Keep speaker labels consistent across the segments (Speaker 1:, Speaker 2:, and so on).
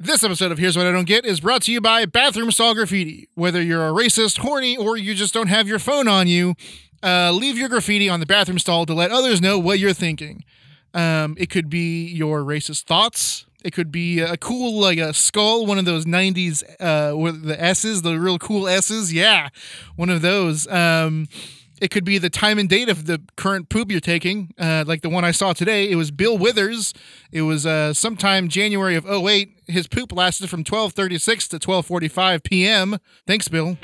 Speaker 1: This episode of Here's What I Don't Get is brought to you by Bathroom Stall Graffiti. Whether you're a racist, horny, or you just don't have your phone on you, uh, leave your graffiti on the bathroom stall to let others know what you're thinking. Um, it could be your racist thoughts. It could be a cool like a skull, one of those '90s uh, with the S's, the real cool S's. Yeah, one of those. Um, it could be the time and date of the current poop you're taking. Uh, like the one I saw today, it was Bill Withers. It was uh, sometime January of 08. His poop lasted from 12:36 to 12:45 p.m. Thanks, Bill.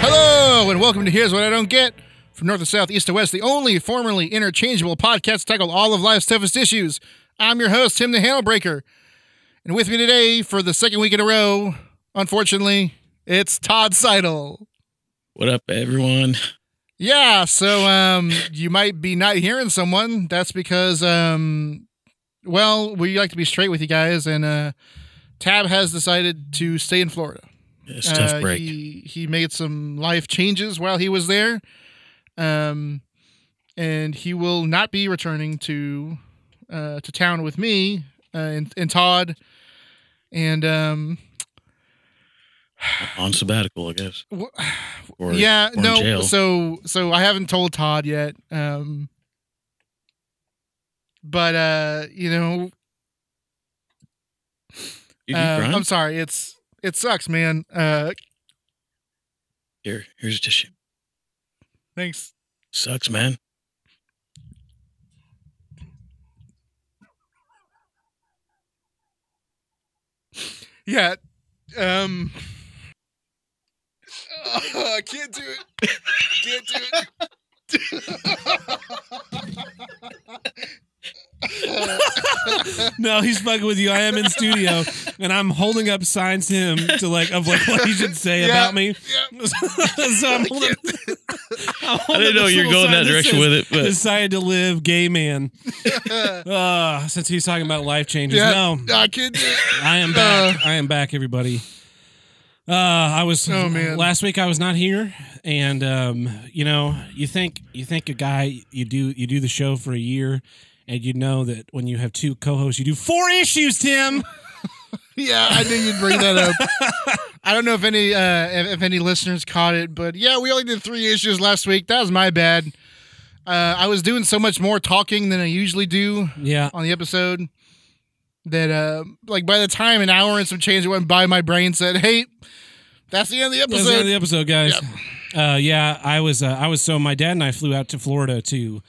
Speaker 1: Hello, and welcome to Here's What I Don't Get. From north to south, east to west, the only formerly interchangeable podcast to tackle all of life's toughest issues. I'm your host, Tim the Handlebreaker. And with me today, for the second week in a row, unfortunately, it's Todd Seidel.
Speaker 2: What up, everyone?
Speaker 1: Yeah, so um, you might be not hearing someone. That's because, um, well, we like to be straight with you guys, and uh, Tab has decided to stay in Florida.
Speaker 2: It's a tough
Speaker 1: Uh,
Speaker 2: break.
Speaker 1: He, he made some life changes while he was there. Um, and he will not be returning to uh, to town with me uh, and, and Todd. And um,
Speaker 2: on sabbatical, I guess.
Speaker 1: w-
Speaker 2: Or,
Speaker 1: yeah,
Speaker 2: or in
Speaker 1: no.
Speaker 2: jail.
Speaker 1: So so I haven't told Todd yet. Um, but uh, you know,
Speaker 2: Dude, you
Speaker 1: uh,
Speaker 2: grind?
Speaker 1: I'm sorry. It's it sucks, man. Uh,
Speaker 2: Here, here's a tissue.
Speaker 1: thanks.
Speaker 2: Sucks, man.
Speaker 1: Yeah. Um I can't do it. Can't do it.
Speaker 3: No, he's fucking with you. I am in studio, and I'm holding up signs to him to like of like what he should say
Speaker 1: Yeah.
Speaker 3: about me.
Speaker 1: yeah.
Speaker 3: so I'm holding. I'm
Speaker 2: I didn't know you were going that direction with it, but
Speaker 3: Decided to live, gay man. Uh, since he's talking about life changes,
Speaker 1: Yeah.
Speaker 3: no,
Speaker 1: I can't do it.
Speaker 3: I am back. I am back, everybody. Uh, I was
Speaker 1: Oh, man.
Speaker 3: last week. I was not here, and um, you know, you think you think a guy you do you do the show for a year, and you know that when you have two co-hosts, you do four issues. Tim,
Speaker 1: Yeah, I knew you'd bring that up. I don't know if any uh if, if any listeners caught it, but yeah, we only did three issues last week. That was my bad. Uh, I was doing so much more talking than I usually do
Speaker 3: yeah,
Speaker 1: on the episode that uh like by the time an hour and some change went by my brain said hey that's the end of the
Speaker 3: That's the end of
Speaker 1: episode
Speaker 3: the episode, guys. Uh, yeah, I was. Uh, I was. So my dad and I flew out to Florida to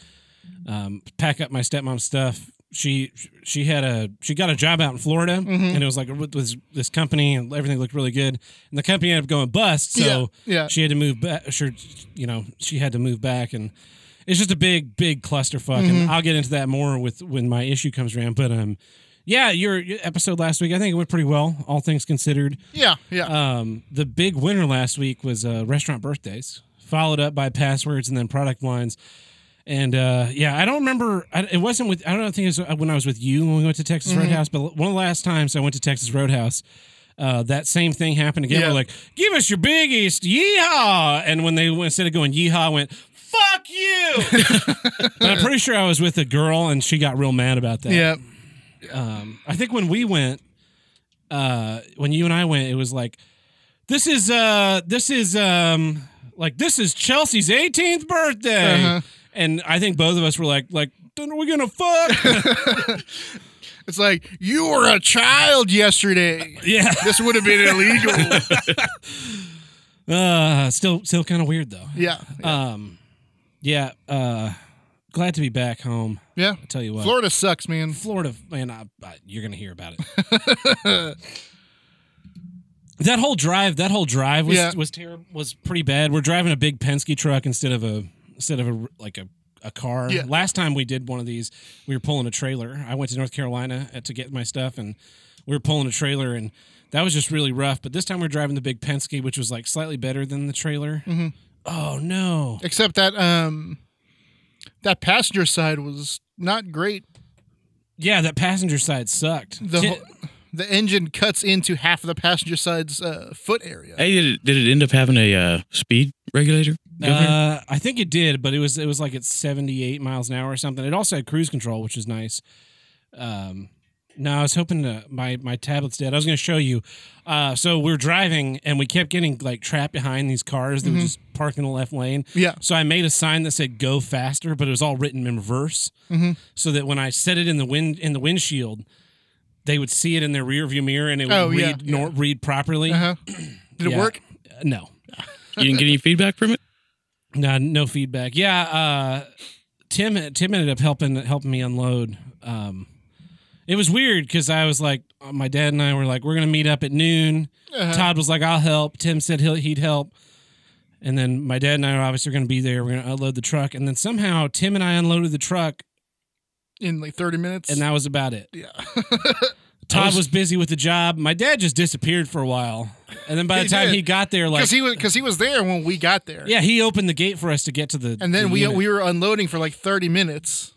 Speaker 3: um, pack up my stepmom's stuff. She she had a she got a job out in Florida,
Speaker 1: Mm-hmm.
Speaker 3: and it was like with this, this company, and everything looked really good. And the company ended up going bust, so
Speaker 1: yeah
Speaker 3: she had to move back. Sure, you know, she had to move back, and it's just a big, big clusterfuck.
Speaker 1: Mm-hmm.
Speaker 3: And I'll get into that more with when my issue comes around. But um, yeah, your your episode last week, I think it went pretty well, all things considered.
Speaker 1: yeah yeah
Speaker 3: Um, the big winner last week was uh, restaurant birthdays, followed up by passwords and then product lines. And uh, yeah, I don't remember. I, it wasn't with. I don't think it was uh, when I was with you when we went to Texas
Speaker 1: Mm-hmm.
Speaker 3: Roadhouse. But one of the last times I went to Texas Roadhouse, uh, that same thing happened again.
Speaker 1: Yeah.
Speaker 3: We're like, "Give us your biggest yeehaw!" And when they went, instead of going yeehaw, I went "fuck you." but I'm pretty sure I was with a girl and she got real mad about that.
Speaker 1: yeah
Speaker 3: Um, I think when we went, uh, when you and I went, it was like, this is uh, this is um, like this is Chelsea's 18th birthday,
Speaker 1: Uh-huh.
Speaker 3: and I think both of us were like, like, then are we gonna fuck?
Speaker 1: it's like you were a child yesterday
Speaker 3: yeah.
Speaker 1: this would have been illegal
Speaker 3: Uh, still, still kind of weird though.
Speaker 1: yeah
Speaker 3: Um, yeah. Uh, glad to be back home.
Speaker 1: yeah
Speaker 3: I tell you what,
Speaker 1: florida sucks man
Speaker 3: Florida, man, I, I, you're gonna hear about it. that whole drive, that whole drive was
Speaker 1: Yeah.
Speaker 3: was terrible. Was pretty bad. We're driving a big Penske truck instead of a instead of a like a a car.
Speaker 1: Yeah.
Speaker 3: Last time we did one of these, we were pulling a trailer. I went to North Carolina uh, to get my stuff, and we were pulling a trailer, and that was just really rough. But this time we we're driving the big Penske, which was like slightly better than the trailer.
Speaker 1: Mhm.
Speaker 3: Oh no!
Speaker 1: except that um that passenger side was not great
Speaker 3: Yeah, that passenger side sucked.
Speaker 1: the
Speaker 3: Ti-
Speaker 1: whole, the engine cuts into half of the passenger side's uh, foot area.
Speaker 2: Hey, did it, did it end up having a uh, speed regulator? go there?
Speaker 3: Uh, I think it did, but it was it was like at 78 miles an hour or something. It also had cruise control, which was nice. Um, no, I was hoping to, my my tablet's dead. I was going to show you. Uh, so we're driving and we kept getting like trapped behind these cars that were
Speaker 1: Mhm.
Speaker 3: just parked in the left lane.
Speaker 1: Yeah.
Speaker 3: So I made a sign that said "Go faster," but it was all written in reverse,
Speaker 1: Mhm.
Speaker 3: so that when I set it in the wind in the windshield, they would see it in their rearview mirror and it would
Speaker 1: Oh, yeah,
Speaker 3: read nor- read properly.
Speaker 1: Uh-huh. Did it
Speaker 3: Yeah.
Speaker 1: work?
Speaker 3: Uh, No,
Speaker 2: You didn't get any feedback from it?
Speaker 3: No, no feedback. Yeah, uh, Tim Tim ended up helping helping me unload. Um, it was weird because I was like, my dad and I were like, we're gonna meet up at noon.
Speaker 1: Uh-huh.
Speaker 3: Todd was like, I'll help. Tim said he'll, he'd help. And then my dad and I are obviously going to be there. We're going to unload the truck. And then somehow Tim and I unloaded the truck,
Speaker 1: In like 30 minutes?
Speaker 3: and that was about it.
Speaker 1: yeah.
Speaker 3: Todd
Speaker 2: was-
Speaker 3: was, busy with the job. My dad just disappeared for a while. And then by the
Speaker 1: He
Speaker 3: time
Speaker 1: did.
Speaker 3: he got there, like,
Speaker 1: Because he was because he was there when we got there.
Speaker 3: yeah, he opened the gate for us to get to the.
Speaker 1: And then
Speaker 3: the
Speaker 1: we
Speaker 3: unit.
Speaker 1: we were unloading for like 30 minutes.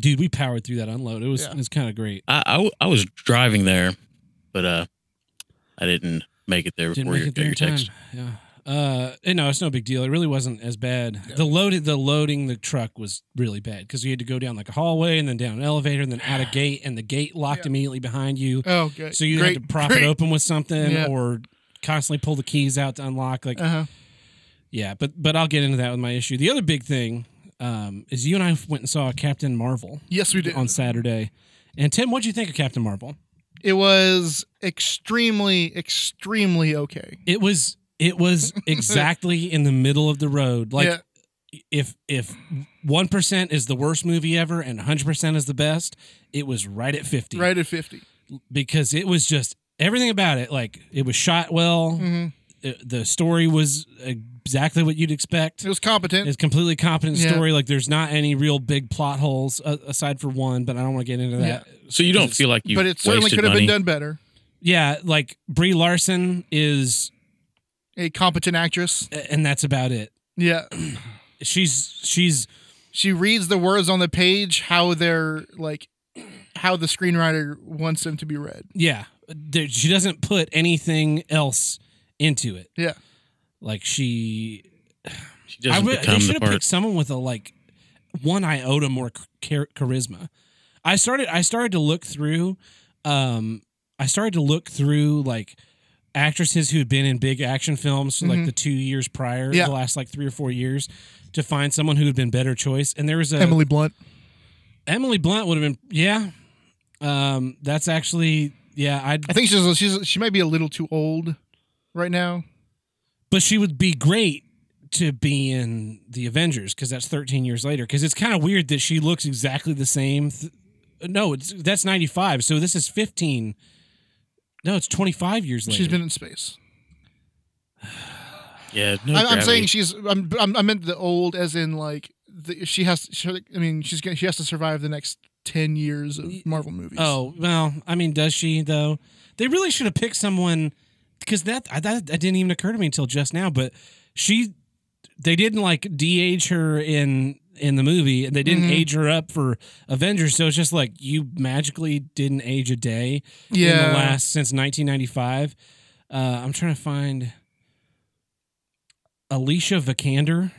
Speaker 3: dude, we powered through that unload. It was,
Speaker 1: Yeah.
Speaker 3: it was kind of great.
Speaker 2: I, I w- I was driving there, but uh, I didn't make it there
Speaker 3: Didn't
Speaker 2: before
Speaker 3: make
Speaker 2: your,
Speaker 3: it there
Speaker 2: your
Speaker 3: in time.
Speaker 2: text.
Speaker 3: Yeah. Uh, and no, it's no big deal. It really wasn't as bad. The loaded, the loading the truck was really bad because you had to go down like a hallway and then down an elevator and then out a gate and the gate locked
Speaker 1: Yeah.
Speaker 3: immediately behind you.
Speaker 1: Oh, good.
Speaker 3: So you
Speaker 1: great,
Speaker 3: had to prop
Speaker 1: great.
Speaker 3: it open with something
Speaker 1: Yeah.
Speaker 3: or constantly pull the keys out to unlock. Like,
Speaker 1: Uh-huh.
Speaker 3: yeah, but but I'll get into that with my issue. The other big thing um, is you and I went and saw Captain Marvel
Speaker 1: Yes, we did.
Speaker 3: on Saturday. And Tim, what'd you think of Captain Marvel?
Speaker 1: It was extremely, extremely okay.
Speaker 3: It was it was exactly in the middle of the road. Like
Speaker 1: yeah,
Speaker 3: if if one percent is the worst movie ever and hundred percent is the best, it was right at fifty.
Speaker 1: right at 50.
Speaker 3: Because it was just everything about it. Like it was shot well.
Speaker 1: hmm
Speaker 3: it- the story was exactly what you'd expect.
Speaker 1: It was competent.
Speaker 3: It's a completely competent
Speaker 1: Yeah.
Speaker 3: story. Like there's not any real big plot holes uh, aside for one, but I don't want to get into that.
Speaker 2: So you don't
Speaker 3: It's-
Speaker 2: feel like you
Speaker 1: but it certainly could have been done better.
Speaker 3: Yeah, like Brie Larson is,
Speaker 1: A competent actress.
Speaker 3: and that's about it.
Speaker 1: Yeah.
Speaker 3: She's she's
Speaker 1: She reads the words on the page how they're like how the screenwriter wants them to be read.
Speaker 3: Yeah, there, she doesn't put anything else into it.
Speaker 1: Yeah.
Speaker 3: like she.
Speaker 2: She doesn't
Speaker 3: would- they
Speaker 2: become
Speaker 3: should
Speaker 2: the
Speaker 3: have
Speaker 2: part.
Speaker 3: picked someone with a like one iota more char- charisma. I started. I started to look through. Um, I started to look through like actresses who had been in big action films so, like
Speaker 1: Mhm.
Speaker 3: the two years prior,
Speaker 1: Yeah.
Speaker 3: the last like three or four years, to find someone who had been better choice. And there was a
Speaker 1: Emily Blunt.
Speaker 3: Emily Blunt would have been yeah. Um, that's actually yeah. I'd
Speaker 1: I think she's she's she might be a little too old right now.
Speaker 3: but she would be great to be in the Avengers because that's 13 years later. Because it's kind of weird that she looks exactly the same. Th- no, it's that's 95. So this is 15. No, it's 25 years later.
Speaker 1: She's been in space.
Speaker 2: yeah, no
Speaker 1: I'm, I'm
Speaker 2: gravity.
Speaker 1: saying she's. I'm, I'm. I meant the old, as in like the, she has. She, I mean, she's. gonna- She has to survive the next ten years of Marvel movies.
Speaker 3: Oh well, I mean, does she though? They really should have picked someone because that I, that that didn't even occur to me until just now. But she, they didn't like de-age her in in the movie, and they didn't
Speaker 1: Mhm.
Speaker 3: age her up for Avengers. So it's just like you magically didn't age a day in
Speaker 1: yeah.
Speaker 3: the last since 1995. Uh, I'm trying to find Alicia Vikander.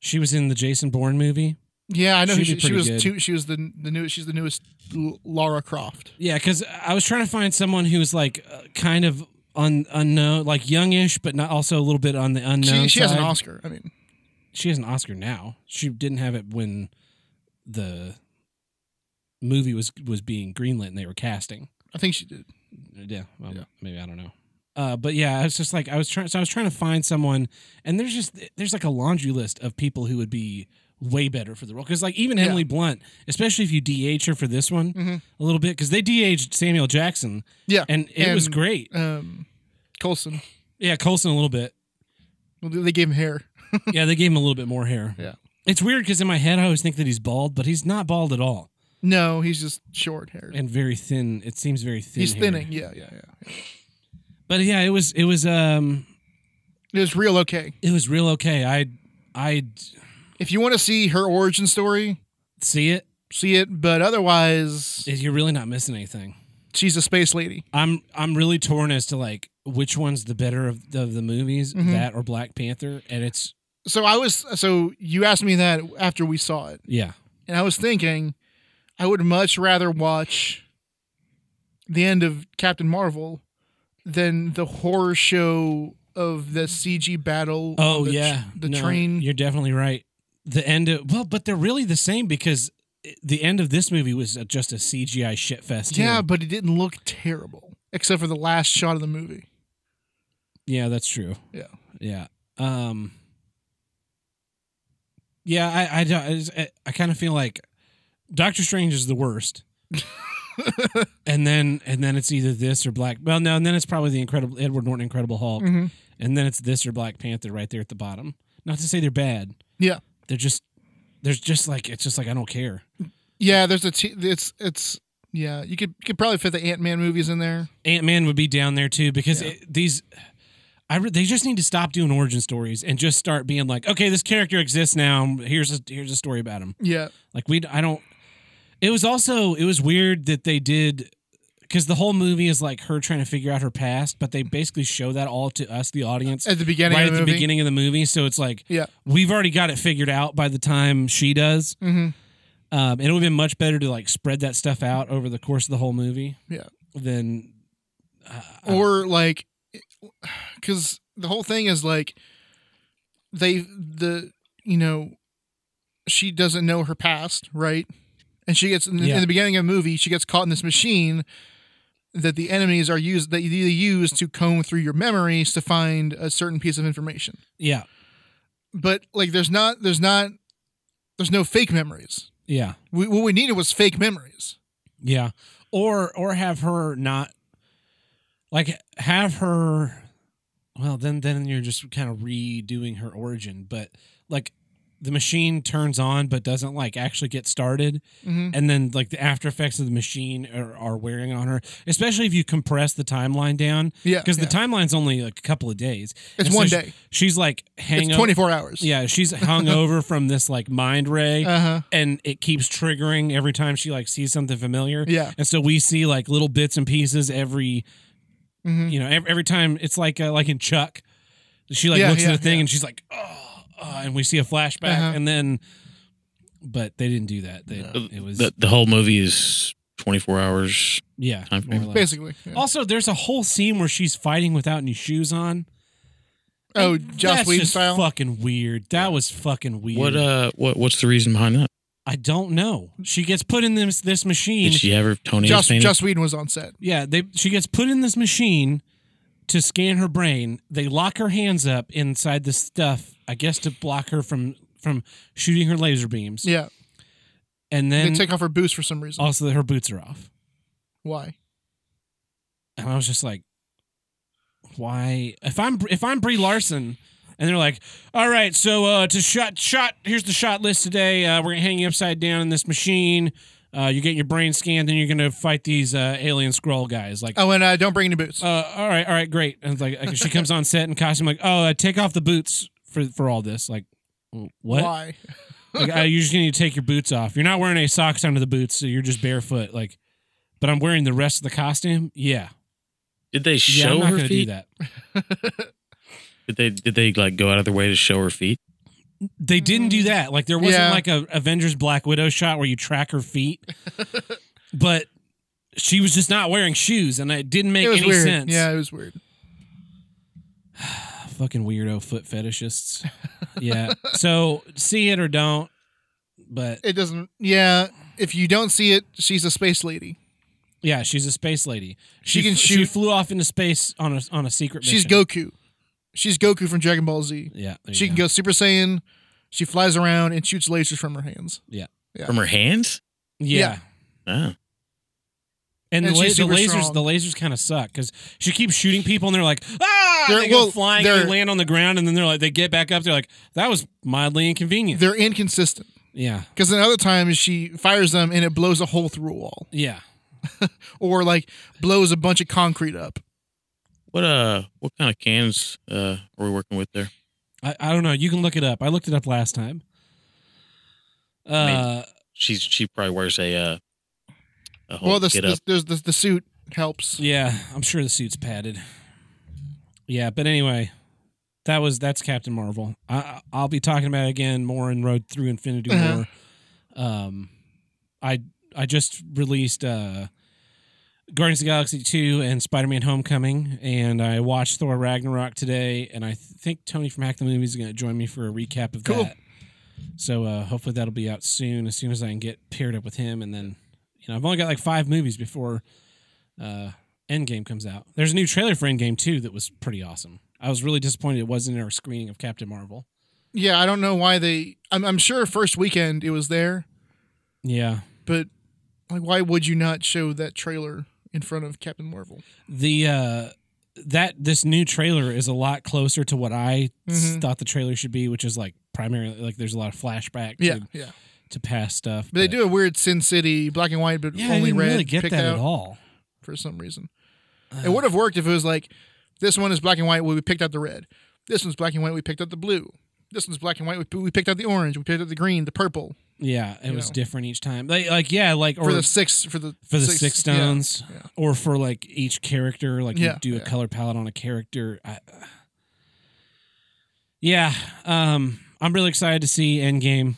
Speaker 3: She was in the Jason Bourne movie.
Speaker 1: yeah, I know.
Speaker 3: she'd
Speaker 1: who
Speaker 3: be
Speaker 1: She, she
Speaker 3: pretty
Speaker 1: was.
Speaker 3: good.
Speaker 1: Too, she was the the newest. She's the newest L- Lara Croft.
Speaker 3: Yeah, because I was trying to find someone who was like uh, kind of un- unknown, like youngish, but not also a little bit on the unknown.
Speaker 1: she she has an
Speaker 3: side.
Speaker 1: Oscar. I mean,
Speaker 3: She has an Oscar now. She didn't have it when the movie was was being greenlit and they were casting.
Speaker 1: I think she did.
Speaker 3: Yeah, well,
Speaker 1: Yeah.
Speaker 3: maybe I don't know. Uh, but yeah, I was just like I was trying. So I was trying to find someone, and there's just there's like a laundry list of people who would be way better for the role. Because like even
Speaker 1: Yeah.
Speaker 3: Emily Blunt, especially if you DH her for this one
Speaker 1: Mhm.
Speaker 3: a little bit, because they DH'd Samuel Jackson,
Speaker 1: Yeah.
Speaker 3: and it was
Speaker 1: And-
Speaker 3: great.
Speaker 1: Um, Colson.
Speaker 3: Yeah, Colson a little bit.
Speaker 1: Well, they gave him hair.
Speaker 3: Yeah, they gave him a little bit more hair.
Speaker 1: Yeah.
Speaker 3: It's weird because in my head I always think that he's bald, but he's not bald at all,
Speaker 1: No, he's just short hair.
Speaker 3: and very thin. It seems very thin.
Speaker 1: he's
Speaker 3: hair.
Speaker 1: thinning. Yeah, yeah, yeah.
Speaker 3: But yeah, it was it was um
Speaker 1: It was real okay.
Speaker 3: it was real okay. I I
Speaker 1: If you want to see her origin story,
Speaker 3: see it.
Speaker 1: see it. But otherwise,
Speaker 3: You're really not missing anything.
Speaker 1: she's a space lady.
Speaker 3: I'm I'm really torn as to like which one's the better of the, of the movies,
Speaker 1: Mhm.
Speaker 3: that or Black Panther, and it's
Speaker 1: So I was so you asked me that after we saw it,
Speaker 3: yeah.
Speaker 1: and I was thinking I would much rather watch the end of Captain Marvel than the horror show of the CG battle. on
Speaker 3: Oh
Speaker 1: the tr-
Speaker 3: yeah,
Speaker 1: the
Speaker 3: No,
Speaker 1: train.
Speaker 3: You're definitely right. The end of well, but they're really the same because eh, the end of this movie was just a CGI shit fest. too.
Speaker 1: Yeah, but it didn't look terrible except for the last shot of the movie.
Speaker 3: yeah, that's true.
Speaker 1: Yeah.
Speaker 3: yeah, um, yeah. I I don't- I, just- I, I kind of feel like Doctor Strange is the worst. and then and then it's either this or Black. Well, no, and then it's probably the incredible Edward Norton Incredible Hulk,
Speaker 1: Mhm.
Speaker 3: and then it's this or Black Panther right there at the bottom. Not to say they're bad.
Speaker 1: Yeah.
Speaker 3: they're just there's just like it's just like I don't care.
Speaker 1: Yeah, there's a t- it's it's yeah, you could you could probably fit the Ant-Man movies in there.
Speaker 3: Ant Man would be down there too because
Speaker 1: Yeah.
Speaker 3: it, these, I re- they just need to stop doing origin stories and just start being like, okay, this character exists now. Here's a here's a story about him.
Speaker 1: Yeah.
Speaker 3: Like we, I don't. It was also it was weird that they did because the whole movie is like her trying to figure out her past, but they basically show that all to us, the audience,
Speaker 1: At the beginning of
Speaker 3: right at
Speaker 1: the
Speaker 3: the
Speaker 1: movie.
Speaker 3: beginning of the movie. So it's like,
Speaker 1: Yeah.
Speaker 3: we've already got it figured out by the time she does.
Speaker 1: Mm-hmm.
Speaker 3: Um, it would have been much better to like spread that stuff out over the course of the whole movie.
Speaker 1: Yeah.
Speaker 3: Than. Uh,
Speaker 1: or like because the whole thing is like they the you know she doesn't know her past right and she gets in, in
Speaker 3: Yeah.
Speaker 1: the beginning of the movie she gets caught in this machine that the enemies are used that you use to comb through your memories to find a certain piece of information
Speaker 3: yeah,
Speaker 1: but like there's not there's not there's no fake memories
Speaker 3: yeah,
Speaker 1: we, what we needed was fake memories
Speaker 3: yeah. Or or have her not like have her. Well, then then you're just kind of redoing her origin, but like the machine turns on but doesn't like actually get started
Speaker 1: mm-hmm.
Speaker 3: and then like the after effects of the machine are, are wearing on her especially if you compress the timeline down
Speaker 1: yeah
Speaker 3: because
Speaker 1: yeah.
Speaker 3: the timeline's only like a couple of days
Speaker 1: it's
Speaker 3: and so
Speaker 1: one
Speaker 3: she-
Speaker 1: day
Speaker 3: she's like hang
Speaker 1: it's
Speaker 3: o-
Speaker 1: 24 hours
Speaker 3: yeah she's hung over from this like mind ray
Speaker 1: uh-huh
Speaker 3: and it keeps triggering every time she like sees something familiar
Speaker 1: yeah
Speaker 3: and so we see like little bits and pieces every
Speaker 1: mm-hmm.
Speaker 3: you know every, every time it's like uh, like in chuck she like
Speaker 1: Yeah,
Speaker 3: looks
Speaker 1: yeah,
Speaker 3: at a thing
Speaker 1: yeah.
Speaker 3: and she's like oh, oh," and we see a flashback
Speaker 1: Uh-huh.
Speaker 3: and then but they didn't do that they,
Speaker 2: Uh,
Speaker 1: No.
Speaker 3: it was
Speaker 2: The, the whole movie is 24 hours.
Speaker 3: yeah
Speaker 2: Time
Speaker 3: more or
Speaker 2: frame.
Speaker 3: less.
Speaker 1: basically yeah.
Speaker 3: also there's a whole scene where she's fighting without any shoes on
Speaker 1: Oh,
Speaker 3: And
Speaker 1: Joss
Speaker 3: that's
Speaker 1: Whedon
Speaker 3: just
Speaker 1: style.
Speaker 3: fucking weird that was fucking weird
Speaker 2: What uh what what's the reason behind that?
Speaker 3: i don't know she gets put in this this machine
Speaker 2: Did she have her toenails
Speaker 1: Joss,
Speaker 2: painted?
Speaker 1: Joss Whedon was on set.
Speaker 3: Yeah, they she gets put in this machine to scan her brain. They lock her hands up inside this stuff, I guess to block her from from shooting her laser beams.
Speaker 1: Yeah,
Speaker 3: And
Speaker 1: they
Speaker 3: then Oh.
Speaker 1: take off her boots for some reason.
Speaker 3: also her boots are off.
Speaker 1: Why?
Speaker 3: And I was just like why if I'm if I'm Brie Larson and they're like, "All right, so uh to shot shot here's the shot list today. Uh we're going to hang you upside down in this machine. Uh you're getting your brain scanned then you're going to fight these uh alien scroll guys." Like
Speaker 1: Oh, and uh, don't bring any boots.
Speaker 3: uh, all right, all right, great. And it's like, like, she comes on set in costume, like, oh, uh, take off the boots for for all this. Like, w- what?
Speaker 1: Why?
Speaker 3: Like, uh, you just need to take your boots off. You're not wearing any socks under the boots, so you're just barefoot. Like, but I'm wearing the rest of the costume. Yeah,
Speaker 2: Did they
Speaker 3: yeah,
Speaker 2: show
Speaker 3: I'm not
Speaker 2: her
Speaker 3: gonna do
Speaker 2: feet?
Speaker 3: that.
Speaker 2: Did they did they like go out of their way to show her feet?
Speaker 3: They didn't do that. Like, there wasn't
Speaker 1: Yeah.
Speaker 3: like a Avengers Black Widow shot where you track her feet, but she was just not wearing shoes, and it didn't make
Speaker 1: it was
Speaker 3: any
Speaker 1: weird.
Speaker 3: sense. Ah,
Speaker 1: Yeah, it was weird.
Speaker 3: fucking weirdo foot fetishists. Yeah. so see it or don't. But
Speaker 1: It doesn't. Yeah, if you don't see it, she's a space lady.
Speaker 3: yeah, she's a space lady.
Speaker 1: She can
Speaker 3: f- She
Speaker 1: shoot-
Speaker 3: flew off into space on a on a secret.
Speaker 1: She's
Speaker 3: mission.
Speaker 1: Goku. She's Goku from Dragon Ball Z.
Speaker 3: Yeah. there you
Speaker 1: She can go Super Saiyan. She flies around and shoots lasers from her hands. Yeah.
Speaker 2: From her hands?
Speaker 3: Yeah.
Speaker 1: yeah.
Speaker 2: Oh.
Speaker 3: And,
Speaker 1: And
Speaker 3: the, la-
Speaker 1: she's
Speaker 3: the
Speaker 1: super
Speaker 3: lasers,
Speaker 1: strong.
Speaker 3: the lasers kind of suck because she keeps shooting people, and they're like, ah,
Speaker 1: They're-
Speaker 3: they go
Speaker 1: well,
Speaker 3: flying, and they
Speaker 1: they're-
Speaker 3: land on the ground, and then they're like, they get back up, they're like, that was mildly inconvenient.
Speaker 1: They're inconsistent
Speaker 3: yeah,
Speaker 1: because then other times she fires them and it blows a hole through a wall
Speaker 3: yeah.
Speaker 1: or like blows a bunch of concrete up.
Speaker 2: What uh what kind of cans uh are we working with there?
Speaker 3: I, I don't know. You can look it up. I looked it up last time. Uh,
Speaker 2: She's she probably wears a uh a whole
Speaker 1: well, the,
Speaker 2: get
Speaker 1: the,
Speaker 2: up.
Speaker 1: there's the, the suit helps.
Speaker 3: Yeah, I'm sure the suit's padded. Yeah, but anyway, that was that's Captain Marvel. I- I I'll be talking about it again more in Road Through Infinity
Speaker 1: Uh-huh.
Speaker 3: War. Um, I I just released uh, Guardians of the Galaxy two and Spider Man Homecoming, and I watched Thor Ragnarok today, and I think Tony from Hack the Movies is going to join me for a recap of
Speaker 1: Cool.
Speaker 3: that. So uh, hopefully that'll be out soon, as soon as I can get paired up with him, and then you know I've only got like five movies before uh, Endgame comes out. There's a new trailer for Endgame too that was pretty awesome. I was really disappointed it wasn't in our screening of Captain Marvel.
Speaker 1: Yeah, I don't know why they. I'm, I'm sure first weekend it was there,
Speaker 3: Yeah,
Speaker 1: but like, why would you not show that trailer in front of Captain Marvel?
Speaker 3: the uh, that this new trailer is a lot closer to what I s-
Speaker 1: Mhm.
Speaker 3: thought the trailer should be, which is like primarily like there's a lot of flashback
Speaker 1: Yeah,
Speaker 3: to,
Speaker 1: yeah.
Speaker 3: to past stuff.
Speaker 1: But they do a weird Sin City black and white, but
Speaker 3: Yeah, I
Speaker 1: only
Speaker 3: didn't
Speaker 1: red
Speaker 3: really get
Speaker 1: picked
Speaker 3: that
Speaker 1: out
Speaker 3: at all.
Speaker 1: for some reason.
Speaker 3: Uh,
Speaker 1: It would have worked if it was like this one is black and white, we picked out the red. This one's black and white, we picked out the blue. This one's black and white, we we picked out the orange, we picked out the green, the purple
Speaker 3: yeah, it
Speaker 1: you
Speaker 3: was
Speaker 1: know.
Speaker 3: different each time. Like, like yeah, like or
Speaker 1: for the six for the
Speaker 3: for the
Speaker 1: six-
Speaker 3: six,
Speaker 1: yeah.
Speaker 3: stones
Speaker 1: yeah.
Speaker 3: or for like each character like
Speaker 1: Yeah,
Speaker 3: you do a
Speaker 1: yeah.
Speaker 3: color palette on a character I, yeah um i'm really excited to see endgame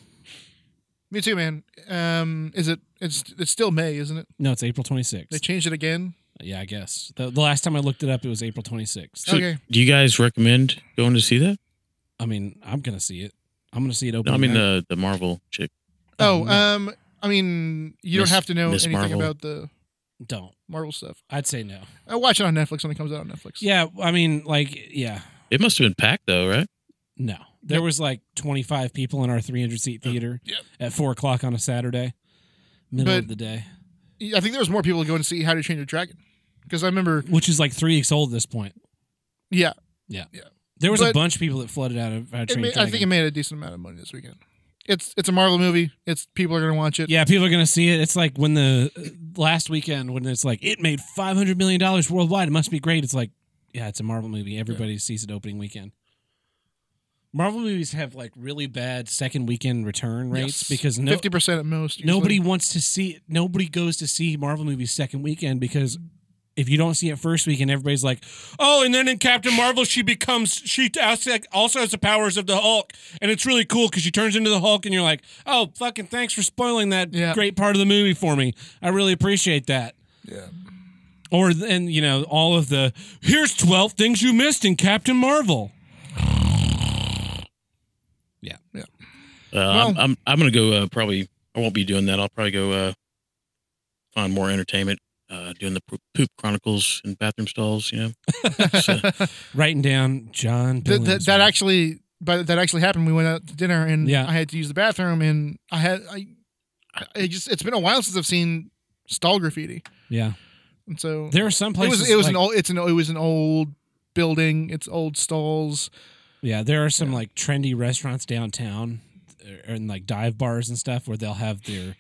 Speaker 1: Me too, man. Um, is it? It's it's still May, isn't it?
Speaker 3: no it's april
Speaker 1: They
Speaker 3: 26th
Speaker 1: changed it again.
Speaker 3: yeah i guess the, the last time i looked it up it was april 26th
Speaker 2: So um,
Speaker 1: Okay.
Speaker 2: do you guys recommend going to see that?
Speaker 3: i mean i'm gonna see it i'm gonna see it open
Speaker 2: No, I mean
Speaker 3: night.
Speaker 2: the the Marvel chick.
Speaker 1: Oh,
Speaker 3: no.
Speaker 1: um, I mean, you
Speaker 2: Miss-
Speaker 1: don't have to know
Speaker 2: Miss
Speaker 1: anything
Speaker 2: Marvel.
Speaker 1: about the
Speaker 3: don't
Speaker 1: Marvel stuff.
Speaker 3: i'd say no
Speaker 1: I watch it on Netflix when it comes out on Netflix.
Speaker 3: yeah i mean like yeah
Speaker 2: It must have been packed though, right?
Speaker 3: no there
Speaker 1: Nope.
Speaker 3: was like 25 people in our 300 seat theater
Speaker 1: Yep.
Speaker 3: at four o'clock on a saturday middle
Speaker 1: But-
Speaker 3: of the day
Speaker 1: I think there was more people going to see How to Train Your Dragon because I remember.
Speaker 3: which is like three weeks old at this point
Speaker 1: Yeah,
Speaker 3: There was a
Speaker 1: But-
Speaker 3: bunch of people that flooded out of uh,
Speaker 1: it
Speaker 3: Train
Speaker 1: ma- I think it
Speaker 3: Dragon.
Speaker 1: made a decent amount of money this weekend. It's it's a Marvel movie. It's people are gonna watch it.
Speaker 3: yeah, people are gonna see it. It's like when the uh, last weekend when it's like it made five hundred million dollars worldwide. It must be great. It's like yeah, it's a Marvel movie. Everybody sees it opening weekend. Marvel movies have like really bad second weekend return
Speaker 1: Yes.
Speaker 3: rates because no
Speaker 1: fifty percent at most. usually.
Speaker 3: nobody wants to see. Nobody goes to see Marvel movies second weekend because. If you don't see it first weekend, everybody's like, "Oh!" And then in Captain Marvel, she becomes she also also has the powers of the Hulk, and it's really cool because she turns into the Hulk, and you're like, "Oh, fucking thanks for spoiling that
Speaker 1: Yeah.
Speaker 3: great part of the movie for me. I really appreciate that."
Speaker 1: Yeah.
Speaker 3: Or and you know all of the here's twelve things you missed in Captain Marvel.
Speaker 2: Uh, I'm, I'm I'm gonna go. Uh, probably I won't be doing that. I'll probably go uh, find more entertainment. Uh, doing the poop- poop chronicles in bathroom stalls. You know, So-
Speaker 3: Writing down John.
Speaker 1: that, that,
Speaker 3: Billings.
Speaker 1: that actually but that actually happened we went out to dinner and
Speaker 3: Yeah.
Speaker 1: i had to use the bathroom and i had i, I it just it's been a while since i've seen stall graffiti
Speaker 3: yeah.
Speaker 1: and so
Speaker 3: There are some
Speaker 1: it
Speaker 3: places.
Speaker 1: was it was an
Speaker 3: like-
Speaker 1: old it's an it was an old building it's old stalls
Speaker 3: Yeah, there are some
Speaker 1: Yeah.
Speaker 3: like trendy restaurants downtown, er, and like dive bars and stuff where they'll have their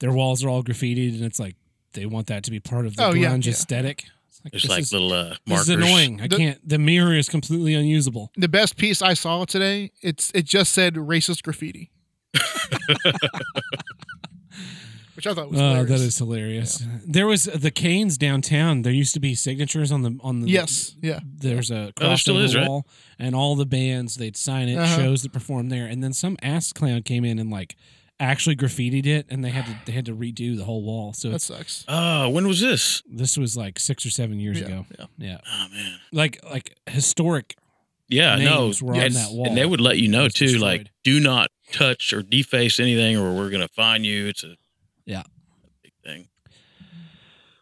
Speaker 3: their walls are all graffitied, and it's like they want that to be part of the
Speaker 1: Oh,
Speaker 3: grunge
Speaker 1: yeah, yeah.
Speaker 3: aesthetic. It's like,
Speaker 2: there's
Speaker 3: this
Speaker 2: like
Speaker 3: is,
Speaker 2: little uh,
Speaker 3: this is
Speaker 2: markers.
Speaker 3: annoying. I
Speaker 1: The-
Speaker 3: can't. The mirror is completely unusable.
Speaker 1: the best piece i saw today it's it just said racist graffiti which i thought was
Speaker 3: Oh, that
Speaker 1: hilarious.
Speaker 3: is hilarious. There was uh, the Canes downtown. There used to be signatures on the on the
Speaker 1: yes yeah
Speaker 3: there's a
Speaker 2: Oh, there
Speaker 3: crossover
Speaker 2: still is, right?
Speaker 3: wall, and all the bands they'd sign it,
Speaker 1: Uh-huh.
Speaker 3: shows that perform there, and then some ass clown came in and like actually graffitied it, and they had to they had to redo the whole wall. So
Speaker 1: that
Speaker 3: it's,
Speaker 1: sucks
Speaker 2: Oh, when was this?
Speaker 3: this was like six or seven years
Speaker 1: Yeah,
Speaker 3: ago.
Speaker 1: yeah.
Speaker 3: Yeah,
Speaker 2: Oh man.
Speaker 3: like like historic.
Speaker 2: Yeah, no.
Speaker 3: Names were on
Speaker 2: it's-
Speaker 3: that wall.
Speaker 2: And they would let you know
Speaker 3: was
Speaker 2: too, like
Speaker 3: destroyed.
Speaker 2: do not touch or deface anything, or we're gonna fine you. It's a
Speaker 3: Yeah.
Speaker 2: big thing.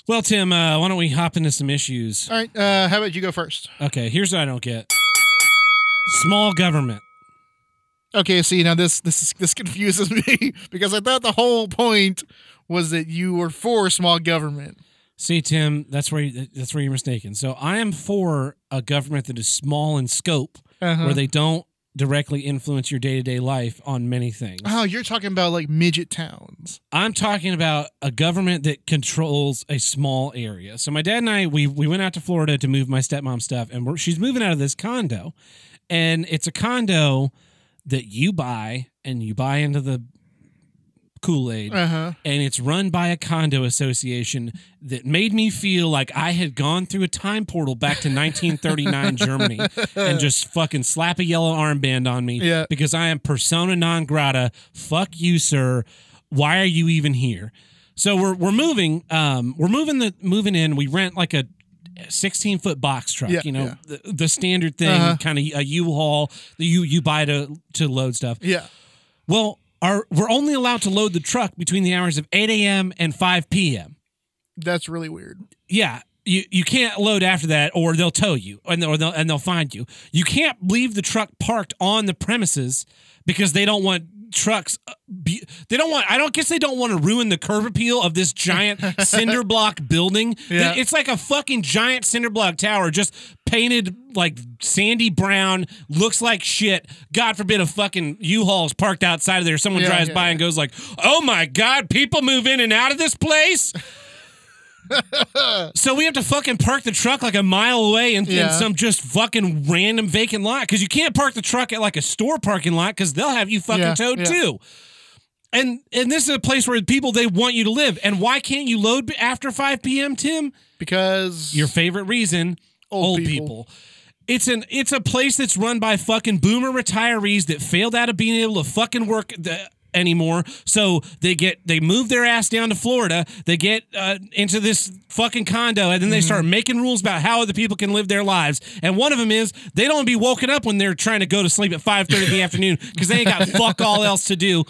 Speaker 3: Well, Tim, uh, why don't we hop into some issues?
Speaker 1: all right uh how about you go first
Speaker 3: Okay, here's what I don't get: small government.
Speaker 1: Okay, see now this this is, this confuses me because I thought the whole point was that you were for small government.
Speaker 3: See, Tim, that's where you, that's where you're mistaken. So I am for a government that is small in scope,
Speaker 1: Uh-huh.
Speaker 3: where they don't directly influence your day to day life on many things.
Speaker 1: oh, you're talking about like midget towns.
Speaker 3: I'm talking about a government that controls a small area. So my dad and I, we we went out to Florida to move my stepmom stuff, and we're, she's moving out of this condo, and it's a condo that you buy and you buy into the Kool Aid,
Speaker 1: Uh huh.
Speaker 3: and it's run by a condo association that made me feel like I had gone through a time portal back to 1939 Germany and just fucking slap a yellow armband on me
Speaker 1: Yeah.
Speaker 3: because I am persona non grata. Fuck you, sir. Why are you even here? So we're we're moving. Um, we're moving the moving in. We rent like a. 16 foot box truck,
Speaker 1: Yeah,
Speaker 3: you know,
Speaker 1: yeah.
Speaker 3: the, the standard thing,
Speaker 1: Uh-huh.
Speaker 3: kind of a U haul that you, you buy to, to load stuff.
Speaker 1: Yeah.
Speaker 3: Well, our, we're only allowed to load the truck between the hours of 8 a.m. and 5 p.m.
Speaker 1: That's really weird.
Speaker 3: Yeah, you, you can't load after that, or they'll tow you, and they'll, or they'll and they'll find you. You can't leave the truck parked on the premises because they don't want trucks. uh, Be, they don't want. I don't guess they don't want to ruin the curb appeal of this giant cinder block building.
Speaker 1: Yeah.
Speaker 3: It's like a fucking giant cinder block tower, just painted like sandy brown, looks like shit. God forbid a fucking U-Haul is parked outside of there. Someone
Speaker 1: Yeah,
Speaker 3: drives
Speaker 1: yeah,
Speaker 3: by and goes like, "Oh my god, people move in and out of this place." so we have to fucking park the truck like a mile away in, in
Speaker 1: Yeah.
Speaker 3: some just fucking random vacant lot because you can't park the truck at like a store parking lot because they'll have you fucking
Speaker 1: Yeah,
Speaker 3: towed
Speaker 1: yeah.
Speaker 3: too. And and this is a place where people they want you to live. And why can't you load after five p.m. Tim?
Speaker 1: Because
Speaker 3: Your favorite reason, old,
Speaker 1: Old
Speaker 3: people.
Speaker 1: people.
Speaker 3: It's an it's a place that's run by fucking boomer retirees that failed out of being able to fucking work the, anymore. So they get they move their ass down to Florida. They get uh, into this fucking condo, and then they start making rules about how other people can live their lives. And one of them is they don't be woken up when they're trying to go to sleep at five thirty in the afternoon because they ain't got fuck all else to do.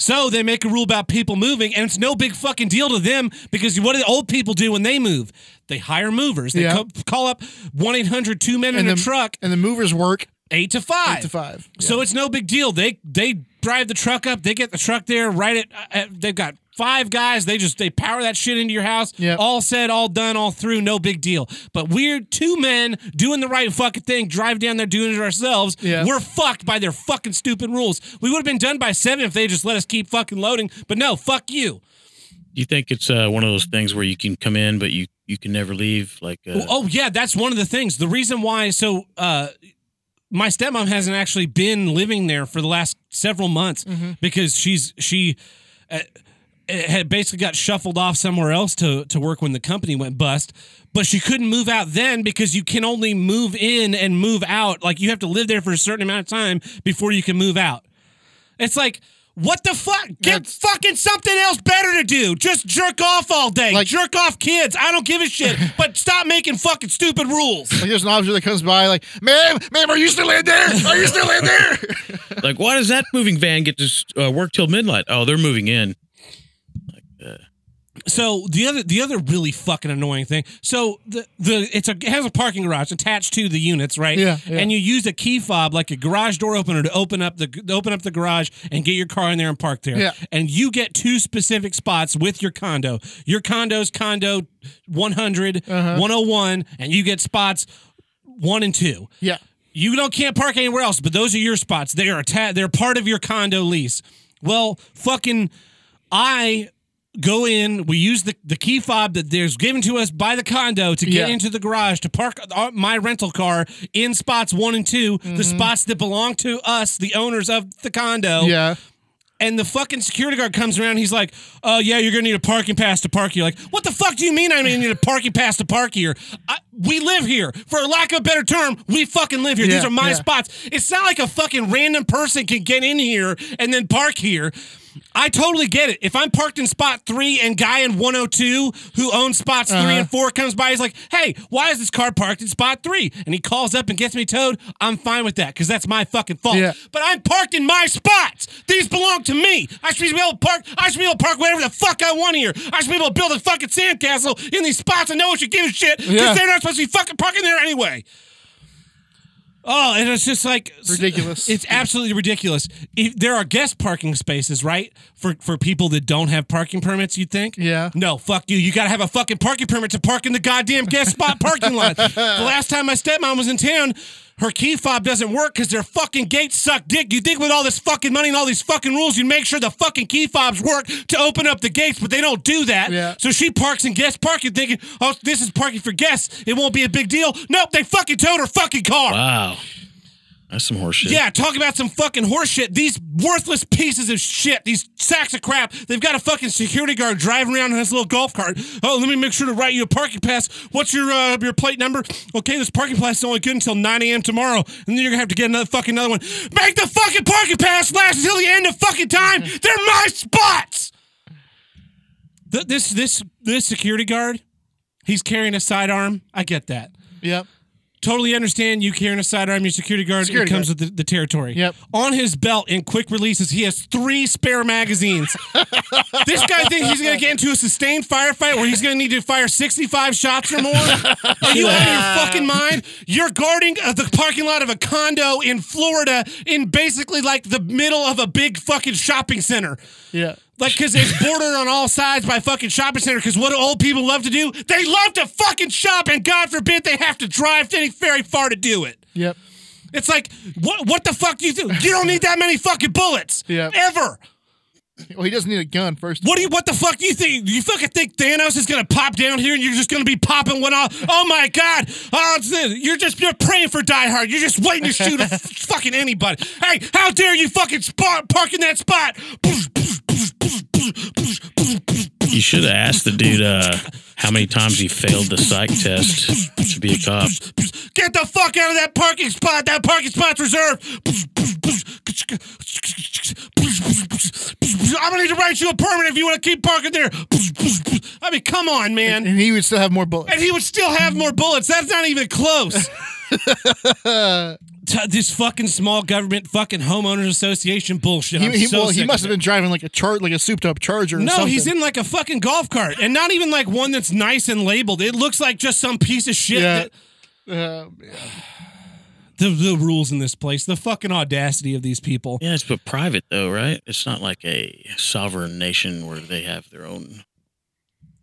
Speaker 3: So they make a rule about people moving, and it's no big fucking deal to them because what do the old people do when they move? They hire movers. They
Speaker 1: Yeah.
Speaker 3: co- call up 1 800 two men in a
Speaker 1: the-
Speaker 3: truck,
Speaker 1: and the movers work
Speaker 3: 8 to 5.
Speaker 1: eight to five.
Speaker 3: So it's no big deal. They they drive the truck up. They get the truck there right at. at uh, they've got five guys. They just they power that shit into your house.
Speaker 1: Yep.
Speaker 3: All said, all done, all through. No big deal. But we're two men doing the right fucking thing. Drive down there doing it ourselves.
Speaker 1: Yeah.
Speaker 3: We're fucked by their fucking stupid rules. We would have been done by seven if they just let us keep fucking loading. But no, fuck you.
Speaker 2: Do you think it's uh, one of those things where you can come in, but you you can never leave? Like, uh,
Speaker 3: Oh yeah, that's one of the things. The reason why so uh my stepmom hasn't actually been living there for the last several months because she's she uh, had basically got shuffled off somewhere else to to work when the company went bust, but she couldn't move out then because you can only move in and move out. Like you have to live there for a certain amount of time before you can move out. It's like what the fuck? Get
Speaker 1: That's-
Speaker 3: fucking something else better to do. Just jerk off all day.
Speaker 1: Like-
Speaker 3: jerk off kids. I don't give a shit. but stop making fucking stupid rules.
Speaker 1: Like there's an officer that comes by, like, ma'am, ma'am, are you still in there? Are you still in there?
Speaker 3: oh.
Speaker 2: like why does that moving van get to s- uh, work till midnight? Oh, they're moving in.
Speaker 3: So the other the other really fucking annoying thing. So the the it's a it has a parking garage attached to the units, right?
Speaker 1: Yeah, yeah.
Speaker 3: And you use a key fob like a garage door opener to open up the to open up the garage and get your car in there and park there.
Speaker 1: Yeah.
Speaker 3: And you get two specific spots with your condo. Your condo's condo 100,
Speaker 1: Uh-huh.
Speaker 3: 101, and you get spots 1 and 2.
Speaker 1: yeah.
Speaker 3: you don't can't park anywhere else, but those are your spots. They are atta- they're part of your condo lease. Well, fucking I go in, we use the, the key fob that there's given to us by the condo to get
Speaker 1: Yeah.
Speaker 3: into the garage to park our- my rental car in spots 1 and 2,
Speaker 1: Mm-hmm.
Speaker 3: the spots that belong to us, the owners of the condo.
Speaker 1: Yeah.
Speaker 3: And the fucking security guard comes around. He's like, "Oh yeah, you're gonna need a parking pass to park here." Like, what the fuck do you mean? I need a parking pass to park here. I, we live here. For lack of a better term, we fucking live here. These
Speaker 1: Yeah,
Speaker 3: are my
Speaker 1: yeah.
Speaker 3: spots. It's not like a fucking random person can get in here and then park here. I totally get it. If I'm parked in spot three and guy in 102 who owns spots
Speaker 1: Uh-huh.
Speaker 3: three and four comes by, he's like, "Hey, why is this car parked in spot three? And he calls up and gets me towed. I'm fine with that because that's my fucking fault
Speaker 1: Yeah.
Speaker 3: but I'm parked in my spots. These belong to me. I should be able to park. I should be able to park wherever the fuck I want here. I should be able to build a fucking sandcastle in these spots. and no one should give a shit because
Speaker 1: Yeah.
Speaker 3: they're not supposed to be fucking parking there anyway. Oh, and it's just like
Speaker 1: Ridiculous.
Speaker 3: It's absolutely ridiculous. If there are guest parking spaces, right, for for people that don't have parking permits. You think?
Speaker 1: Yeah.
Speaker 3: No, fuck you. You gotta have a fucking parking permit to park in the goddamn guest spot parking lot. The last time my stepmom was in town, her key fob doesn't work because their fucking gates suck dick. You think with all this fucking money and all these fucking rules, you'd make sure the fucking key fobs work to open up the gates, but they don't do that.
Speaker 1: Yeah.
Speaker 3: So she parks in guest parking thinking, oh, this is parking for guests. It won't be a big deal. Nope, they fucking towed her fucking car.
Speaker 2: Wow. That's some horse shit.
Speaker 3: Yeah, talk about some fucking horseshit. These worthless pieces of shit, these sacks of crap. They've got a fucking security guard driving around in his little golf cart. Oh, let me make sure to write you a parking pass. What's your uh, your plate number? Okay, this parking pass is only good until 9 a.m. tomorrow, and then you're gonna have to get another fucking another one. Make the fucking parking pass last until the end of fucking time. They're my spots. Th- this this this security guard, he's carrying a sidearm. I get that
Speaker 1: Yep.
Speaker 3: totally understand you carrying a sidearm, your security guard,
Speaker 1: Security
Speaker 3: it comes with the, the territory.
Speaker 1: Yep.
Speaker 3: On his belt in quick releases, he has three spare magazines. this guy thinks he's going to get into a sustained firefight where he's going to need to fire 65 shots or more? Are you out of your fucking mind? You're guarding uh, the parking lot of a condo in Florida in basically like the middle of a big fucking shopping center.
Speaker 1: Yeah.
Speaker 3: Like, because it's bordered on all sides by fucking shopping center. Because what do old people love to do? They love to fucking shop, and God forbid they have to drive any very far to do it.
Speaker 1: Yep.
Speaker 3: It's like, what what the fuck do you do? You don't need that many fucking bullets.
Speaker 1: Yeah.
Speaker 3: Ever.
Speaker 1: Well, he doesn't need a gun first.
Speaker 3: What do you? What the fuck do you think? You fucking think Thanos is gonna pop down here and you're just gonna be popping one off? Oh my god! Oh, it's this- you're just you're praying for Die Hard. You're just waiting to shoot a f- fucking anybody. Hey, how dare you fucking spot park in that spot?
Speaker 2: You should have asked the dude uh, how many times he failed the psych test to be a cop.
Speaker 3: Get the fuck out of that parking spot. That parking spot's reserved. I'm gonna need to write you a permit if you want to keep parking there. I mean, come on, man.
Speaker 1: And he would still have more bullets.
Speaker 3: And he would still have more bullets. That's not even close. T- this fucking small government fucking homeowners association bullshit.
Speaker 1: He,
Speaker 3: I'm
Speaker 1: he-
Speaker 3: so
Speaker 1: well, he
Speaker 3: sick
Speaker 1: must
Speaker 3: of
Speaker 1: have
Speaker 3: it.
Speaker 1: been driving like a char- like a souped up charger. Or
Speaker 3: No,
Speaker 1: something.
Speaker 3: he's in like a fucking golf cart, and not even like one that's nice and labeled. It looks like just some piece of shit.
Speaker 1: Yeah.
Speaker 3: That,
Speaker 1: Uh,
Speaker 3: the the rules in this place, the fucking audacity of these people.
Speaker 2: Yeah, it's but private though, right? It's not like a sovereign nation where they have their own.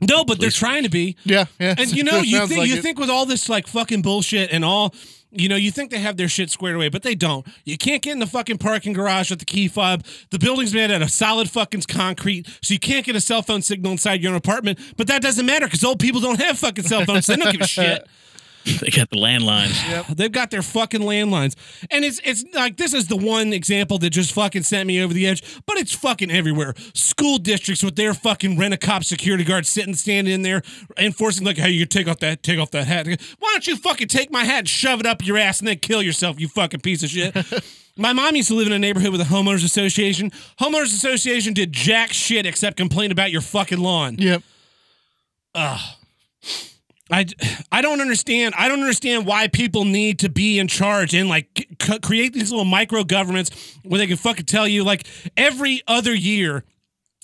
Speaker 3: No, but they're
Speaker 2: Police
Speaker 3: trying to be.
Speaker 1: yeah, yeah.
Speaker 3: And you know,
Speaker 1: That
Speaker 3: you
Speaker 1: sounds
Speaker 3: think
Speaker 1: like
Speaker 3: you
Speaker 1: it.
Speaker 3: think with all this like fucking bullshit and all, you know, you think they have their shit squared away, but they don't. You can't get in the fucking parking garage with the key fob. The building's made out of solid fucking concrete, so you can't get a cell phone signal inside your own apartment. But that doesn't matter because old people don't have fucking cell phones. So they don't give a shit.
Speaker 2: They got the landlines.
Speaker 3: They've got their fucking landlines. And it's it's like this is the one example that just fucking sent me over the edge, but it's fucking everywhere. School districts with their fucking rent a cop security guard sitting standing in there enforcing like, hey, you take off that take off that hat. Why don't you fucking take my hat and shove it up your ass and then kill yourself, you fucking piece of shit? My mom used to live in a neighborhood with a homeowners association. Homeowners association did jack shit except complain about your fucking lawn.
Speaker 1: Yep.
Speaker 3: I, I don't understand. I don't understand why people need to be in charge and like c- create these little micro governments where they can fucking tell you like every other year.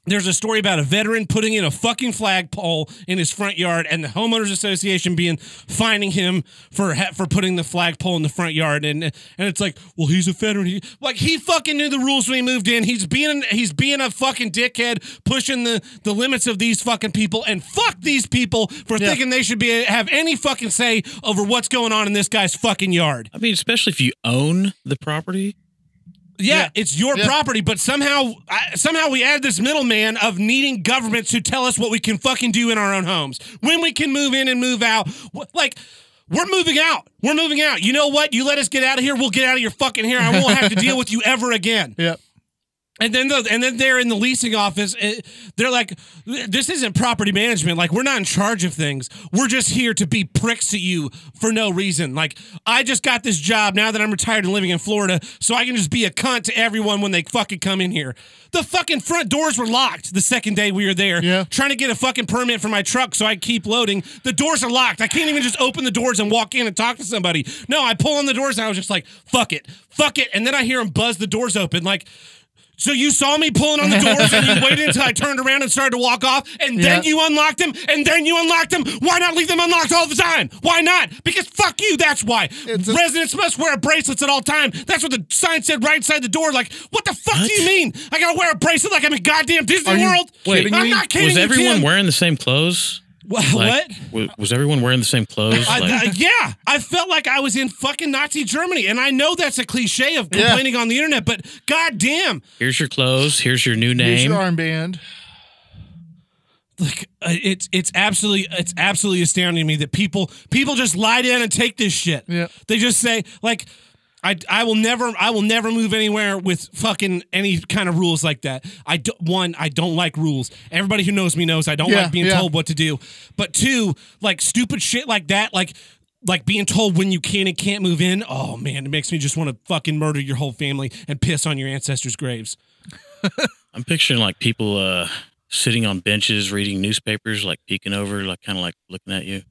Speaker 3: There's a story about a veteran putting in a fucking flagpole in his front yard, and the homeowners association being fining him for ha- for putting the flagpole in the front yard, and and it's like, well, he's a veteran. He, like he fucking knew the rules when he moved in. He's being he's being a fucking dickhead, pushing the the limits of these fucking people, and fuck these people for
Speaker 1: Yeah.
Speaker 3: thinking they should be have any fucking say over what's going on in this guy's fucking yard.
Speaker 2: I mean, especially if you own the property.
Speaker 3: Yeah,
Speaker 1: Yeah.
Speaker 3: it's your
Speaker 1: Yeah.
Speaker 3: property, but somehow I, somehow we add this middleman of needing governments who tell us what we can fucking do in our own homes, when we can move in and move out. Wh- Like we're moving out, we're moving out. You know what? You let us get out of here, we'll get out of your fucking hair. I won't have to deal with you ever again.
Speaker 1: Yep.
Speaker 3: And then the, and then they're in the leasing office. eh, they're like, this isn't property management. Like we're not in charge of things. We're just here to be pricks to you for no reason. Like I just got this job now that I'm retired and living in Florida, so I can just be a cunt to everyone when they fucking come in here. The fucking front doors were locked the second day we were there.
Speaker 1: Yeah.
Speaker 3: Trying to get a fucking permit for my truck so I could keep loading. The doors are locked. I can't even just open the doors and walk in and talk to somebody. No, I pull on the doors and I was just like, fuck it, fuck it. And then I hear him buzz the doors open like. So you saw me pulling on the doors and you waited until I turned around and started to walk off, and then
Speaker 1: Yeah.
Speaker 3: you unlocked them, and then you unlocked them. Why not leave them unlocked all the time? Why not? Because fuck you, that's why.
Speaker 1: It's a-
Speaker 3: Residents must wear bracelets at all time. That's what the sign said right inside the door. Like, what the fuck
Speaker 2: What?
Speaker 3: do you mean? I gotta wear a bracelet like I'm in goddamn Disney
Speaker 1: Are you
Speaker 3: World.
Speaker 1: kidding
Speaker 3: I'm
Speaker 1: me?
Speaker 3: not kidding
Speaker 2: was
Speaker 3: you,
Speaker 2: everyone
Speaker 3: Tim.
Speaker 2: wearing the same clothes?
Speaker 3: Wha-
Speaker 2: Like,
Speaker 3: what?
Speaker 2: wa- was everyone wearing the same clothes?
Speaker 3: I-
Speaker 2: Like,
Speaker 3: I- yeah, I felt like I was in fucking Nazi Germany, and I know that's a cliche of
Speaker 1: Yeah.
Speaker 3: complaining on the internet, but goddamn,
Speaker 2: here's your clothes. Here's your new
Speaker 1: Here's
Speaker 2: name.
Speaker 1: your armband.
Speaker 3: like uh, it's it's absolutely it's absolutely astounding to me that people people just lie down and take this shit.
Speaker 1: Yeah.
Speaker 3: They just say like I, I will never I will never move anywhere with fucking any kind of rules like that. I do, one I don't like rules. Everybody who knows me knows I don't
Speaker 1: Yeah,
Speaker 3: like being
Speaker 1: yeah.
Speaker 3: told what to do. But two, like stupid shit like that, like like being told when you can and can't move in. Oh man, it makes me just want to fucking murder your whole family and piss on your ancestors' graves.
Speaker 2: I'm picturing like people uh, sitting on benches reading newspapers, like peeking over, like kind of like looking at you,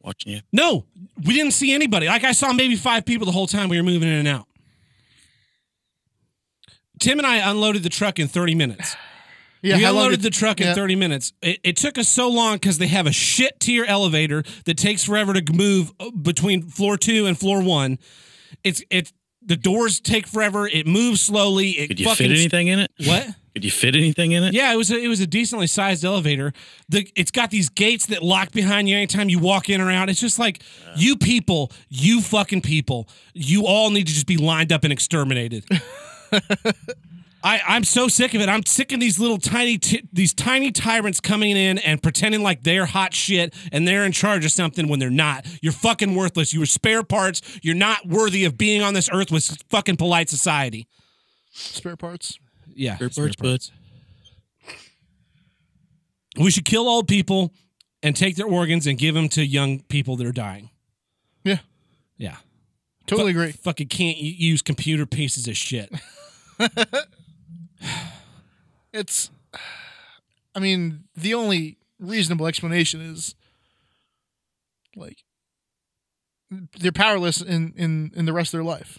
Speaker 2: watching you.
Speaker 3: No, we didn't see anybody. Like I saw maybe five people the whole time we were moving in and out. Tim and I unloaded the truck in 30 minutes.
Speaker 1: Yeah,
Speaker 3: we
Speaker 1: how long
Speaker 3: unloaded
Speaker 1: did-
Speaker 3: the truck in
Speaker 1: yeah.
Speaker 3: 30 minutes. It, it took us so long because they have a shit tier elevator that takes forever to move uh, between floor two and floor one. It's it's the doors take forever. It moves slowly. It
Speaker 2: Could you
Speaker 3: fucking
Speaker 2: fit anything in it?
Speaker 3: what?
Speaker 2: Could you fit anything in it?
Speaker 3: Yeah, it was a, it was a decently sized elevator. The it's got these gates that lock behind you anytime you walk in or out. It's just like you people, you fucking people, you all need to just be lined up and exterminated. I, I'm so sick of it. I'm sick of these little tiny t- these tiny tyrants coming in and pretending like they're hot shit and they're in charge of something when they're not. You're fucking worthless. You were spare parts. You're not worthy of being on this earth with fucking polite society.
Speaker 1: spare parts.
Speaker 3: Yeah.
Speaker 2: Spare parts, bud.
Speaker 3: We should kill old people and take their organs and give them to young people that are dying.
Speaker 1: Yeah,
Speaker 3: Yeah.
Speaker 1: totally agree.
Speaker 3: Fucking can't u- use computer pieces of shit.
Speaker 1: It's, I mean, the only reasonable explanation is like they're powerless in in in the rest of their life.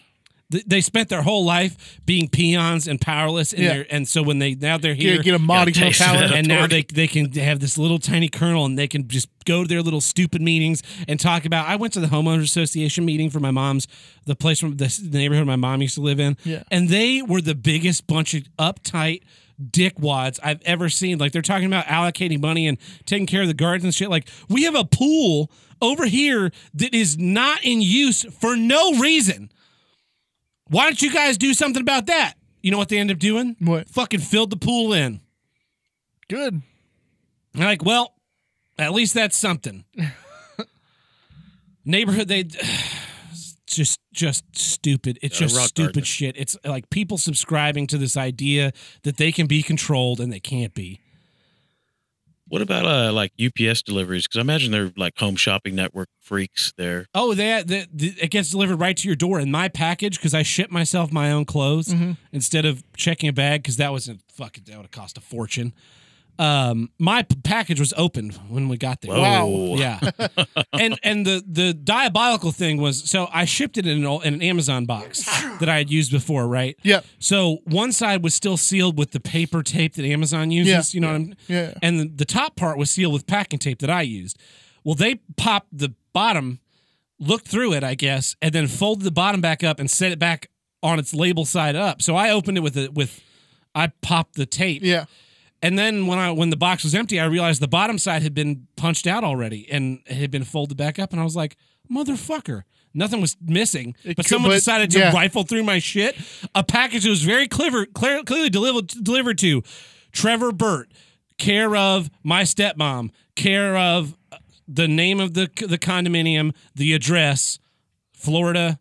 Speaker 3: Th- they spent their whole life being peons and powerless, and
Speaker 1: Yeah.
Speaker 3: they're and so when they now they're
Speaker 1: Get,
Speaker 3: here,
Speaker 1: get a modicum of
Speaker 2: taste of
Speaker 1: power.
Speaker 2: that.
Speaker 3: and now they they can have this little tiny kernel, and they can just go to their little stupid meetings and talk about. I went to the homeowners association meeting for my mom's the place from the, the neighborhood my mom used to live in,
Speaker 1: Yeah.
Speaker 3: and they were the biggest bunch of uptight dickwads I've ever seen. Like they're talking about allocating money and taking care of the gardens and shit. Like we have a pool over here that is not in use for no reason. Why don't you guys do something about that? You know what they end up doing?
Speaker 1: What?
Speaker 3: Fucking filled the pool in.
Speaker 1: Good.
Speaker 3: And like, well, at least that's something. Neighborhood, they just just stupid. It's
Speaker 2: Yeah,
Speaker 3: just
Speaker 2: rock
Speaker 3: stupid
Speaker 2: garden.
Speaker 3: shit. It's like people subscribing to this idea that they can be controlled and they can't be.
Speaker 2: What about uh, like UPS deliveries? Because I imagine they're like home shopping network freaks there.
Speaker 3: Oh, that the, the, it gets delivered right to your door in my package because I ship myself my own clothes
Speaker 2: Mm-hmm.
Speaker 3: instead of checking a bag because that wasn't fucking that would have cost a fortune. Um, my p- package was opened when we got there.
Speaker 2: Whoa.
Speaker 3: Yeah, and and the the diabolical thing was so I shipped it in an, ol- in an Amazon box that I had used before, right?
Speaker 1: Yep.
Speaker 3: So one side was still sealed with the paper tape that Amazon uses.
Speaker 1: Yeah.
Speaker 3: You know what I'm
Speaker 1: Yeah.
Speaker 3: and the, the top part was sealed with packing tape that I used. Well, they popped the bottom, looked through it, I guess, and then folded the bottom back up and set it back on its label side up. So I opened it with a, with I popped the tape.
Speaker 1: Yeah.
Speaker 3: And then when I when the box was empty, I realized the bottom side had been punched out already and it had been folded back up. And I was like, motherfucker. Nothing was missing,
Speaker 1: It
Speaker 3: but
Speaker 1: could-
Speaker 3: someone
Speaker 1: but-
Speaker 3: decided to
Speaker 1: yeah.
Speaker 3: rifle through my shit. A package that was very clever, clear, clearly delivered delivered to Trevor Burt, care of my stepmom, care of the name of the the condominium, the address, Florida,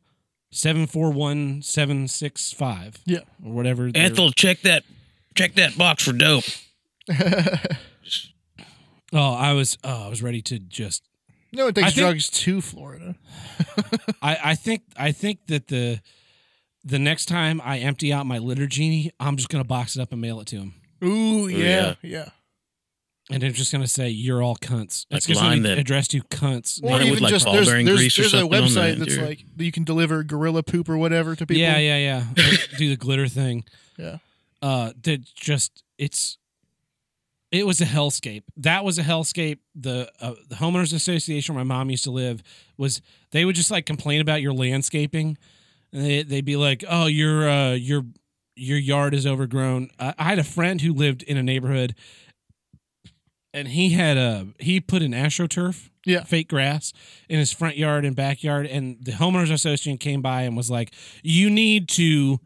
Speaker 3: seven four one seven six five.
Speaker 1: Yeah.
Speaker 3: or whatever. their-
Speaker 2: Ethel, check that, check that box for dope.
Speaker 3: Oh, I was oh, I was ready to just
Speaker 1: No, it
Speaker 3: I
Speaker 1: takes
Speaker 3: think-
Speaker 1: drugs to Florida.
Speaker 3: I, I think I think that the the next time I empty out my litter genie, I'm just gonna box it up and mail it to him.
Speaker 1: Ooh, yeah, yeah.
Speaker 3: And I'm just gonna say, You're all cunts. It's
Speaker 2: Like
Speaker 3: just gonna
Speaker 2: line
Speaker 3: be
Speaker 2: that-
Speaker 3: addressed to cunts.
Speaker 2: Or
Speaker 3: Yeah,
Speaker 2: with, like, ball
Speaker 1: there's,
Speaker 2: bearing
Speaker 1: there's,
Speaker 2: grease or
Speaker 1: there's a
Speaker 2: something on the
Speaker 1: website that's
Speaker 2: interior.
Speaker 1: like that you can deliver gorilla poop or whatever to people.
Speaker 3: yeah, yeah, yeah. Do the glitter thing.
Speaker 1: Yeah.
Speaker 3: Uh that just it's it was a hellscape. That was a hellscape. The uh, the homeowners association where my mom used to live was they would just like complain about your landscaping. And they they'd be like, "Oh, your uh, your your yard is overgrown." I, I had a friend who lived in a neighborhood, and he had a he put an astroturf,
Speaker 1: Yeah.
Speaker 3: fake grass in his front yard and backyard, and the homeowners association came by and was like, "You need to."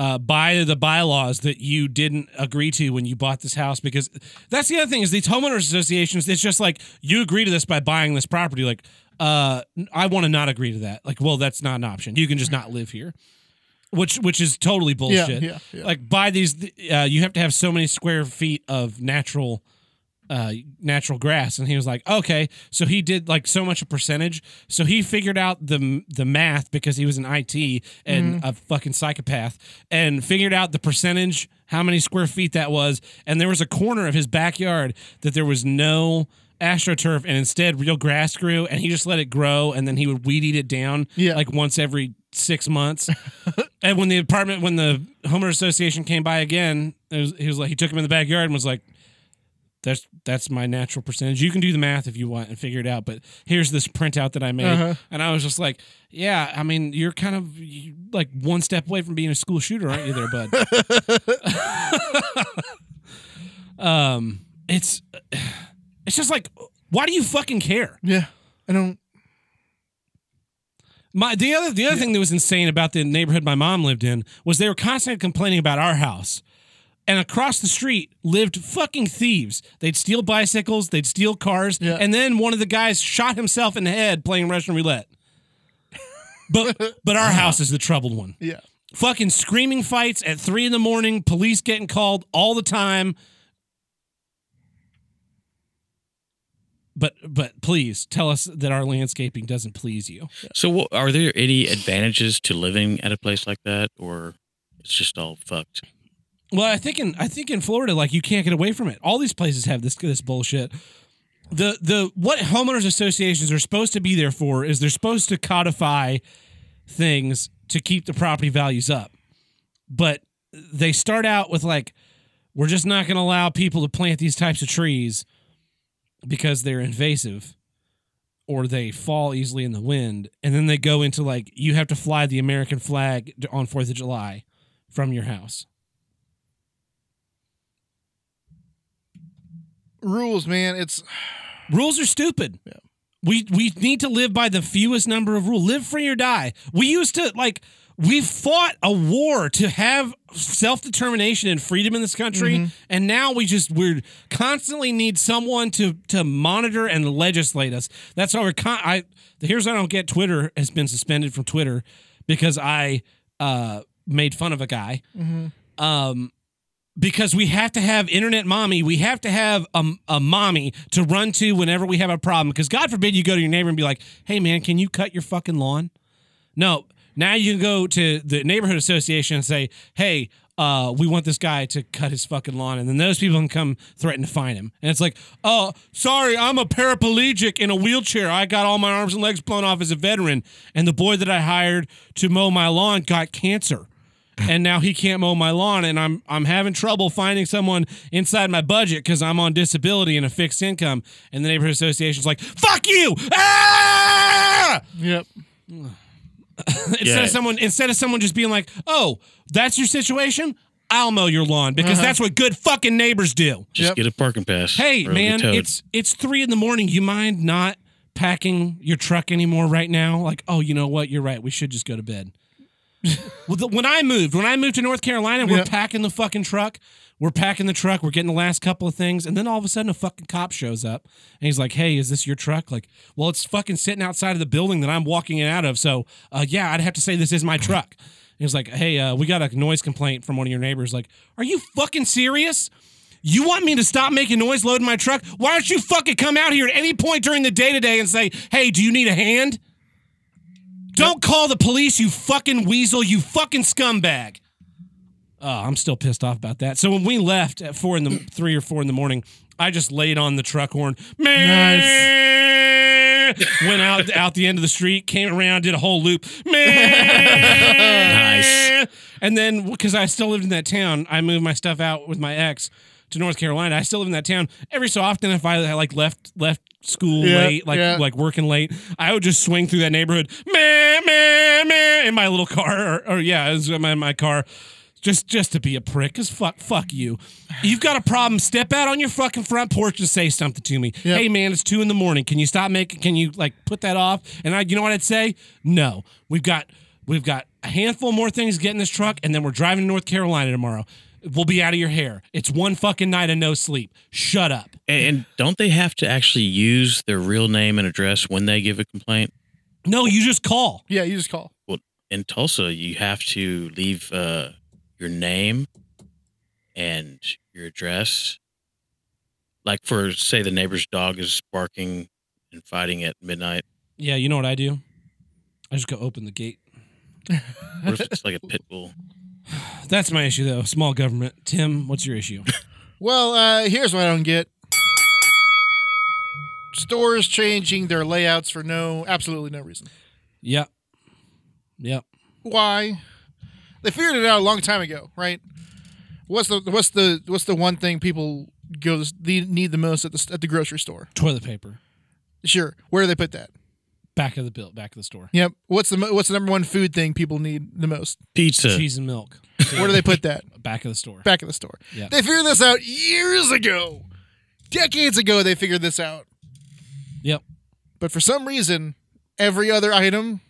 Speaker 3: Uh, by the bylaws that you didn't agree to when you bought this house, because that's the other thing is these homeowners associations. It's just like you agree to this by buying this property. Like, uh, I want to not agree to that. Like, well, that's not an option. You can just not live here, which which is totally
Speaker 1: Yeah,
Speaker 3: bullshit.
Speaker 1: yeah, yeah.
Speaker 3: Like, buy these. Uh, you have to have so many square feet of natural, uh, natural grass. And he was like, okay. So he did like so much a percentage. So he figured out the the math because he was an IT and a fucking psychopath, and figured out the percentage how many square feet that was. And there was a corner of his backyard that there was no astroturf and instead real grass grew and he just let it grow and then he would weed eat it down
Speaker 1: Yeah.
Speaker 3: like once every six months and when the apartment when the homeowner association came by again it was, he was like he took him in the backyard and was like that's that's my natural percentage you can do the math if you want and figure it out but here's this printout that i made
Speaker 1: Uh-huh.
Speaker 3: and i was just like yeah i mean you're kind of you- like one step away from being a school shooter aren't you there bud um it's it's just like why do you fucking care
Speaker 1: yeah. I don't.
Speaker 3: my the other the other thing that was insane about the neighborhood my mom lived in was they were constantly complaining about our house and across the street lived fucking thieves they'd steal bicycles they'd steal cars
Speaker 1: Yeah.
Speaker 3: and then one of the guys shot himself in the head playing russian roulette but but our house is the troubled one
Speaker 1: Yeah.
Speaker 3: fucking screaming fights at three in the morning, police getting called all the time. But but please tell us that our landscaping doesn't please you.
Speaker 2: So, what, are there any advantages to living at a place like that, or it's just all fucked?
Speaker 3: Well, I think in I think in Florida, like you can't get away from it. All these places have this this bullshit. The the what homeowners associations are supposed to be there for is they're supposed to codify things to keep the property values up. But they start out with like, we're just not going to allow people to plant these types of trees because they're invasive or they fall easily in the wind. And then they go into like, you have to fly the American flag on 4th of July from your house.
Speaker 1: Rules, man. It's
Speaker 3: Rules are stupid.
Speaker 1: Yeah.
Speaker 3: We we need to live by the fewest number of rules. Live free or die. We used to like we fought a war to have self-determination and freedom in this country and now we just we're constantly need someone to to monitor and legislate us. That's why we're con- I here's what I don't get Twitter has been suspended from Twitter because I uh made fun of a guy um, because we have to have internet mommy. We have to have a, a mommy to run to whenever we have a problem. Because God forbid you go to your neighbor and be like, hey, man, can you cut your fucking lawn? No. Now you can go to the neighborhood association and say, hey, uh, we want this guy to cut his fucking lawn. And then those people can come threaten to find him. And it's like, oh, sorry, I'm a paraplegic in a wheelchair. I got all my arms and legs blown off as a veteran. And the boy that I hired to mow my lawn got cancer and now he can't mow my lawn and I'm I'm having trouble finding someone inside my budget cuz I'm on disability and a fixed income and the neighborhood association's like fuck you ah!
Speaker 1: yep.
Speaker 3: instead
Speaker 2: Yeah.
Speaker 3: of someone instead of someone just being like oh that's your situation I'll mow your lawn because that's what good fucking neighbors do
Speaker 2: Just
Speaker 1: Yep.
Speaker 2: get a parking pass.
Speaker 3: hey
Speaker 2: or you'll get
Speaker 3: man
Speaker 2: towed.
Speaker 3: it's it's 3 in the morning you mind not packing your truck anymore right now like oh you know what you're right we should just go to bed Well, the- when I moved, when I moved to North Carolina, we're
Speaker 1: Yeah.
Speaker 3: packing the fucking truck. We're packing the truck. We're getting the last couple of things, and then all of a sudden, a fucking cop shows up, and he's like, "Hey, is this your truck?" Like, well, it's fucking sitting outside of the building that I'm walking in out of. So, uh, yeah, I'd have to say this is my truck. And he's like, "Hey, uh, we got a noise complaint from one of your neighbors. Like, are you fucking serious?" You want me to stop making noise loading my truck? Why don't you fucking come out here at any point during the day today and say, hey, do you need a hand? Don't call the police, you fucking weasel, you fucking scumbag. Oh, I'm still pissed off about that. So when we left at four in the three or four in the morning, I just laid on the truck horn. Nice. Went out out the end of the street, came around, did a whole loop. nice. And then because I still lived in that town, I moved my stuff out with my ex to North Carolina. I still live in that town. Every so often, if I like left left school
Speaker 1: Yeah,
Speaker 3: late, like
Speaker 1: yeah.
Speaker 3: like working late, I would just swing through that neighborhood, meh, meh, meh, in my little car, or, or yeah, it was in my, my car, just just to be a prick. Cause fuck, fuck you. You've got a problem. Step out on your fucking front porch and say something to me.
Speaker 1: Yep.
Speaker 3: Hey man, it's two in the morning. Can you stop making? Can you like put that off? And I, you know what I'd say? No, we've got we've got a handful more things to get in this truck, and then we're driving to North Carolina tomorrow. will be out of your hair. It's one fucking night of no sleep. Shut up.
Speaker 2: And, and don't they have to actually use their real name and address when they give a complaint?
Speaker 3: No, you just call.
Speaker 1: Yeah, you just call.
Speaker 2: In Tulsa, you have to leave uh, your name and your address. Like for say the neighbor's dog is barking and fighting at midnight.
Speaker 3: Yeah, you know what I do? I just go open the gate.
Speaker 2: What if it's like a pit bull?
Speaker 3: That's my issue though. Small government. Tim, what's your issue?
Speaker 1: Well, uh, here's what I don't get. Stores changing their layouts for no absolutely no reason.
Speaker 3: yep. Yep.
Speaker 1: Why? They figured it out a long time ago, right? What's the what's the what's the one thing people go the need the most at the at the grocery store?
Speaker 3: Toilet paper.
Speaker 1: Sure. Where do they put that?
Speaker 3: Back of the bill, back of the store.
Speaker 1: Yep. What's the mo- what's the number one food thing people need the most?
Speaker 2: Pizza.
Speaker 3: Cheese and milk.
Speaker 1: Where do they put that?
Speaker 3: Back of the store.
Speaker 1: Back of the store.
Speaker 3: Yep.
Speaker 1: They figured this out years ago. Decades ago they figured this out.
Speaker 3: Yep.
Speaker 1: But for some reason, every other item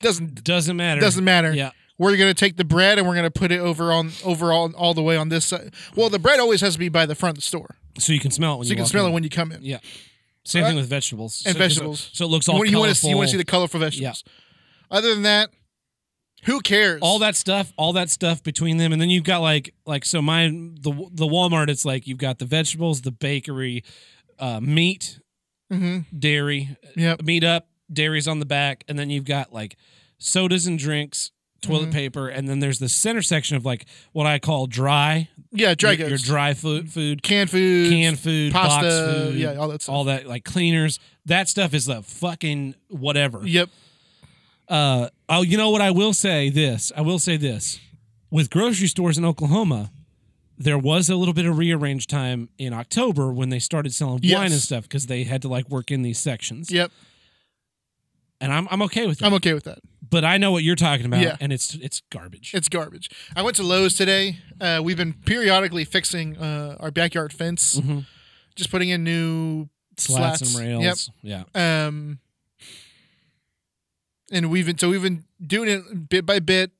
Speaker 1: doesn't
Speaker 3: Doesn't matter.
Speaker 1: doesn't matter.
Speaker 3: Yeah.
Speaker 1: We're gonna take the bread and we're gonna put it over on over all, all the way on this side. Well, the bread always has to be by the front of the store,
Speaker 3: So you can smell it when
Speaker 1: so
Speaker 3: you,
Speaker 1: you can
Speaker 3: walk
Speaker 1: smell
Speaker 3: in.
Speaker 1: it when you come in.
Speaker 3: Yeah. Same
Speaker 1: Uh,
Speaker 3: thing with vegetables.
Speaker 1: and
Speaker 3: so,
Speaker 1: vegetables.
Speaker 3: So it looks
Speaker 1: You
Speaker 3: all
Speaker 1: wanna- you want to see you want to see
Speaker 3: colorful.
Speaker 1: the colorful vegetables. Other than that, who cares?
Speaker 3: all that stuff, all that stuff between them, and then you've got like like so my the the Walmart. It's like you've got the vegetables, the bakery, uh, meat,
Speaker 1: hmm
Speaker 3: dairy,
Speaker 1: Yep.
Speaker 3: meat up, dairy's on the back, and then you've got like sodas and drinks, toilet
Speaker 1: Mhm.
Speaker 3: paper, and then there's the center section of like what I call dry,
Speaker 1: Yeah. Dry
Speaker 3: your, your
Speaker 1: goods.
Speaker 3: dry food, food,
Speaker 1: canned food.
Speaker 3: canned food,
Speaker 1: pasta.
Speaker 3: box food,
Speaker 1: yeah. All that stuff.
Speaker 3: all that like cleaners. That stuff is the fucking whatever.
Speaker 1: Yep.
Speaker 3: Uh, oh, you know what? I will say this. I will say this. With grocery stores in Oklahoma, there was a little bit of rearranged time in October when they started selling
Speaker 1: Yes.
Speaker 3: wine and stuff because they had to like work in these sections.
Speaker 1: Yep.
Speaker 3: And I'm, I'm okay with that.
Speaker 1: I'm okay with that.
Speaker 3: but I know what you're talking about,
Speaker 1: Yeah.
Speaker 3: and it's it's garbage.
Speaker 1: It's garbage. I went to Lowe's today. Uh, we've been periodically fixing uh, our backyard fence,
Speaker 3: Mhm.
Speaker 1: just putting in new
Speaker 3: Slats,
Speaker 1: Slats.
Speaker 3: and rails.
Speaker 1: Yep.
Speaker 3: Yeah.
Speaker 1: um and we've been so we've been doing it bit by bit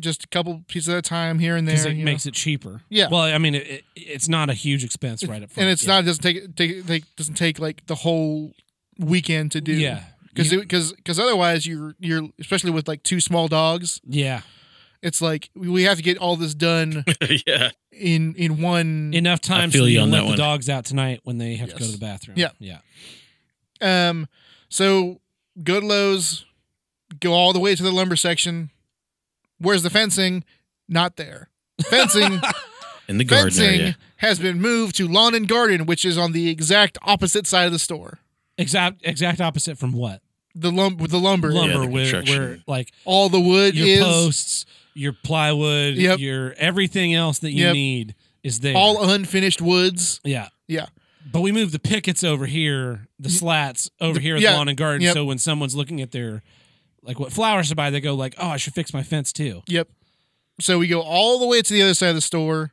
Speaker 1: just a couple pieces at a time here and
Speaker 3: Because
Speaker 1: there
Speaker 3: it
Speaker 1: you
Speaker 3: makes it cheaper.
Speaker 1: Yeah.
Speaker 3: Well, I mean, it, it, it's not a huge expense right up
Speaker 1: know.
Speaker 3: front.
Speaker 1: and it's
Speaker 3: yeah.
Speaker 1: not it doesn't take, take take doesn't take like the whole weekend to do
Speaker 3: Yeah.
Speaker 1: because
Speaker 3: You-
Speaker 1: because because otherwise you're you're especially with like two small dogs
Speaker 3: yeah.
Speaker 1: it's like we- we have to get all this done
Speaker 2: yeah.
Speaker 1: in in one
Speaker 3: Enough time so
Speaker 2: feel
Speaker 3: you
Speaker 2: you
Speaker 3: can
Speaker 2: on
Speaker 3: let
Speaker 2: that
Speaker 3: the
Speaker 2: one.
Speaker 3: dogs out tonight when they have to go
Speaker 1: Yes.
Speaker 3: to the bathroom.
Speaker 1: Yeah.
Speaker 3: Yeah.
Speaker 1: um so go to Lowe's go all the way to the lumber section where's the fencing not there fencing
Speaker 2: In the garden
Speaker 1: fencing
Speaker 2: area.
Speaker 1: has been moved to lawn and garden, which is on the exact opposite side of the store.
Speaker 3: Exact exact opposite from what?
Speaker 1: The lump with the lumber,
Speaker 3: lumber
Speaker 2: the
Speaker 3: where,
Speaker 2: construction.
Speaker 3: where like
Speaker 1: all the wood
Speaker 3: your
Speaker 1: is
Speaker 3: posts, your plywood,
Speaker 1: Yep.
Speaker 3: your everything else that you
Speaker 1: Yep.
Speaker 3: need is there.
Speaker 1: all unfinished woods.
Speaker 3: yeah.
Speaker 1: Yeah.
Speaker 3: But we move the pickets over here, the slats over here at
Speaker 1: yeah,
Speaker 3: the lawn and garden.
Speaker 1: yep.
Speaker 3: So when someone's looking at their like what flowers to buy, they go like, Oh, I should fix my fence too.
Speaker 1: Yep. So we go all the way to the other side of the store,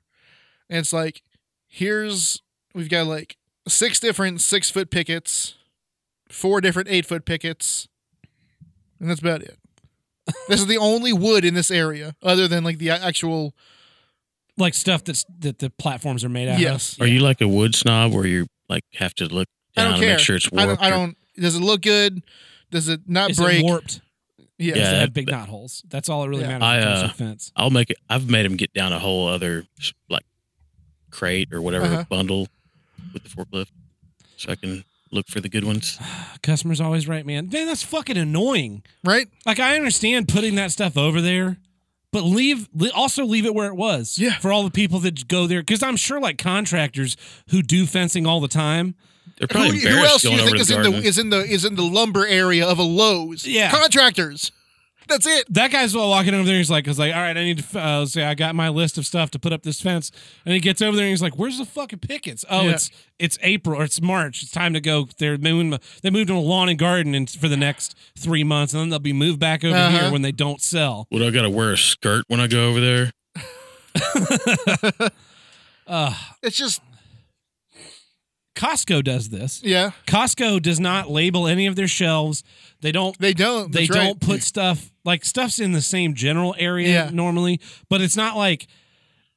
Speaker 1: and it's like, here's we've got like six different six foot pickets, four different eight foot pickets, and that's about it. this is the only wood in this area, other than like the actual.
Speaker 3: Like stuff that's that the platforms are made out
Speaker 1: Yes.
Speaker 3: of.
Speaker 2: Are you like a wood snob where you like have to look
Speaker 1: I don't
Speaker 2: down and
Speaker 1: care.
Speaker 2: make sure it's
Speaker 1: I
Speaker 2: warped?
Speaker 1: don't, I
Speaker 2: or-
Speaker 1: don't. Does it look good? Does it not
Speaker 3: Is
Speaker 1: break?
Speaker 3: it warped?
Speaker 1: Yeah.
Speaker 3: Does it
Speaker 2: Yeah,
Speaker 3: have big
Speaker 2: but-
Speaker 3: knot holes? That's all it really
Speaker 1: Yeah.
Speaker 3: matters.
Speaker 2: I,
Speaker 3: in terms of
Speaker 2: uh,
Speaker 3: fence.
Speaker 2: I'll make it. I've made him get down a whole other like crate or whatever
Speaker 1: Uh-huh.
Speaker 2: bundle with the forklift, so I can look for the good ones.
Speaker 3: Customers always right, man. Man, that's fucking annoying.
Speaker 1: Right?
Speaker 3: Like I understand putting that stuff over there, but leave le- also leave it where it was.
Speaker 1: Yeah.
Speaker 3: For all the people that go there, because I'm sure like contractors who do fencing all the time.
Speaker 2: They're
Speaker 1: Who,
Speaker 2: probably
Speaker 1: who
Speaker 2: embarrassed
Speaker 1: else do
Speaker 2: going
Speaker 1: you
Speaker 2: over
Speaker 1: think
Speaker 2: to
Speaker 1: is
Speaker 2: the
Speaker 1: in the
Speaker 2: garden.
Speaker 1: is in the is in the lumber area of a Lowe's?
Speaker 3: Yeah.
Speaker 1: Contractors. That's it.
Speaker 3: That guy's all walking over there. He's like, he's like, all right, I need to uh, say I got my list of stuff to put up this fence. And he gets over there and he's like, where's the fucking pickets? Oh,
Speaker 1: Yeah.
Speaker 3: it's it's April or it's March. It's time to go. They're moving. They moved on a lawn and garden and for the next three months, and then they'll be moved back over
Speaker 1: Uh-huh.
Speaker 3: here when they don't sell.
Speaker 2: Would I gotta wear a skirt when I go over there?
Speaker 3: Uh,
Speaker 1: It's just
Speaker 3: Costco does this.
Speaker 1: yeah.
Speaker 3: Costco does not label any of their shelves. They don't
Speaker 1: They don't.
Speaker 3: they
Speaker 1: That's right.
Speaker 3: don't put stuff like stuff's in the same general area
Speaker 1: Yeah.
Speaker 3: normally, but it's not like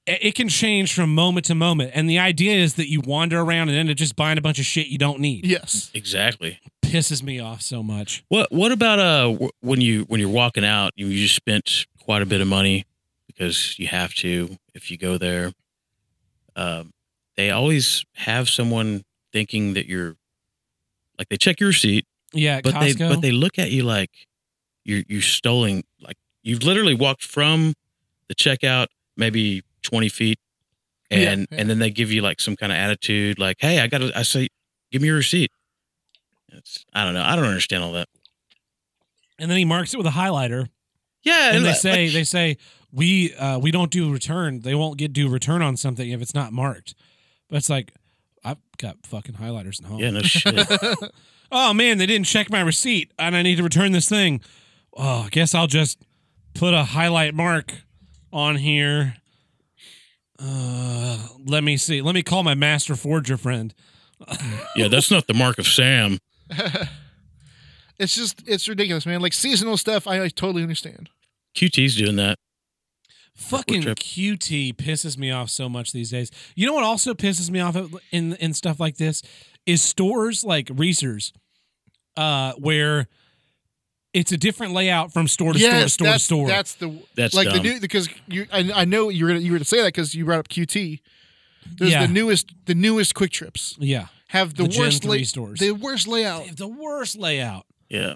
Speaker 3: it it can change from moment to moment. And the idea is that you wander around and end up just buying a bunch of shit you don't need.
Speaker 1: Yes.
Speaker 2: Exactly.
Speaker 3: Pisses me off so much.
Speaker 2: What What about uh wh- when you when you're walking out, you, you spent quite a bit of money because you have to if you go there. Um, they always have someone thinking that you're like they check your receipt,
Speaker 3: Yeah, at
Speaker 2: but
Speaker 3: Costco.
Speaker 2: they but they look at you like you're you stolen like you've literally walked from the checkout maybe 20 feet and
Speaker 1: Yeah, yeah.
Speaker 2: and then they give you like some kind of attitude like hey i gotta i say give me your receipt it's, i don't know i don't understand all that
Speaker 3: and then he marks it with a highlighter.
Speaker 2: yeah
Speaker 3: and they
Speaker 2: like-
Speaker 3: say
Speaker 2: like-
Speaker 3: they say we uh, we don't do return. They won't get due return on something if it's not marked. But it's like I've got fucking highlighters at home.
Speaker 2: yeah no shit
Speaker 3: Oh man, they didn't check my receipt, and I need to return this thing. Oh, I guess I'll just put a highlight mark on here. Uh, let me see. Let me call my master forger friend.
Speaker 2: yeah that's not the mark of sam
Speaker 1: It's just it's ridiculous, man. Like seasonal stuff, I, I totally understand.
Speaker 2: qt's doing that
Speaker 3: Fucking
Speaker 2: trip.
Speaker 3: QT pisses me off so much these days. You know what also pisses me off in in stuff like this is stores like Reese's, uh, where it's a different layout from store to
Speaker 1: yes,
Speaker 3: store to
Speaker 1: that's,
Speaker 3: store to store.
Speaker 1: that's the
Speaker 2: that's
Speaker 1: like
Speaker 2: dumb.
Speaker 1: the new because you I, I know you were gonna, you were gonna say that because you brought up QT. There's
Speaker 3: Yeah.
Speaker 1: the newest the newest quick trips
Speaker 3: yeah,
Speaker 1: have the,
Speaker 3: The Gen
Speaker 1: worst
Speaker 3: 3
Speaker 1: lay-
Speaker 3: stores.
Speaker 1: the worst layout.
Speaker 3: they have the worst layout.
Speaker 2: yeah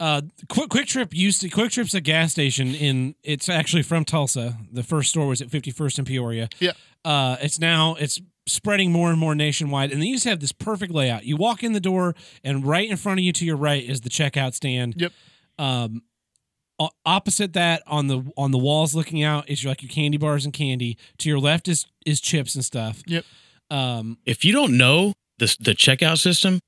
Speaker 3: Uh, Quick Quick Trip used to Quick Trip's a gas station in it's actually from Tulsa. The first store was at 51st and Peoria.
Speaker 1: Yeah.
Speaker 3: Uh, it's now it's spreading more and more nationwide, and they used to have this perfect layout. You walk in the door, and right in front of you to your right is the checkout stand.
Speaker 1: Yep.
Speaker 3: Um, o- opposite that on the on the walls looking out is your like your candy bars and candy. To your left is is chips and stuff.
Speaker 1: Yep.
Speaker 3: Um.
Speaker 2: if you don't know the the checkout system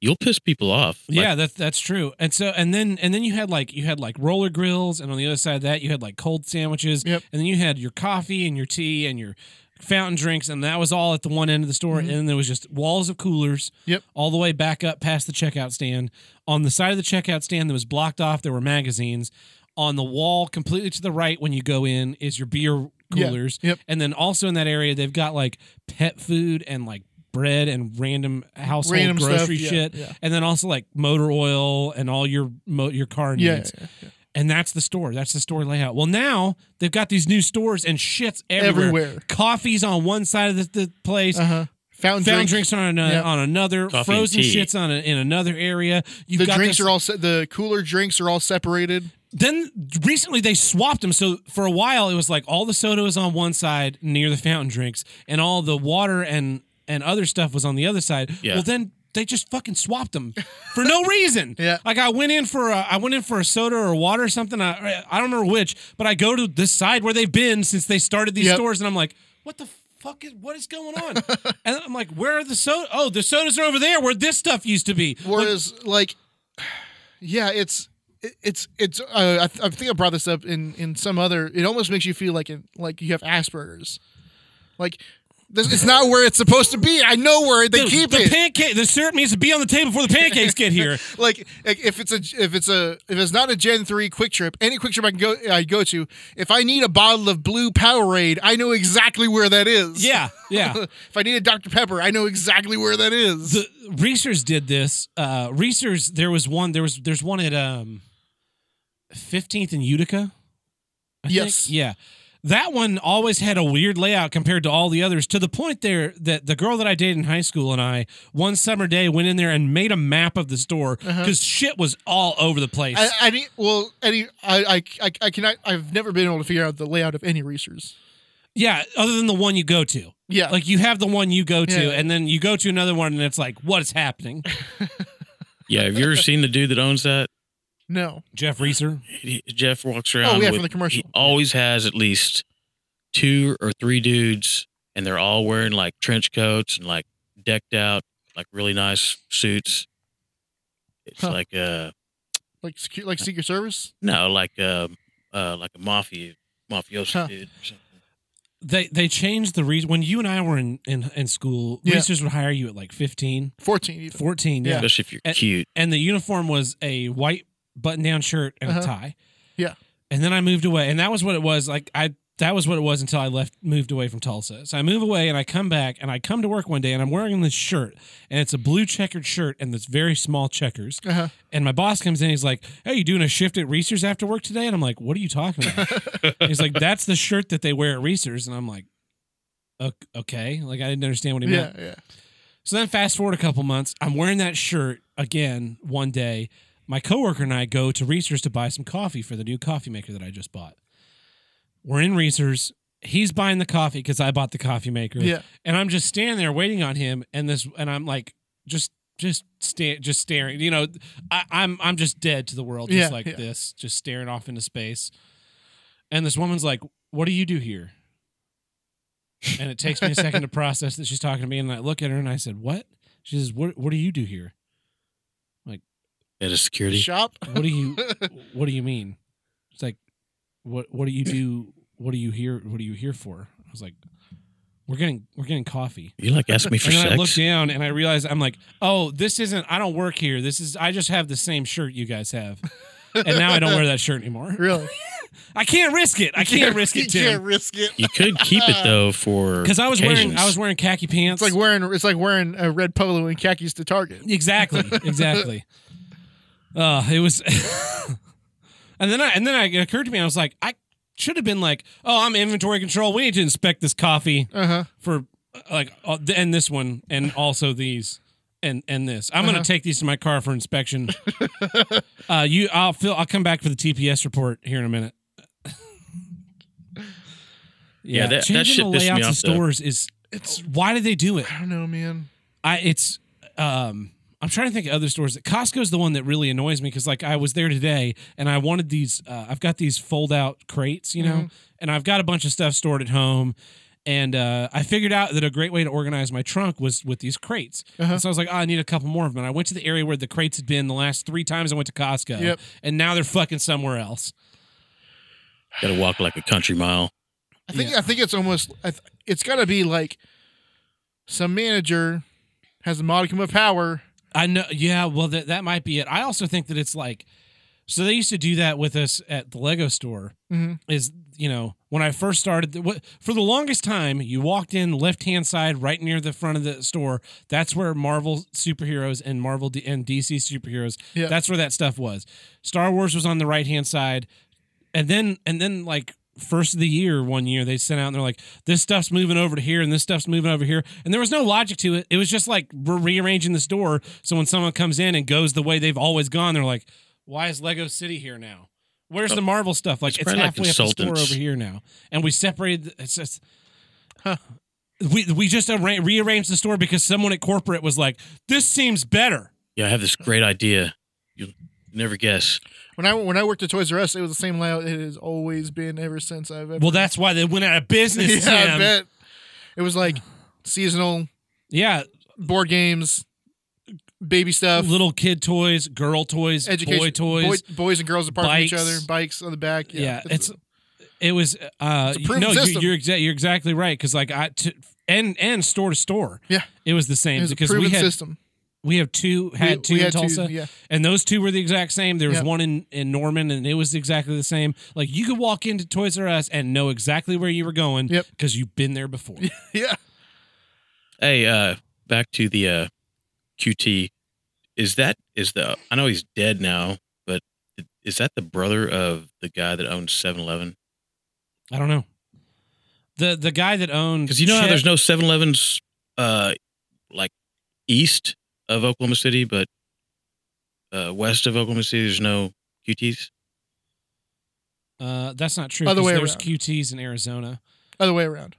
Speaker 2: you'll piss people off Like,
Speaker 3: yeah, that's that's true. And so and then and then you had like you had like roller grills, and on the other side of that you had like cold sandwiches,
Speaker 1: Yep.
Speaker 3: and then you had your coffee and your tea and your fountain drinks, and that was all at the one end of the store,
Speaker 1: Mhm.
Speaker 3: and then there was just walls of coolers,
Speaker 1: Yep.
Speaker 3: all the way back up past the checkout stand. On the side of the checkout stand that was blocked off, there were magazines. On the wall, completely to the right when you go in, is your beer
Speaker 1: Yeah.
Speaker 3: coolers,
Speaker 1: Yep.
Speaker 3: and then also in that area they've got like pet food and like bread and random household
Speaker 1: Random
Speaker 3: grocery
Speaker 1: stuff. yeah,
Speaker 3: shit
Speaker 1: Yeah.
Speaker 3: and then also like motor oil and all your mo- your car needs.
Speaker 1: Yeah, yeah, yeah.
Speaker 3: And that's the store. That's the store layout. Well, now they've got these new stores and shits everywhere.
Speaker 1: Everywhere.
Speaker 3: Coffee's on one side of the, the place.
Speaker 1: Uh huh. Fountain,
Speaker 3: Found
Speaker 1: drink.
Speaker 3: Uh-huh. drinks on an,
Speaker 1: Yep.
Speaker 3: on another.
Speaker 2: Coffee and
Speaker 3: Frozen
Speaker 2: tea.
Speaker 3: shits on a, in another area. You've
Speaker 1: The
Speaker 3: got
Speaker 1: drinks
Speaker 3: this-
Speaker 1: are all se- the cooler drinks are all separated.
Speaker 3: Then recently they swapped them. So for a while it was like all the soda was on one side near the fountain drinks, and all the water and and other stuff was on the other side.
Speaker 2: Yeah.
Speaker 3: Well, then they just fucking swapped them for no reason.
Speaker 1: Yeah.
Speaker 3: Like I went in for a, I went in for a soda or water or something. I I don't remember which, but I go to this side where they've been since they started these
Speaker 1: Yep.
Speaker 3: stores, and I'm like, what the fuck is what is going on? and I'm like, where are the soda? Oh, the sodas are over there where this stuff used to be. Like,
Speaker 1: Whereas, like, yeah, it's it's it's. Uh, I, th- I think I brought this up in in some other. It almost makes you feel like it, like you have Asperger's. Like, this it's not where it's supposed to be. I know where they
Speaker 3: the,
Speaker 1: keep
Speaker 3: the
Speaker 1: it.
Speaker 3: pancake. The syrup needs to be on the table before the pancakes get here.
Speaker 1: like, like, if it's a if it's a if it's not a Gen three Quick Trip, any Quick Trip I can go I go to. If I need a bottle of Blue Powerade, I know exactly where that is.
Speaker 3: Yeah, yeah.
Speaker 1: if I need a Dr Pepper, I know exactly where that is.
Speaker 3: the Reese's did this. Uh Reese's, there was one. There was there's one at um, Fifteenth and Utica. I think.
Speaker 1: Yes.
Speaker 3: Yeah. That one always had a weird layout compared to all the others. To the point there that the girl that I dated in high school and I one summer day went in there and made a map of the store because shit was all over the place.
Speaker 1: Uh-huh. I, I need- well, any I, I I I cannot. I've never been able to figure out the layout of any Reese's.
Speaker 3: yeah, other than the one you go to.
Speaker 1: Yeah,
Speaker 3: Like you have the one you go to,
Speaker 1: Yeah.
Speaker 3: and then you go to another one, and it's like, what is happening?
Speaker 2: yeah have you ever seen the dude that owns that
Speaker 1: no.
Speaker 3: Jeff Reeser.
Speaker 2: he- Jeff walks around.
Speaker 1: Oh, yeah,
Speaker 2: with-
Speaker 1: from the commercial.
Speaker 2: He always has at least two or three dudes, and they're all wearing like trench coats and like decked out, like really nice suits. It's
Speaker 1: Huh.
Speaker 2: like uh
Speaker 1: Like secu- like Secret Service.
Speaker 2: no, like uh, uh like a mafia mafioso
Speaker 1: Huh.
Speaker 2: dude. Or something.
Speaker 3: they they changed the reason when you and I were in in, in school,
Speaker 1: Yeah.
Speaker 3: Reese's would hire you at like 15,
Speaker 1: Fourteen. Even.
Speaker 3: 14, yeah.
Speaker 1: Yeah.
Speaker 2: Especially if you're
Speaker 3: And-
Speaker 2: cute.
Speaker 3: And the uniform was a white button-down shirt and
Speaker 1: Uh-huh.
Speaker 3: a tie.
Speaker 1: Yeah.
Speaker 3: And then I moved away and that was what it was like I that was what it was until I left, moved away from Tulsa. So I move away and I come back and I come to work one day and I'm wearing this shirt and it's a blue checkered shirt and it's very small checkers.
Speaker 1: Uh-huh.
Speaker 3: And my boss comes in, he's like, Hey, you doing a shift at Reese's after work today? And I'm like, What are you talking about? he's like, That's the shirt that they wear at Reese's. And I'm like, "O- Okay. Like, I didn't understand what he meant.
Speaker 1: Yeah, yeah.
Speaker 3: So then fast forward a couple months, I'm wearing that shirt again one day. My coworker and I go to Reese's to buy some coffee for the new coffee maker that I just bought. We're in Reese's. He's buying the coffee because I bought the coffee maker.
Speaker 1: Yeah.
Speaker 3: And I'm just standing there waiting on him and this and I'm like just just sta- just staring. You know, I, I'm I'm just dead to the world, just
Speaker 1: Yeah,
Speaker 3: like
Speaker 1: yeah.
Speaker 3: this, just staring off into space. And this woman's like, What do you do here? And it takes me a second to process that she's talking to me. And I look at her and I said, What? She says, What what do you do here?
Speaker 2: At a security.
Speaker 1: Shop.
Speaker 3: What do you what do you mean? It's like, what what do you do? What are you here? What are you here for? I was like, We're getting we're getting coffee.
Speaker 2: You like ask me for
Speaker 3: And then I look
Speaker 2: sex?
Speaker 3: down and I realize I'm like, oh, this isn't. I don't work here. This is. I just have the same shirt you guys have, and now I don't wear that shirt anymore.
Speaker 1: Really?
Speaker 3: I can't risk it. I can't, risk it,
Speaker 1: You
Speaker 3: Tim,
Speaker 1: can't risk it.
Speaker 2: You could keep it though for
Speaker 3: because I was wearing
Speaker 2: occasions.
Speaker 3: I was wearing khaki pants.
Speaker 1: It's like wearing it's like wearing a red polo and khakis to Target.
Speaker 3: exactly, exactly. Uh, it was, and then I and then I, it occurred to me I was like I should have been like, oh, I'm inventory control. We need to inspect this coffee
Speaker 1: Uh huh.
Speaker 3: for uh, like uh, th- and this one and also these and and this. I'm
Speaker 1: Uh-huh.
Speaker 3: gonna take these to my car for inspection. uh, you, I'll fill. I'll come back for the TPS report here in a minute.
Speaker 2: Yeah, that- that
Speaker 3: changing
Speaker 2: shit
Speaker 3: the
Speaker 2: pissed me
Speaker 3: layouts
Speaker 2: off,
Speaker 3: of
Speaker 2: though.
Speaker 3: stores is
Speaker 1: It's
Speaker 3: why did they do it?
Speaker 1: I don't know, man.
Speaker 3: I it's um I'm trying to think of other stores. Costco's the one that really annoys me because like I was there today and I wanted these. Uh, I've got these fold out crates, you know,
Speaker 1: Mm-hmm.
Speaker 3: and I've got a bunch of stuff stored at home. And uh, I figured out that a great way to organize my trunk was with these crates.
Speaker 1: Uh-huh.
Speaker 3: And so I was like, oh, I need a couple more of them. And I went to the area where the crates had been the last three times I went to Costco.
Speaker 1: Yep.
Speaker 3: And now they're fucking somewhere else.
Speaker 2: Got to walk like a country mile.
Speaker 1: I think I think it's almost I th- it's got to be like some manager has a modicum of power.
Speaker 3: I know. Yeah. Well, that that might be it. I also think that it's like, so they used to do that with us at the Lego store.
Speaker 1: Mhm.
Speaker 3: Is you know when I first started, what for the longest time you walked in left hand side, right near the front of the store. That's where Marvel superheroes and Marvel D- and DC superheroes.
Speaker 1: Yeah.
Speaker 3: That's where that stuff was. Star Wars was on the right hand side, and then and then like. First of the year, one year they sent out and they're like, "This stuff's moving over to here, and this stuff's moving over here," and there was no logic to it. It was just like we're rearranging the store. So when someone comes in and goes the way they've always gone, they're like, "Why is Lego City here now? Where's the Marvel stuff? Like
Speaker 2: It's
Speaker 3: it's,
Speaker 2: probably like
Speaker 3: halfway up the store
Speaker 2: consultants.
Speaker 3: over here now." And we separated. the- It's just. We, we just arra- rearranged the store because someone at corporate was like, "This seems better."
Speaker 2: Yeah, I have this great idea. You'll never guess.
Speaker 1: When I when I worked at Toys R Us, it was the same layout it has always been ever since I've ever.
Speaker 3: Well, that's why they went out of business.
Speaker 1: yeah, I
Speaker 3: Tim.
Speaker 1: bet it was like seasonal
Speaker 3: yeah,
Speaker 1: board games, baby stuff,
Speaker 3: little kid toys, girl toys,
Speaker 1: education,
Speaker 3: boy toys.
Speaker 1: boy- boys and girls apart from each
Speaker 3: bikes.
Speaker 1: other, bikes on the back.
Speaker 3: yeah, it's it was uh
Speaker 1: It's a proven
Speaker 3: no you,
Speaker 1: system.
Speaker 3: you're exactly you're exactly right because like I t- and and store to store
Speaker 1: Yeah.
Speaker 3: it was the same
Speaker 1: it's a
Speaker 3: because we
Speaker 1: proven
Speaker 3: had
Speaker 1: system.
Speaker 3: we have two had
Speaker 1: we,
Speaker 3: two
Speaker 1: we
Speaker 3: in
Speaker 1: had
Speaker 3: Tulsa
Speaker 1: Two, yeah,
Speaker 3: and those two were the exact same there was
Speaker 1: Yeah.
Speaker 3: one in in Norman and it was exactly the same like you could walk into Toys R Us and know exactly where you were going
Speaker 1: Yep.
Speaker 3: because you've been there before
Speaker 1: yeah.
Speaker 2: Hey, uh, back to the uh, QT. Is that is the? I know he's dead now, but is that the brother of the guy that owns 7-Eleven?
Speaker 3: I don't know the the guy that owned
Speaker 2: Because you know how
Speaker 3: Chet-
Speaker 2: there's no 7-Elevens uh, like east of Oklahoma City, but uh, west of Oklahoma City, there's no QTs.
Speaker 3: uh, that's not true
Speaker 1: Other
Speaker 3: 'cause
Speaker 1: way uh,
Speaker 3: there was
Speaker 1: around.
Speaker 3: QTs in Arizona
Speaker 1: Other way around.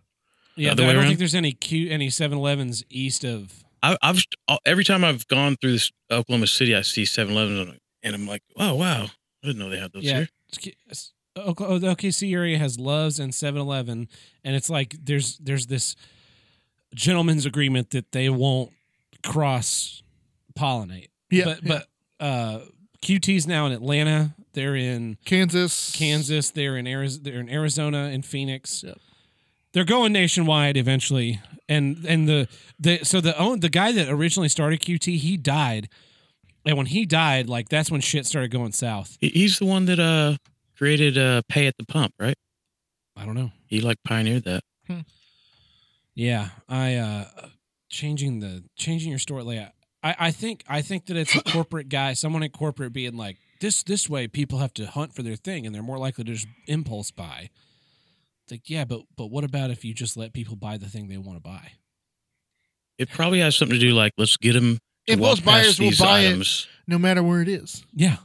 Speaker 3: yeah
Speaker 2: Other
Speaker 3: but I
Speaker 2: way
Speaker 3: don't
Speaker 2: around?
Speaker 3: think there's any Q any 7-Elevens east of
Speaker 2: I, I've uh, every time I've gone through this Oklahoma City, I see 7-Elevens, and I'm like, oh wow, I didn't know they had those
Speaker 3: Yeah.
Speaker 2: here.
Speaker 3: It's- Oka- oh, the OKC area has Loves and 7-Eleven, and it's like there's there's this gentleman's agreement that they won't cross pollinate.
Speaker 1: Yeah,
Speaker 3: but
Speaker 1: yeah.
Speaker 3: but uh, QT's now in Atlanta. They're in
Speaker 1: Kansas,
Speaker 3: Kansas. They're in Arizona. They're in Arizona and Phoenix.
Speaker 1: Yep.
Speaker 3: They're going nationwide eventually, and and the the so the own the guy that originally started QT he died, and when he died, like that's when shit started going south.
Speaker 2: He- He's the one that uh created uh pay at the pump, right?
Speaker 3: I don't know.
Speaker 2: He like pioneered that.
Speaker 3: Yeah, I uh changing the changing your store layout. I I think I think that it's a corporate guy, someone at corporate being like this this way people have to hunt for their thing and they're more likely to just impulse buy. It's like, yeah, but but what about if you just let people buy the thing they want to buy?
Speaker 2: It probably has something to do like let's get him. To
Speaker 1: If
Speaker 2: walk
Speaker 1: most buyers
Speaker 2: past
Speaker 1: will
Speaker 2: these
Speaker 1: buy it-
Speaker 2: items.
Speaker 1: no matter where it is.
Speaker 3: Yeah.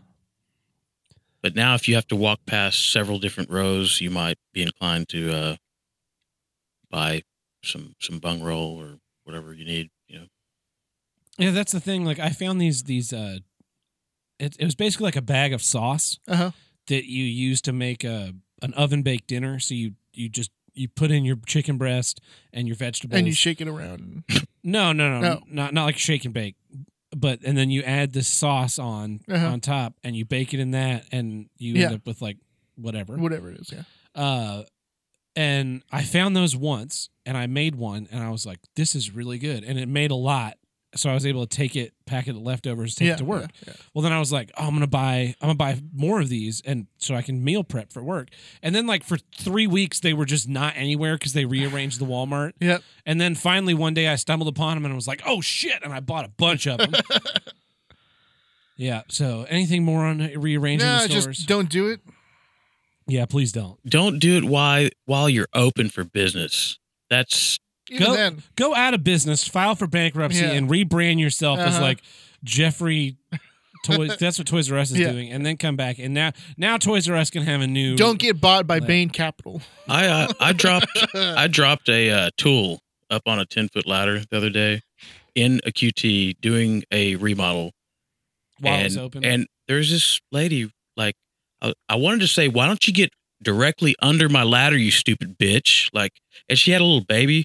Speaker 2: But now, if you have to walk past several different rows, you might be inclined to uh, buy some some bung roll or whatever you need. You know,
Speaker 3: Yeah, that's the thing. Like I found these these uh it, it was basically like a bag of sauce
Speaker 1: Uh huh.
Speaker 3: that you use to make a an oven baked dinner. So you you just you put in your chicken breast and your vegetables.
Speaker 1: And you shake it around.
Speaker 3: no, no, no,
Speaker 1: No.
Speaker 3: not not like shake and bake, but and then you add this sauce on
Speaker 1: Uh-huh.
Speaker 3: on top and you bake it in that and you end
Speaker 1: Yeah.
Speaker 3: up with like whatever.
Speaker 1: Whatever it is, yeah.
Speaker 3: Uh, and I found those once and I made one and I was like, this is really good. And it made a lot. So I was able to take it, pack it the leftovers, take
Speaker 1: yeah,
Speaker 3: it to work.
Speaker 1: yeah,
Speaker 3: Well, then I was like, oh, I'm gonna buy, I'm gonna buy more of these, and so I can meal prep for work. And then like for three weeks, they were just not anywhere because they rearranged the Walmart.
Speaker 1: yeah. Yep.
Speaker 3: And then finally one day, I stumbled upon them and I was like, oh shit! And I bought a bunch of them. yeah. So anything more on rearranging
Speaker 1: No,
Speaker 3: the stores?
Speaker 1: just don't do it.
Speaker 3: yeah, please don't.
Speaker 2: don't do it while while you're open for business. That's
Speaker 1: Even
Speaker 3: Go-
Speaker 1: then.
Speaker 3: Go out of business, file for bankruptcy,
Speaker 1: Yeah.
Speaker 3: and rebrand yourself as
Speaker 1: Uh-huh.
Speaker 3: like Jeffrey. Toys, that's what Toys R Us is
Speaker 1: Yeah.
Speaker 3: doing, and then come back, and now now Toys R Us can have a new
Speaker 1: Don't get bought by
Speaker 3: Yeah.
Speaker 1: Bain Capital.
Speaker 2: I uh, I dropped I dropped a uh, tool up on a ten foot ladder the other day in a QT doing a remodel
Speaker 3: while
Speaker 2: and,
Speaker 3: it's open.
Speaker 2: And there's this lady, like, I, I wanted to say, why don't you get directly under my ladder, you stupid bitch? Like, and she had a little baby.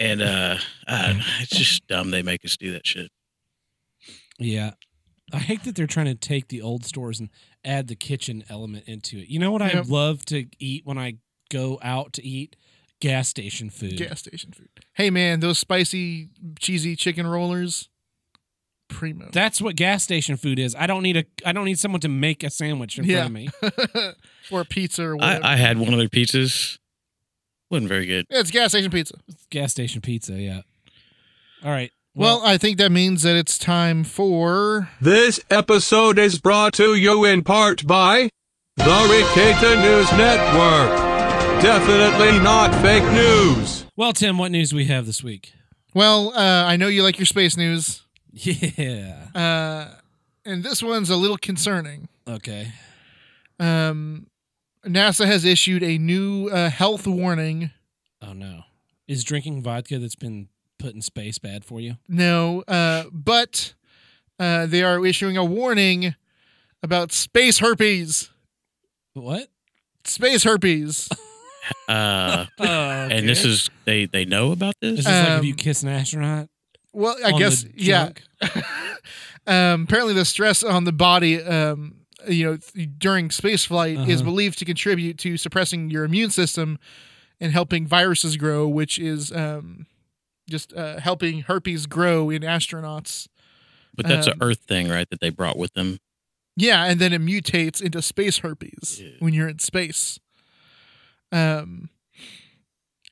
Speaker 2: And uh, uh it's just dumb they make us do that shit.
Speaker 3: Yeah. I hate that they're trying to take the old stores and add the kitchen element into it. You know what I
Speaker 1: Yep.
Speaker 3: love to eat when I go out to eat? Gas station food.
Speaker 1: Gas station food. Hey, man, those spicy, cheesy chicken rollers. Primo.
Speaker 3: That's what gas station food is. I don't need a I don't need someone to make a sandwich in front of me.
Speaker 1: or pizza or whatever.
Speaker 2: I, I had one of their pizzas. Wasn't very good.
Speaker 1: it's gas station pizza.
Speaker 3: It's gas station pizza, yeah. All right.
Speaker 1: Well, I think that means that it's time for.
Speaker 4: This episode is brought to you in part by the Rikita News Network. Definitely not fake news.
Speaker 3: well, Tim, what news do we have this week?
Speaker 1: Well, uh, I know you like your space news,
Speaker 3: Yeah.
Speaker 1: uh, and this one's a little concerning.
Speaker 3: Okay.
Speaker 1: Um, NASA has issued a new uh, health warning.
Speaker 3: Oh no. Is drinking vodka that's been put in space bad for you?
Speaker 1: No, uh, but uh, they are issuing a warning about space herpes.
Speaker 3: What?
Speaker 1: Space herpes.
Speaker 2: Uh,
Speaker 3: Oh,
Speaker 2: and this is they they know about
Speaker 3: Is
Speaker 2: this.
Speaker 3: this like if you
Speaker 1: Um,
Speaker 3: kiss an astronaut?
Speaker 1: Well, I
Speaker 3: on the
Speaker 1: guess yeah.
Speaker 3: junk?
Speaker 1: um, apparently, the stress on the body, um, you know, th- during space flight is
Speaker 3: Uh-huh.
Speaker 1: believed to contribute to suppressing your immune system and helping viruses grow, which is um, just uh, helping herpes grow in astronauts.
Speaker 2: But that's
Speaker 1: um,
Speaker 2: a Earth thing, right? That they brought with them.
Speaker 1: Yeah, and then it mutates into space herpes
Speaker 2: Yeah.
Speaker 1: when you're in space. Um,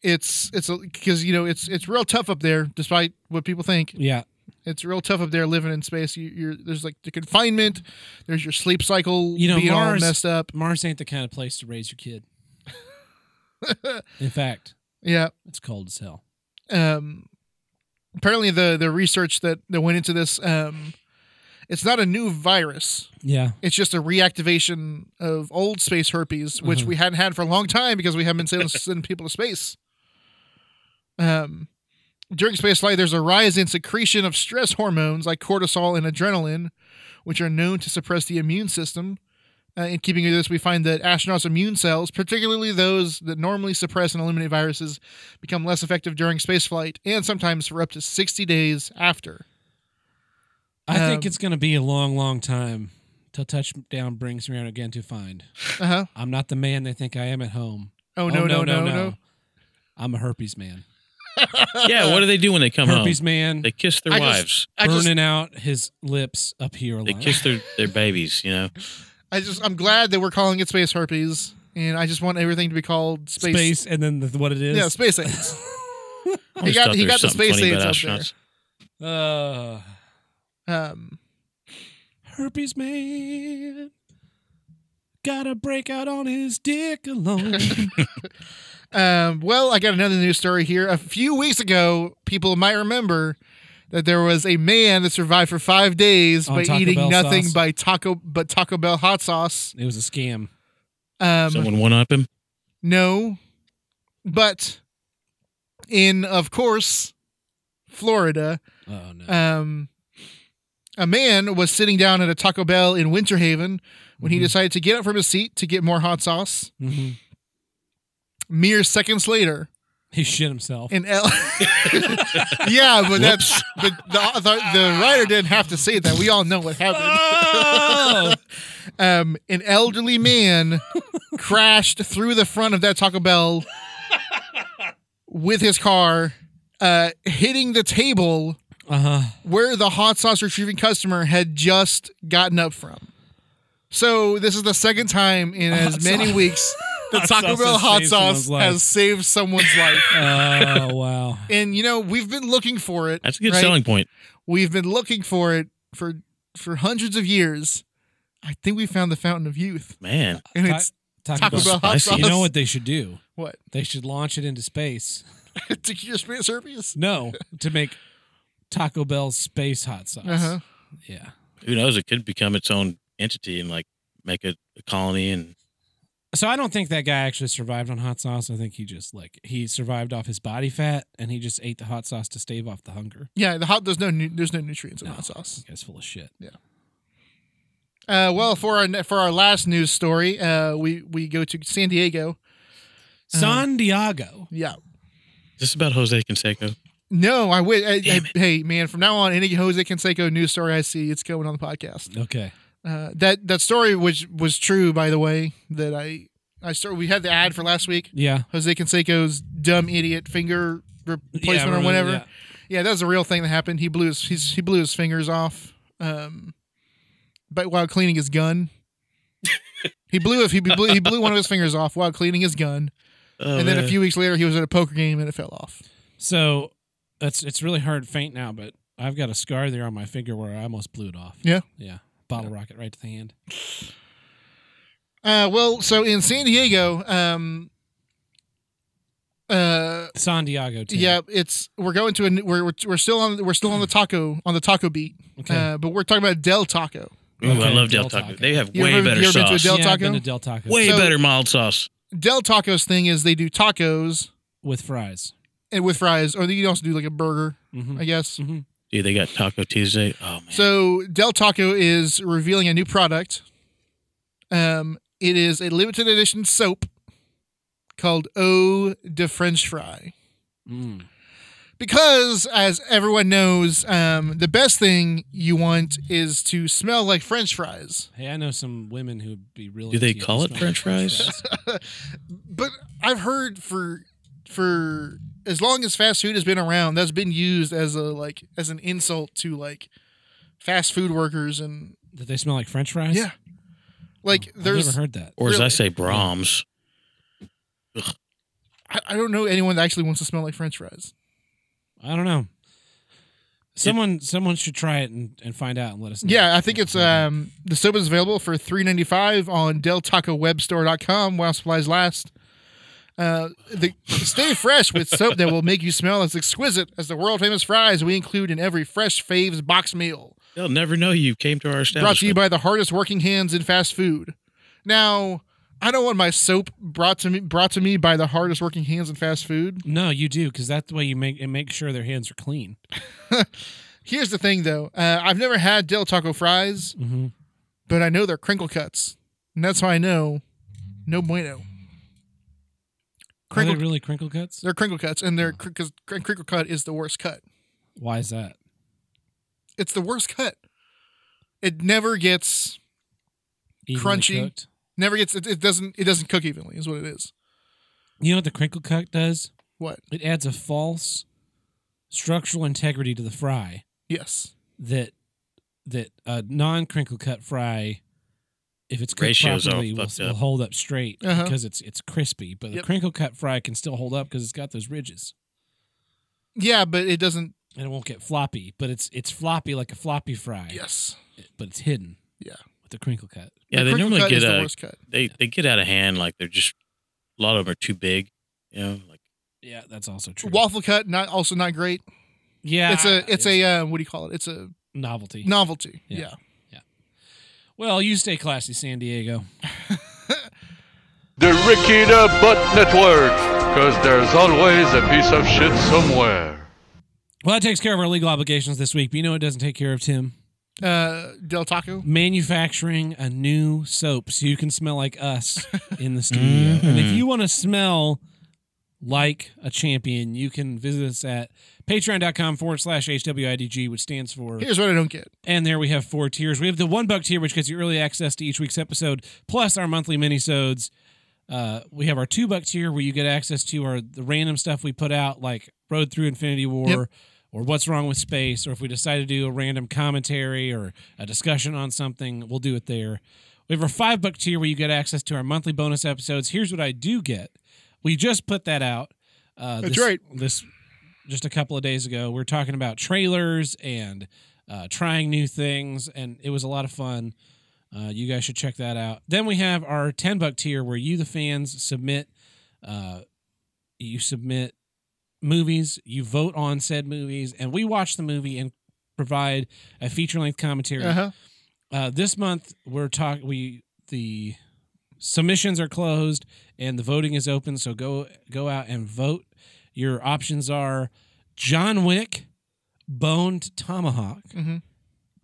Speaker 1: it's it's because you know it's it's real tough up there, despite what people think.
Speaker 3: Yeah.
Speaker 1: It's real tough up there living in space. You, you're there's like the confinement, there's your sleep cycle
Speaker 3: You know,
Speaker 1: being
Speaker 3: Mars-
Speaker 1: all messed up.
Speaker 3: Mars ain't the kind of place to raise your kid. In fact,
Speaker 1: Yeah.
Speaker 3: it's cold as hell.
Speaker 1: Um, apparently the the research that that went into this, um, it's not a new virus.
Speaker 3: Yeah.
Speaker 1: It's just a reactivation of old space herpes, which
Speaker 3: Mhm.
Speaker 1: we hadn't had for a long time because we haven't been sending, sending people to space. Um, during space flight, there's a rise in secretion of stress hormones like cortisol and adrenaline, which are known to suppress the immune system. Uh, in keeping with this, we find that astronauts' immune cells, particularly those that normally suppress and eliminate viruses, become less effective during space flight and sometimes for up to 60 days after.
Speaker 3: I think
Speaker 1: Um,
Speaker 3: it's going to be a long, long time till touchdown brings me out again to find.
Speaker 1: Uh huh.
Speaker 3: I'm not the man they think I am at home.
Speaker 1: Oh, no, no, no, no.
Speaker 3: I'm a herpes man.
Speaker 2: Yeah. What do they do when they come
Speaker 3: herpes
Speaker 2: home?
Speaker 3: man
Speaker 2: They kiss their
Speaker 1: I just-
Speaker 2: wives.
Speaker 1: I
Speaker 3: burning
Speaker 1: just,
Speaker 3: out his lips up here. a
Speaker 2: They
Speaker 3: lot.
Speaker 2: kiss their their babies. You know.
Speaker 1: I just I'm glad that we're calling it space herpes and I just want everything to be called space.
Speaker 3: Space, and then the, what it is.
Speaker 1: Yeah, space aids.
Speaker 2: I
Speaker 1: he
Speaker 2: just
Speaker 1: got,
Speaker 2: thought
Speaker 1: he
Speaker 2: there
Speaker 1: got
Speaker 2: was
Speaker 1: the
Speaker 2: something
Speaker 1: space
Speaker 2: funny
Speaker 1: aids up
Speaker 2: about astronauts.
Speaker 3: Uh,
Speaker 1: there. Um,
Speaker 3: herpes man. Gotta break out on his dick alone.
Speaker 1: Um, well, I got another news story here. A few weeks ago, people might remember that there was a man that survived for five days
Speaker 3: On
Speaker 1: by
Speaker 3: Taco
Speaker 1: eating
Speaker 3: Bell
Speaker 1: nothing
Speaker 3: sauce.
Speaker 1: by taco but Taco Bell hot sauce.
Speaker 3: it was a scam.
Speaker 1: Um,
Speaker 2: Someone one up him.
Speaker 1: no, but in of course Florida,
Speaker 3: Oh no.
Speaker 1: um, a man was sitting down at a Taco Bell in Winter Haven when he
Speaker 3: Mhm.
Speaker 1: decided to get up from his seat to get more hot sauce.
Speaker 3: Mhm.
Speaker 1: Mere seconds later,
Speaker 3: He shit himself.
Speaker 1: in L. yeah, but that's but the, the the writer didn't have to say that. We all know what happened.
Speaker 3: Oh!
Speaker 1: um, an elderly man crashed through the front of that Taco Bell with his car, uh, hitting the table
Speaker 3: Uh huh.
Speaker 1: where the hot sauce retrieving customer had just gotten up from. So this is the second time in as many weeks the
Speaker 3: Hot
Speaker 1: Taco
Speaker 3: sauce
Speaker 1: Bell
Speaker 3: has
Speaker 1: hot
Speaker 3: saved
Speaker 1: sauce
Speaker 3: someone's life.
Speaker 1: has saved someone's life.
Speaker 3: Oh wow.
Speaker 1: and you know we've been looking for it.
Speaker 2: That's a good
Speaker 1: right?
Speaker 2: selling point.
Speaker 1: We've been looking for it for for hundreds of years. I think we found the fountain of youth,
Speaker 2: Man,
Speaker 1: and
Speaker 3: Ta-
Speaker 1: it's
Speaker 3: Taco
Speaker 1: Taco
Speaker 3: Bell.
Speaker 1: Bell hot
Speaker 2: Spicy.
Speaker 1: sauce.
Speaker 2: Bell.
Speaker 3: You know what they should do?
Speaker 1: What
Speaker 3: They should launch it into space.
Speaker 1: to cure space herpes?
Speaker 3: No, to make Taco Bell space hot sauce.
Speaker 1: Uh-huh.
Speaker 3: Yeah.
Speaker 2: who knows? It could become its own entity and like make a, a colony. And
Speaker 3: So I don't think that guy actually survived on hot sauce. I think he just like he survived off his body fat and he just ate the hot sauce to stave off the hunger.
Speaker 1: Yeah, the hot. There's no nu- there's no nutrients in
Speaker 3: No.
Speaker 1: hot sauce.
Speaker 3: This guy's full of shit.
Speaker 1: Uh, well, for our ne- for our last news story, uh, we we go to San Diego. Um,
Speaker 3: San Diego.
Speaker 1: Yeah.
Speaker 2: is this about Jose Canseco?
Speaker 1: No, I would. I, I,
Speaker 2: Damn
Speaker 1: hey, man! From now on, any Jose Canseco news story I see, it's going on the podcast.
Speaker 3: Okay.
Speaker 1: Uh, that that story, which was true, by the way, that I I started. We had the ad for last week.
Speaker 3: Yeah.
Speaker 1: Jose Canseco's dumb idiot finger
Speaker 3: Yeah,
Speaker 1: replacement
Speaker 3: remember-
Speaker 1: or whatever.
Speaker 3: yeah.
Speaker 1: Yeah. that was a real thing that happened. He blew his he's, he blew his fingers off, um, but while cleaning his gun, he blew if he blew he blew one of his fingers off while cleaning his gun,
Speaker 2: Oh,
Speaker 1: and then a
Speaker 2: man.
Speaker 1: few weeks later he was at a poker game and it fell off.
Speaker 3: So it's it's really hard to faint now, but I've got a scar there on my finger where I almost blew it off.
Speaker 1: Yeah.
Speaker 3: Yeah. Bottle rocket right to the hand.
Speaker 1: Uh, well, so in San Diego, um, uh,
Speaker 3: San Diego. Tim.
Speaker 1: yeah, it's we're going to a n- we're we're- we're still on we're still on the taco on the taco beat,
Speaker 3: Okay.
Speaker 1: uh, but we're talking about Del Taco.
Speaker 2: Ooh, I
Speaker 3: Okay,
Speaker 2: love Del
Speaker 3: Del
Speaker 2: Taco.
Speaker 3: Taco.
Speaker 2: They have
Speaker 1: You
Speaker 2: way
Speaker 1: ever-
Speaker 2: better
Speaker 1: you ever been to a
Speaker 2: sauce.
Speaker 1: Del
Speaker 3: yeah, I've
Speaker 1: Taco?
Speaker 3: been to Del Taco.
Speaker 2: way
Speaker 1: So-
Speaker 2: better mild sauce.
Speaker 1: Del Taco's thing is they do tacos
Speaker 3: with fries.
Speaker 1: and with fries, or you can also do like a burger,
Speaker 3: Mm-hmm.
Speaker 1: I guess.
Speaker 3: Mm-hmm.
Speaker 2: Dude, they got Taco Tuesday. Oh man,
Speaker 1: So Del Taco is revealing a new product. Um, it is a limited edition soap called Eau de French Fry.
Speaker 3: Mm.
Speaker 1: Because, as everyone knows, um, the best thing you want is to smell like French fries.
Speaker 3: Hey, I know some women who would be really.
Speaker 2: Do they
Speaker 3: into you
Speaker 2: call it
Speaker 3: smelling
Speaker 2: french fries?
Speaker 1: But I've heard for for as long as fast food has been around, that's been used as a like as an insult to like fast food workers and
Speaker 3: That they smell like French fries?
Speaker 1: Yeah. Like
Speaker 3: I've
Speaker 1: there's,
Speaker 3: never heard that.
Speaker 2: or as I
Speaker 1: really?
Speaker 2: say, Brahms.
Speaker 1: I, I don't know anyone that actually wants to smell like French fries.
Speaker 3: I don't know. Someone, someone should try it and, and find out and let us know.
Speaker 1: Yeah, I think it's
Speaker 3: Yeah.
Speaker 1: um the soap is available for three ninety five on DelTacoWebStore.com while supplies last. Uh, the stay fresh with soap that will make you smell as exquisite as the world famous fries we include in every fresh faves box meal.
Speaker 2: They'll never know you came to our
Speaker 1: brought to you
Speaker 2: establishment.
Speaker 1: by the hardest working hands in fast food. Now, I don't want my soap brought to me brought to me by the hardest working hands in fast food.
Speaker 3: No, you do because that's the way you make and make sure their hands are clean.
Speaker 1: Here's the thing, though. Uh, I've never had Del Taco fries,
Speaker 3: Mhm.
Speaker 1: but I know they're crinkle cuts, and that's how I know no bueno.
Speaker 3: Are they
Speaker 1: Crinkle,
Speaker 3: really Oh. crinkle cuts?
Speaker 1: they're crinkle cuts, and they're because crinkle cut is the worst cut.
Speaker 3: Why is that?
Speaker 1: It's the worst cut. It never gets
Speaker 3: Evenly
Speaker 1: Crunchy.
Speaker 3: cooked?
Speaker 1: never gets it, it doesn't it doesn't cook evenly is what it is.
Speaker 3: You know what the crinkle cut does?
Speaker 1: What?
Speaker 3: It adds a false structural integrity to the fry
Speaker 1: Yes.
Speaker 3: that that a non crinkle cut fry if it's cooked
Speaker 2: Ratio's all
Speaker 3: properly, will,
Speaker 2: fucked
Speaker 3: will
Speaker 2: up.
Speaker 3: hold up straight
Speaker 1: Uh-huh.
Speaker 3: because it's it's crispy. But the
Speaker 1: Yep.
Speaker 3: crinkle cut fry can still hold up because it's got those ridges
Speaker 1: Yeah, but it doesn't.
Speaker 3: and it won't get floppy. But it's it's floppy like a floppy fry.
Speaker 1: Yes.
Speaker 3: But it's hidden.
Speaker 1: Yeah.
Speaker 3: with the crinkle cut.
Speaker 2: Yeah,
Speaker 1: The
Speaker 2: they
Speaker 1: crinkle
Speaker 2: normally
Speaker 1: cut
Speaker 2: get
Speaker 1: is the
Speaker 2: uh,
Speaker 1: worst cut.
Speaker 2: they they get out of hand. Like they're just a lot of them are too big. You know, like
Speaker 3: Yeah, that's also true.
Speaker 1: Waffle cut, not also not great.
Speaker 3: yeah,
Speaker 1: it's a it's a uh, what do you call it? It's a
Speaker 3: novelty.
Speaker 1: novelty.
Speaker 3: Yeah.
Speaker 1: Yeah.
Speaker 3: Well, you stay classy, San Diego.
Speaker 4: The Ricky the Butt Network, cause there's always a piece of shit somewhere.
Speaker 3: Well, that takes care of our legal obligations this week. But you know, what it doesn't take care of Tim
Speaker 1: Uh, Del Taco.
Speaker 3: manufacturing a new soap so you can smell like us in the studio. And
Speaker 1: Mm-hmm.
Speaker 3: if you want to smell like a champion, you can visit us at patreon.com forward slash HWIDG, which stands for.
Speaker 1: Here's what I don't get.
Speaker 3: And there we have four tiers. We have the one buck tier, which gets you early access to each week's episode, plus our monthly minisodes. Uh, we have our two buck tier where you get access to our the random stuff we put out, like Road Through Infinity War,
Speaker 1: Yep.
Speaker 3: or What's Wrong with Space, or if we decide to do a random commentary or a discussion on something, we'll do it there. We have our five buck tier where you get access to our monthly bonus episodes. Here's what I do get. We just put that out. Uh,
Speaker 1: That's
Speaker 3: this-
Speaker 1: right.
Speaker 3: This just a couple of days ago. We are talking about trailers and uh, trying new things, and it was a lot of fun. Uh, you guys should check that out. Then we have our ten buck tier where you, the fans, submit. Uh, you submit movies. You vote on said movies, and we watch the movie and provide a feature length commentary.
Speaker 1: Uh huh.
Speaker 3: Uh, this month we're talk we the submissions are closed and the voting is open. So go go out and vote. Your options are John Wick, Boned Tomahawk,
Speaker 1: Mhm.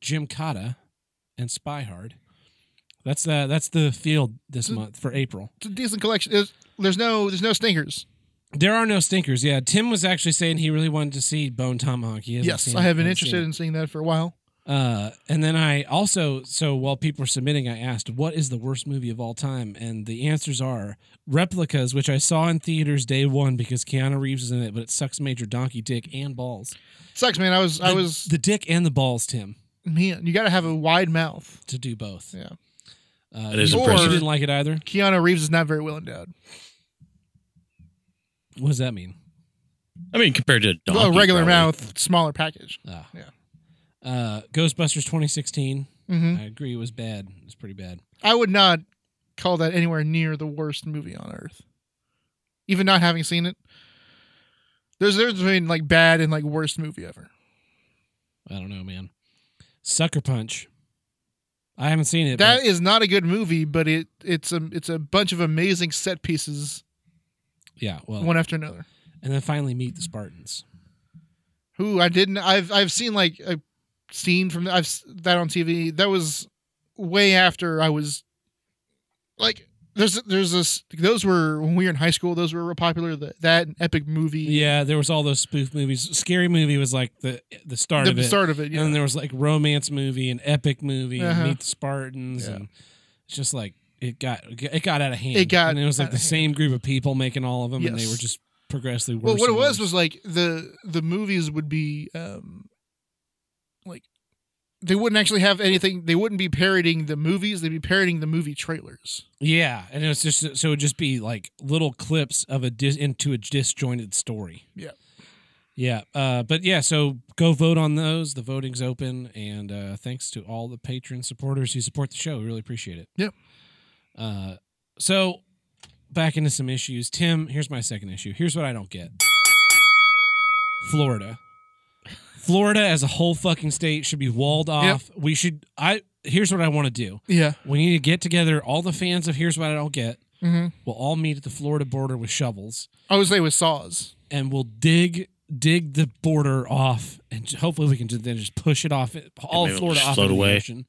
Speaker 3: Jim Cotta, and Spy Hard. That's the that's the field this month for April.
Speaker 1: It's a decent collection. There's, there's no there's no stinkers.
Speaker 3: There are no stinkers. Yeah, Tim was actually saying he really wanted to see Bone Tomahawk. He hasn't
Speaker 1: Yes,
Speaker 3: seen
Speaker 1: I
Speaker 3: it.
Speaker 1: have been
Speaker 3: Hasn't seen
Speaker 1: interested
Speaker 3: it.
Speaker 1: in seeing that for a while.
Speaker 3: Uh, and then I also, so while people were submitting, I asked, what is the worst movie of all time? And the answers are replicas, which I saw in theaters day one because Keanu Reeves is in it, but it sucks major donkey dick and balls.
Speaker 1: Sucks, man. I was I
Speaker 3: The-
Speaker 1: was
Speaker 3: the dick and the balls, Tim,
Speaker 1: man. You got to have a wide mouth.
Speaker 3: to do both.
Speaker 1: Yeah.
Speaker 3: Uh,
Speaker 2: That is
Speaker 3: you-
Speaker 1: impressive.
Speaker 3: You didn't like it either.
Speaker 1: Keanu Reeves is not very well endowed.
Speaker 3: What does that mean?
Speaker 2: I mean, compared to a donkey,
Speaker 1: Well, regular
Speaker 2: probably.
Speaker 1: mouth, smaller package.
Speaker 3: Ah.
Speaker 1: Yeah.
Speaker 3: Uh, Ghostbusters 2016.
Speaker 1: hmm
Speaker 3: I agree, it was bad. It was pretty bad.
Speaker 1: I would not call that anywhere near the worst movie on earth. Even not having seen it. There's there's between like bad and like worst movie ever.
Speaker 3: I don't know, man. Sucker Punch. I haven't seen it. but-
Speaker 1: That is not a good movie, but it it's a it's a bunch of amazing set pieces
Speaker 3: yeah, well.
Speaker 1: one after another.
Speaker 3: and then finally, Meet the Spartans.
Speaker 1: Who I didn't I've I've seen like a scene from I've s- that on TV. That was way after I was like there's there's this those were when we were in high school. Those were real popular. The, that and epic movie.
Speaker 3: Yeah, there was all those spoof movies. Scary movie was like the the start of
Speaker 1: the
Speaker 3: it.
Speaker 1: start of it.
Speaker 3: And then
Speaker 1: Yeah.
Speaker 3: there was like romance movie and epic movie
Speaker 1: Uh-huh.
Speaker 3: and Meet the Spartans
Speaker 1: Yeah.
Speaker 3: and it's just like it got it got out of hand.
Speaker 1: It got
Speaker 3: and it was
Speaker 1: out
Speaker 3: like the
Speaker 1: of
Speaker 3: same group of people making all of them and they
Speaker 1: Yes.
Speaker 3: were just progressively worse.
Speaker 1: Well, what it
Speaker 3: and
Speaker 1: was
Speaker 3: worse.
Speaker 1: was like the the movies would be um like they wouldn't actually have anything. They wouldn't be parodying the movies. They'd be parodying the movie trailers.
Speaker 3: yeah, and it was just so it would just be like little clips of a dis, into a disjointed story.
Speaker 1: Yeah.
Speaker 3: Yeah, uh, but yeah, so go vote on those. The voting's open, and uh, thanks to all the patron supporters who support the show. We really appreciate it.
Speaker 1: Yep.
Speaker 3: Uh, so back into some issues. Tim, here's my second issue. Here's what I don't get. Florida. Florida as a whole fucking state should be walled off. We should I here's what I want to do.
Speaker 1: Yeah.
Speaker 3: We need to get together all the fans of here's what I don't get.
Speaker 1: Mm-hmm.
Speaker 3: We'll all meet at the Florida border with shovels
Speaker 1: I would say with saws.
Speaker 3: and we'll dig dig the border off, and j- hopefully we can ju- then just push it off it- all
Speaker 2: maybe it'll
Speaker 3: Florida
Speaker 2: just
Speaker 3: off
Speaker 2: float
Speaker 3: into the
Speaker 2: away.
Speaker 3: ocean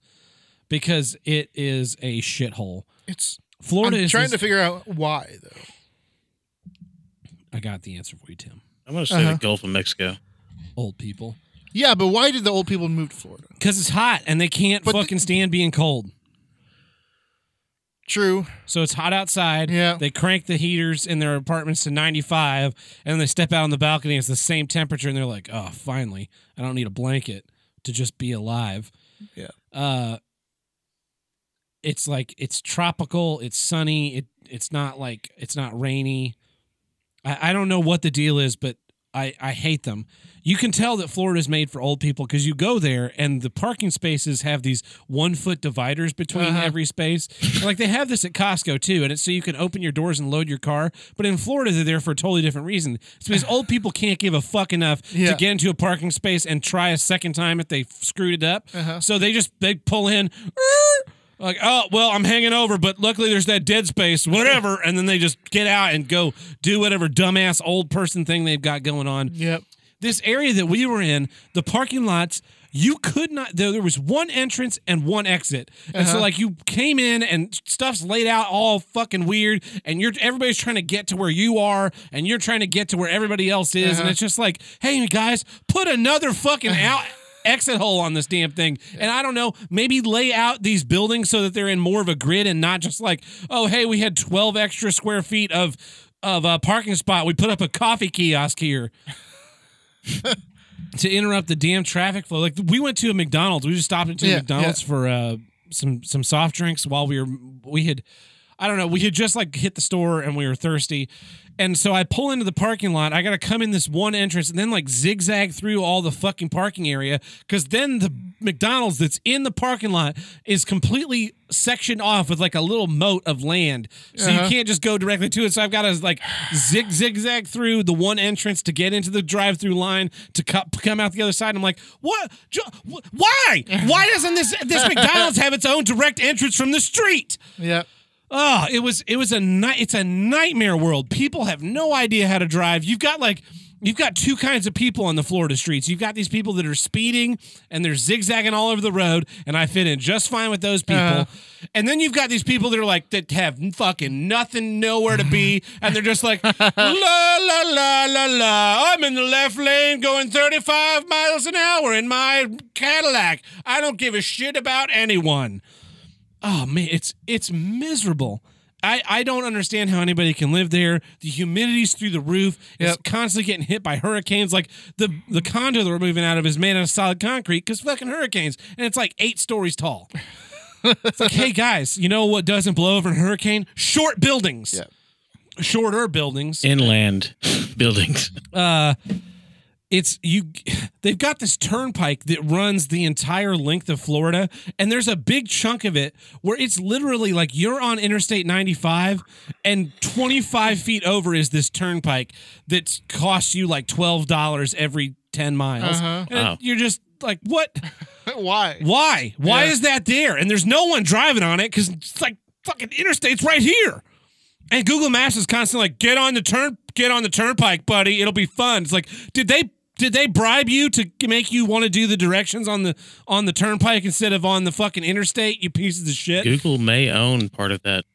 Speaker 3: because it is a shithole.
Speaker 1: It's
Speaker 3: Florida
Speaker 1: I'm
Speaker 3: is
Speaker 1: trying
Speaker 3: this-
Speaker 1: to figure out why though.
Speaker 3: I got the answer for you, Tim.
Speaker 2: I'm gonna say
Speaker 1: Uh-huh.
Speaker 2: the Gulf of Mexico.
Speaker 3: Old people,
Speaker 1: Yeah, but why did the old people move to Florida?
Speaker 3: because it's hot and they can't
Speaker 1: But the-
Speaker 3: fucking stand being cold.
Speaker 1: True.
Speaker 3: So it's hot outside.
Speaker 1: Yeah.
Speaker 3: They crank the heaters in their apartments to 95, and then they step out on the balcony. It's the same temperature, and they're like, "Oh, finally! I don't need a blanket to just be alive."
Speaker 1: Yeah.
Speaker 3: Uh, it's like it's tropical, it's sunny, it it's not like it's not rainy. I, I don't know what the deal is, but I, I hate them. You can tell that Florida's made for old people because you go there and the parking spaces have these one foot dividers between
Speaker 1: Uh-huh.
Speaker 3: every space. And, like they have this at Costco too, and it's so you can open your doors and load your car. But in Florida, they're there for a totally different reason. It's because old people can't give a fuck enough
Speaker 1: Yeah.
Speaker 3: to get into a parking space and try a second time if they screwed it up.
Speaker 1: Uh-huh.
Speaker 3: So they just they pull in. "Er," Like oh well I'm hanging over but luckily there's that dead space whatever and then they just get out and go do whatever dumbass old person thing they've got going on
Speaker 1: Yep.
Speaker 3: this area that we were in, the parking lots, you could not. There, there was one entrance and one exit, and so like you came in and stuff's laid out all fucking weird, and you're everybody's trying to get to where you are, and you're trying to get to where everybody else is, and it's just like, hey guys, put another fucking out. Exit hole on this damn thing, and I don't know. Maybe lay out these buildings so that they're in more of a grid and not just like, oh, hey, we had twelve extra square feet of of a parking spot. We put up a coffee kiosk here to interrupt the damn traffic flow. Like we went to a McDonald's. We just stopped into
Speaker 1: Yeah,
Speaker 3: a McDonald's for uh, some some soft drinks while we were we had I don't know we had just like hit the store and we were thirsty, and so I pull into the parking lot. I got to come in this one entrance and then like zigzag through all the fucking parking area because then the McDonald's that's in the parking lot is completely sectioned off with like a little moat of land, so you can't just go directly to it. So I've got to like zig zigzag through the one entrance to get into the drive-through line to co- come out the other side. I'm like, what? Jo- wh- Why? Why doesn't this this McDonald's have its own direct entrance from the street?
Speaker 1: Yep.
Speaker 3: Oh, it was it was a night. It's a nightmare world. People have no idea how to drive. You've got like. You've got two kinds of people on the Florida streets. You've got these people that are speeding and they're zigzagging all over the road, and I fit in just fine with those people. and then you've got these people that are like that have fucking nothing, nowhere to be, and they're just like la la la la la. I'm in the left lane going 35 miles an hour in my Cadillac. I don't give a shit about anyone oh man, it's it's miserable. I, I don't understand how anybody can live there. The humidity's through the roof. It's
Speaker 1: Yep.
Speaker 3: constantly getting hit by hurricanes. Like the the condo that we're moving out of is made out of solid concrete because fucking hurricanes, and it's like eight stories tall. it's like, hey guys, you know what doesn't blow over in a hurricane? Short buildings.
Speaker 1: Yep.
Speaker 3: Shorter buildings.
Speaker 2: Inland buildings.
Speaker 3: it's you they've got this turnpike that runs the entire length of Florida and there's a big chunk of it where it's literally like you're on Interstate 95 and 25 feet over is this turnpike that costs you like $12 every 10 miles
Speaker 1: Uh-huh.
Speaker 3: And
Speaker 2: Wow.
Speaker 3: you're just like what
Speaker 1: Why?
Speaker 3: why why
Speaker 1: Yeah.
Speaker 3: is that there and there's no one driving on it cuz it's like fucking interstate's right here and Google Maps is constantly like, get on the turn, get on the turnpike, buddy. It'll be fun. It's like, did they did they bribe you to make you want to do the directions on the on the turnpike instead of on the fucking interstate? You pieces of shit.
Speaker 2: Google may own part of that.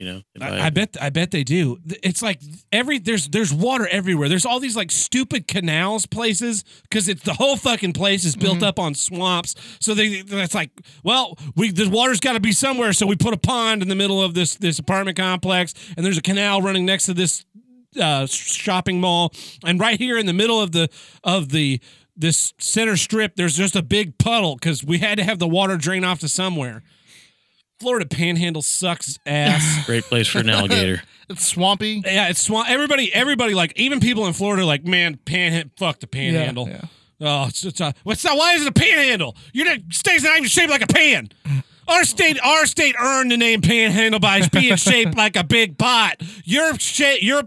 Speaker 2: You know, if
Speaker 3: I, I bet I bet they do. Th- It's like every there's there's water everywhere. There's all these like stupid canals places because it's the whole fucking place is built up on swamps. So they that's like well we the water's got to be somewhere. So we put a pond in the middle of this this apartment complex and there's a canal running next to this uh, shopping mall, and right here in the middle of the of the this center strip, there's just a big puddle because we had to have the water drain off to somewhere. Florida Panhandle sucks ass.
Speaker 2: Great place for an alligator.
Speaker 1: It's swampy.
Speaker 3: yeah, it's swamp. Everybody, everybody, like even people in Florida, are like man, panhandle, fuck the panhandle.
Speaker 1: yeah.
Speaker 3: Oh, it's, it's a, what's that? Why is it a panhandle? Your na- state's not even shaped like a pan. Our state, our state earned the name panhandle by being shaped like a big pot. Your shape, your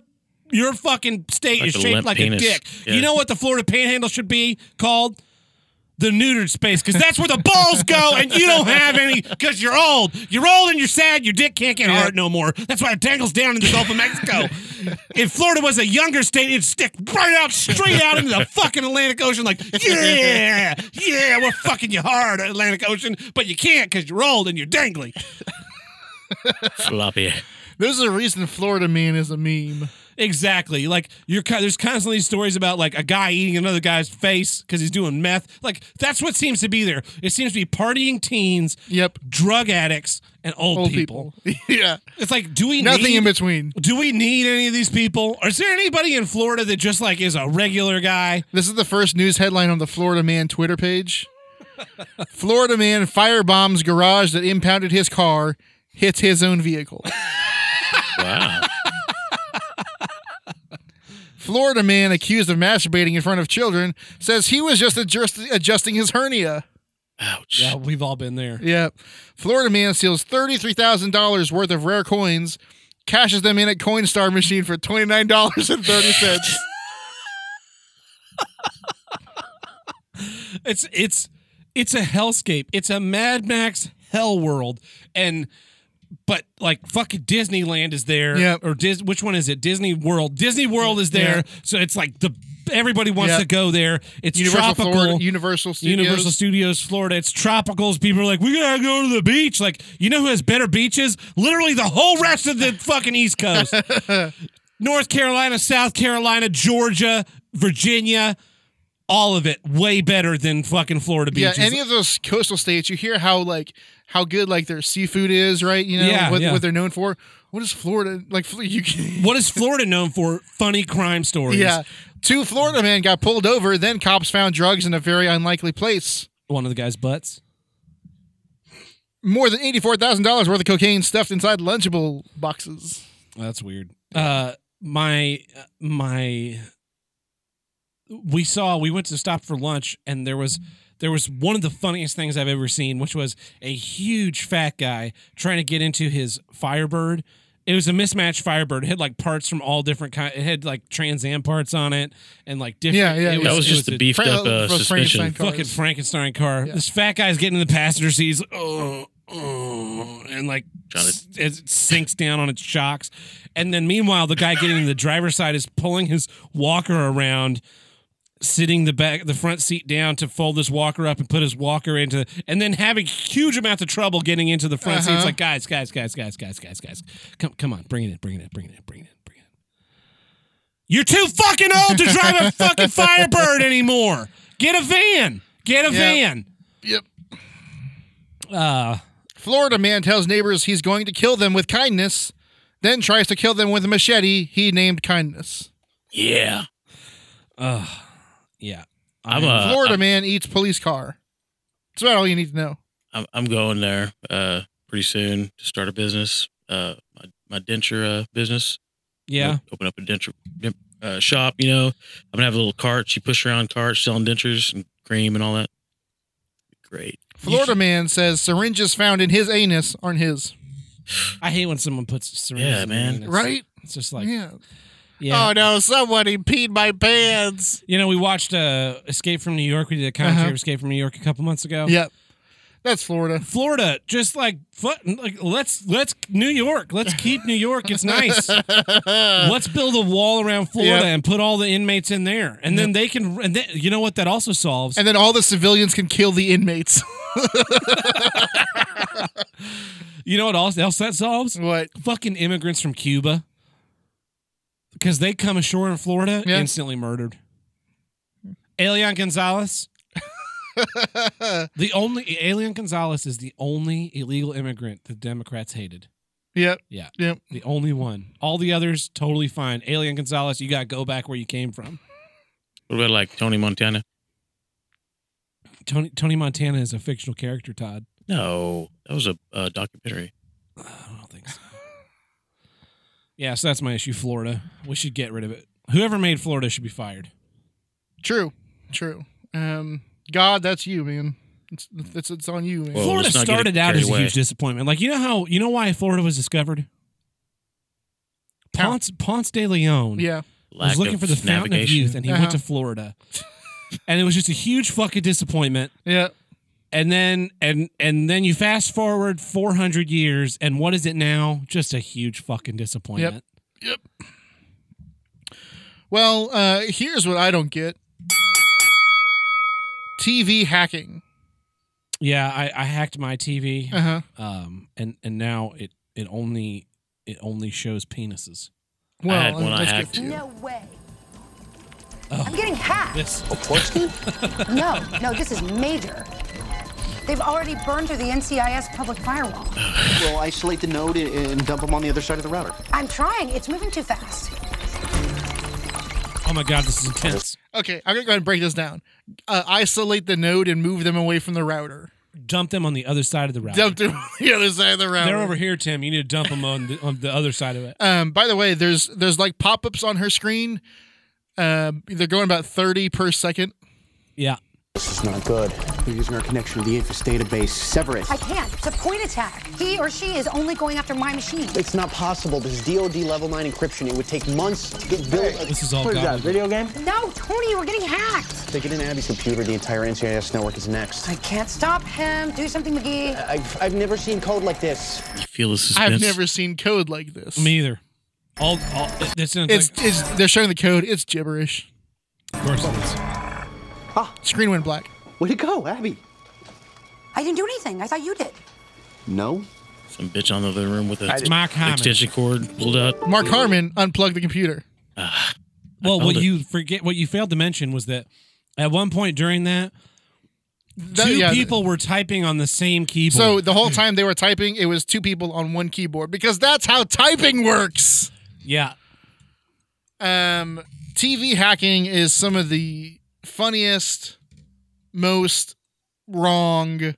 Speaker 3: your fucking state
Speaker 2: Like
Speaker 3: is
Speaker 2: a
Speaker 3: shaped
Speaker 2: limp
Speaker 3: like
Speaker 2: penis.
Speaker 3: a dick. You
Speaker 2: Yeah.
Speaker 3: know what the Florida panhandle should be called? the neutered space because that's where the balls go and you don't have any because you're old. You're old and you're sad. Your dick can't get hard no more. That's why it dangles down in the Gulf of Mexico. if Florida was a younger state, it'd stick right out straight out into the fucking Atlantic Ocean like, yeah, yeah, we're fucking you hard, Atlantic Ocean, but you can't because you're old and you're dangly.
Speaker 2: Floppy.
Speaker 1: There's a reason Florida man is a meme.
Speaker 3: Exactly. Like you're co- there's constantly stories about like a guy eating another guy's face because he's doing meth. Like that's what seems to be there. It seems to be partying teens,
Speaker 1: Yep.
Speaker 3: drug addicts, and old,
Speaker 1: Old
Speaker 3: people.
Speaker 1: people. yeah.
Speaker 3: It's like do we
Speaker 1: Nothing
Speaker 3: need,
Speaker 1: in between.
Speaker 3: do we need any of these people? Or is there anybody in Florida that just like is a regular guy?
Speaker 1: This is the first news headline on the Florida Man Twitter page. Florida man firebombs garage that impounded his car, hits his own vehicle.
Speaker 2: Wow.
Speaker 1: Florida man accused of masturbating in front of children says he was just adjust- adjusting his hernia.
Speaker 2: Ouch.
Speaker 3: Yeah, we've all been there.
Speaker 1: Yeah. Florida man steals $33,000 worth of rare coins, cashes them in at Coinstar machine for $29.30.
Speaker 3: It's it's it's a hellscape. It's a Mad Max hell world, and but like fucking Disneyland is there.
Speaker 1: Yeah.
Speaker 3: Or Dis- which one is it? Disney World. Disney World is there.
Speaker 1: Yeah.
Speaker 3: So it's like the everybody wants
Speaker 1: Yeah.
Speaker 3: to go there. It's
Speaker 1: Universal
Speaker 3: tropical.
Speaker 1: Florida, Universal Studios.
Speaker 3: Universal Studios, Florida. It's tropicals. People are like, we gotta go to the beach. Like, you know who has better beaches? Literally the whole rest of the fucking East Coast. North Carolina, South Carolina, Georgia, Virginia, all of it way better than fucking Florida
Speaker 1: yeah,
Speaker 3: beaches.
Speaker 1: any of those coastal states, you hear how like how good like their seafood is, right? You know
Speaker 3: Yeah,
Speaker 1: what,
Speaker 3: yeah.
Speaker 1: what they're known for. What is Florida like? Fl- You can,
Speaker 3: what is Florida known for? Funny crime stories.
Speaker 1: yeah, two Florida men got pulled over. Then cops found drugs in a very unlikely place.
Speaker 3: One of the guy's butts.
Speaker 1: More than eighty-four thousand dollars worth of cocaine stuffed inside lunchable boxes.
Speaker 3: That's weird. Uh, my my, we saw we went to stop for lunch, and there was there was one of the funniest things I've ever seen, which was a huge fat guy trying to get into his Firebird. It was a mismatched Firebird. It had like parts from all different kind. It had like Trans Am parts on it, and like different.
Speaker 1: Yeah, yeah,
Speaker 3: it
Speaker 1: yeah.
Speaker 2: that was
Speaker 3: it
Speaker 2: just the
Speaker 3: a
Speaker 2: beefed
Speaker 1: Fra-
Speaker 2: up uh,
Speaker 1: from
Speaker 2: suspension.
Speaker 1: Frankenstein cars.
Speaker 3: Fucking Frankenstein car.
Speaker 1: Yeah.
Speaker 3: This fat guy's getting in the passenger seat. He's like, oh, oh, and like
Speaker 2: Got it.
Speaker 3: s- it sinks down on its shocks. And then meanwhile, the guy getting in the driver's side is pulling his walker around, sitting the back, the front seat down to fold this walker up and put his walker into, and then having huge amounts of trouble getting into the front seat. It's
Speaker 1: Uh-huh.
Speaker 3: like, guys, guys, guys, guys, guys, guys, guys, come, come on, bring it in, bring it in, bring it in, bring it in, bring it in. You're too fucking old to drive a fucking Firebird anymore. Get a van. Get a
Speaker 1: Yeah.
Speaker 3: van.
Speaker 1: Yep.
Speaker 3: Uh,
Speaker 1: Florida man tells neighbors he's going to kill them with kindness, then tries to kill them with a machete he named kindness.
Speaker 2: Yeah.
Speaker 3: uh, yeah.
Speaker 2: I'm uh,
Speaker 1: Florida man eats police car. That's about all you need to know.
Speaker 2: I'm, I'm going there uh, pretty soon to start a business. Uh, my, my denture uh, business.
Speaker 3: yeah.
Speaker 2: Open up a denture dent- uh, shop. You know, I'm gonna have a little cart. She push around cart selling dentures and cream and all that. Great.
Speaker 1: Florida man says syringes found in his anus aren't his.
Speaker 3: I hate when someone puts syringes.
Speaker 2: Yeah,
Speaker 3: in
Speaker 2: man.
Speaker 3: there. It's-
Speaker 1: Right?
Speaker 3: It's just like,
Speaker 1: yeah.
Speaker 3: yeah.
Speaker 1: Oh no, somebody peed my pants.
Speaker 3: you know, we watched uh, Escape from New York. We did a commentary
Speaker 1: Uh-huh.
Speaker 3: of Escape from New York a couple months ago.
Speaker 1: Yep. That's Florida.
Speaker 3: Florida, just like, fu- like let's let's New York. Let's keep New York. It's nice. let's build a wall around Florida
Speaker 1: Yeah.
Speaker 3: and put all the inmates in there, and then they can. And then, you know what? That also solves.
Speaker 1: And then all the civilians can kill the inmates.
Speaker 3: you know what else else that solves?
Speaker 1: what?
Speaker 3: fucking immigrants from Cuba because they come ashore in Florida
Speaker 1: Yeah.
Speaker 3: instantly murdered. Alien Gonzalez, the only Alien Gonzalez is the only illegal immigrant the Democrats hated.
Speaker 1: Yep.
Speaker 3: Yeah.
Speaker 1: Yep.
Speaker 3: The only one. All the others totally fine. Alien Gonzalez, you got to go back where you came from.
Speaker 2: What about like Tony Montana?
Speaker 3: Tony Tony Montana is a fictional character, Todd.
Speaker 2: No, that was a, uh documentary.
Speaker 3: Uh, I don't think so. yeah, so that's my issue Florida. We should get rid of it. Whoever made Florida should be fired.
Speaker 1: True. True. Um God, that's you, man. It's it's, it's on you, man.
Speaker 2: Well, Oh,
Speaker 3: Florida
Speaker 2: let's not get
Speaker 3: started out
Speaker 2: carried
Speaker 3: as a
Speaker 2: away.
Speaker 3: huge disappointment. Like you know how you know why Florida was discovered?
Speaker 1: How?
Speaker 3: Ponce Ponce de Leon
Speaker 1: Yeah.
Speaker 2: Lack
Speaker 3: was looking
Speaker 2: of
Speaker 3: for the fountain of
Speaker 2: navigation.
Speaker 3: youth, and he
Speaker 1: Uh-huh.
Speaker 3: went to Florida, and it was just a huge fucking disappointment.
Speaker 1: Yeah.
Speaker 3: And then and and then you fast forward 400 years, and what is it now? Just a huge fucking disappointment.
Speaker 1: Well, uh here's what I don't get. TV hacking.
Speaker 3: Yeah, I, I hacked my TV,
Speaker 1: Uh-huh.
Speaker 3: um, and and now it it only it only shows penises.
Speaker 1: Well,
Speaker 2: I had one I
Speaker 1: let's get-
Speaker 2: hacked.
Speaker 5: No way. I'm getting hacked.
Speaker 3: This
Speaker 5: No, no, this is major. They've already burned through the NCIS public firewall.
Speaker 6: We'll isolate the node and, and dump them on the other side of the router.
Speaker 5: I'm trying. It's moving too fast.
Speaker 3: Oh my god, this is intense.
Speaker 1: Okay, I'm gonna go ahead and break this down. Uh, isolate the node and move them away from the router.
Speaker 3: Dump them on the other side of the route.
Speaker 1: Dump them on the other side of the router.
Speaker 3: They're over here, Tim. You need to dump them on the, on the other side of it.
Speaker 1: Um, by the way, there's there's like pop ups on her screen. Um, they're going about thirty per second.
Speaker 3: Yeah.
Speaker 6: It's not good. They're using our connection to the Aphis database. Sever it.
Speaker 5: I can't. It's a point attack. He or she is only going after my machine.
Speaker 6: It's not possible. There's DoD level 9 encryption. It would take months to get built.
Speaker 3: This is all gone.
Speaker 7: video game?
Speaker 5: No, Tony, we're getting hacked.
Speaker 6: They get in Abby's computer. The entire NCIS network is next.
Speaker 5: I can't stop him. Do something, McGee.
Speaker 6: I've, I've never seen code like this.
Speaker 2: You feel the suspense.
Speaker 1: I've never seen code like this.
Speaker 3: Me either. All, all that sounds
Speaker 1: it's,
Speaker 3: like
Speaker 1: it's they're showing the code. It's gibberish.
Speaker 3: of course it is.
Speaker 1: Screen went black.
Speaker 6: Where'd it go, Abby?
Speaker 5: I didn't do anything. I thought you did.
Speaker 6: No?
Speaker 2: Some bitch on the other room with a
Speaker 3: It's Mark Harmon.
Speaker 2: extension cord pulled out.
Speaker 1: Mark Harmon unplugged the computer.
Speaker 3: Well, what
Speaker 2: found it.
Speaker 3: you forget, what you failed to mention was that at one point during that,
Speaker 1: That-
Speaker 3: two
Speaker 1: yeah, th-
Speaker 3: people were typing on the same keyboard.
Speaker 1: So the whole time they were typing, it was two people on one keyboard because that's how typing works.
Speaker 3: yeah,
Speaker 1: Um, TV hacking is some of the funniest, most wrong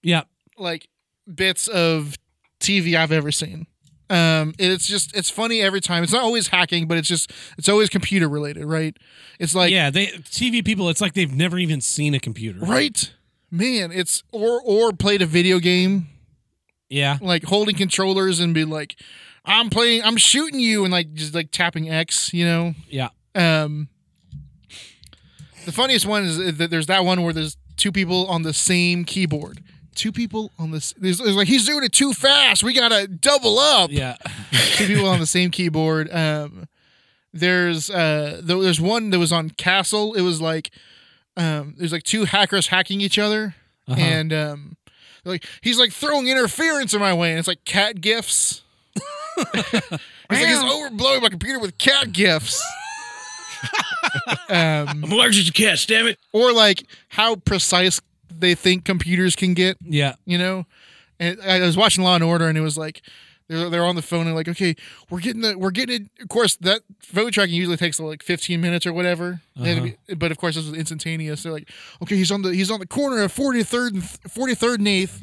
Speaker 3: yeah,
Speaker 1: like bits of TV I've ever seen. Um, it's just it's funny every time. It's not always hacking, but it's just it's always computer related, right? It's like
Speaker 3: yeah. They TV people. It's like they've never even seen a computer.
Speaker 1: right, man. It's or or played a video game
Speaker 3: Yeah.
Speaker 1: like holding controllers and be like, I'm playing, I'm shooting you, and like just like tapping X, you know.
Speaker 3: Yeah.
Speaker 1: Um, the funniest one is that there's that one where there's two people on the same keyboard. Two people on this. There's, there's like he's doing it too fast. We gotta double up.
Speaker 3: Yeah.
Speaker 1: Two people on the same keyboard. Um, there's uh, there, there's one that was on Castle. It was like, um, there's like two hackers hacking each other, and um, like he's like throwing interference in my way, and it's like cat gifs. he's like he's overblowing my computer with cat gifs.
Speaker 2: I'm allergic to cats. Damn it!
Speaker 1: or like how precise they think computers can get,
Speaker 3: Yeah.
Speaker 1: you know? And I was watching Law and Order and it was like they're, they're on the phone and like, okay, we're getting the we're getting it. Of course, that vote tracking usually takes like 15 minutes or whatever. They had to be- but of course, this was instantaneous. They're like, okay, he's on the he's on the corner of 43rd and 43rd and 8th.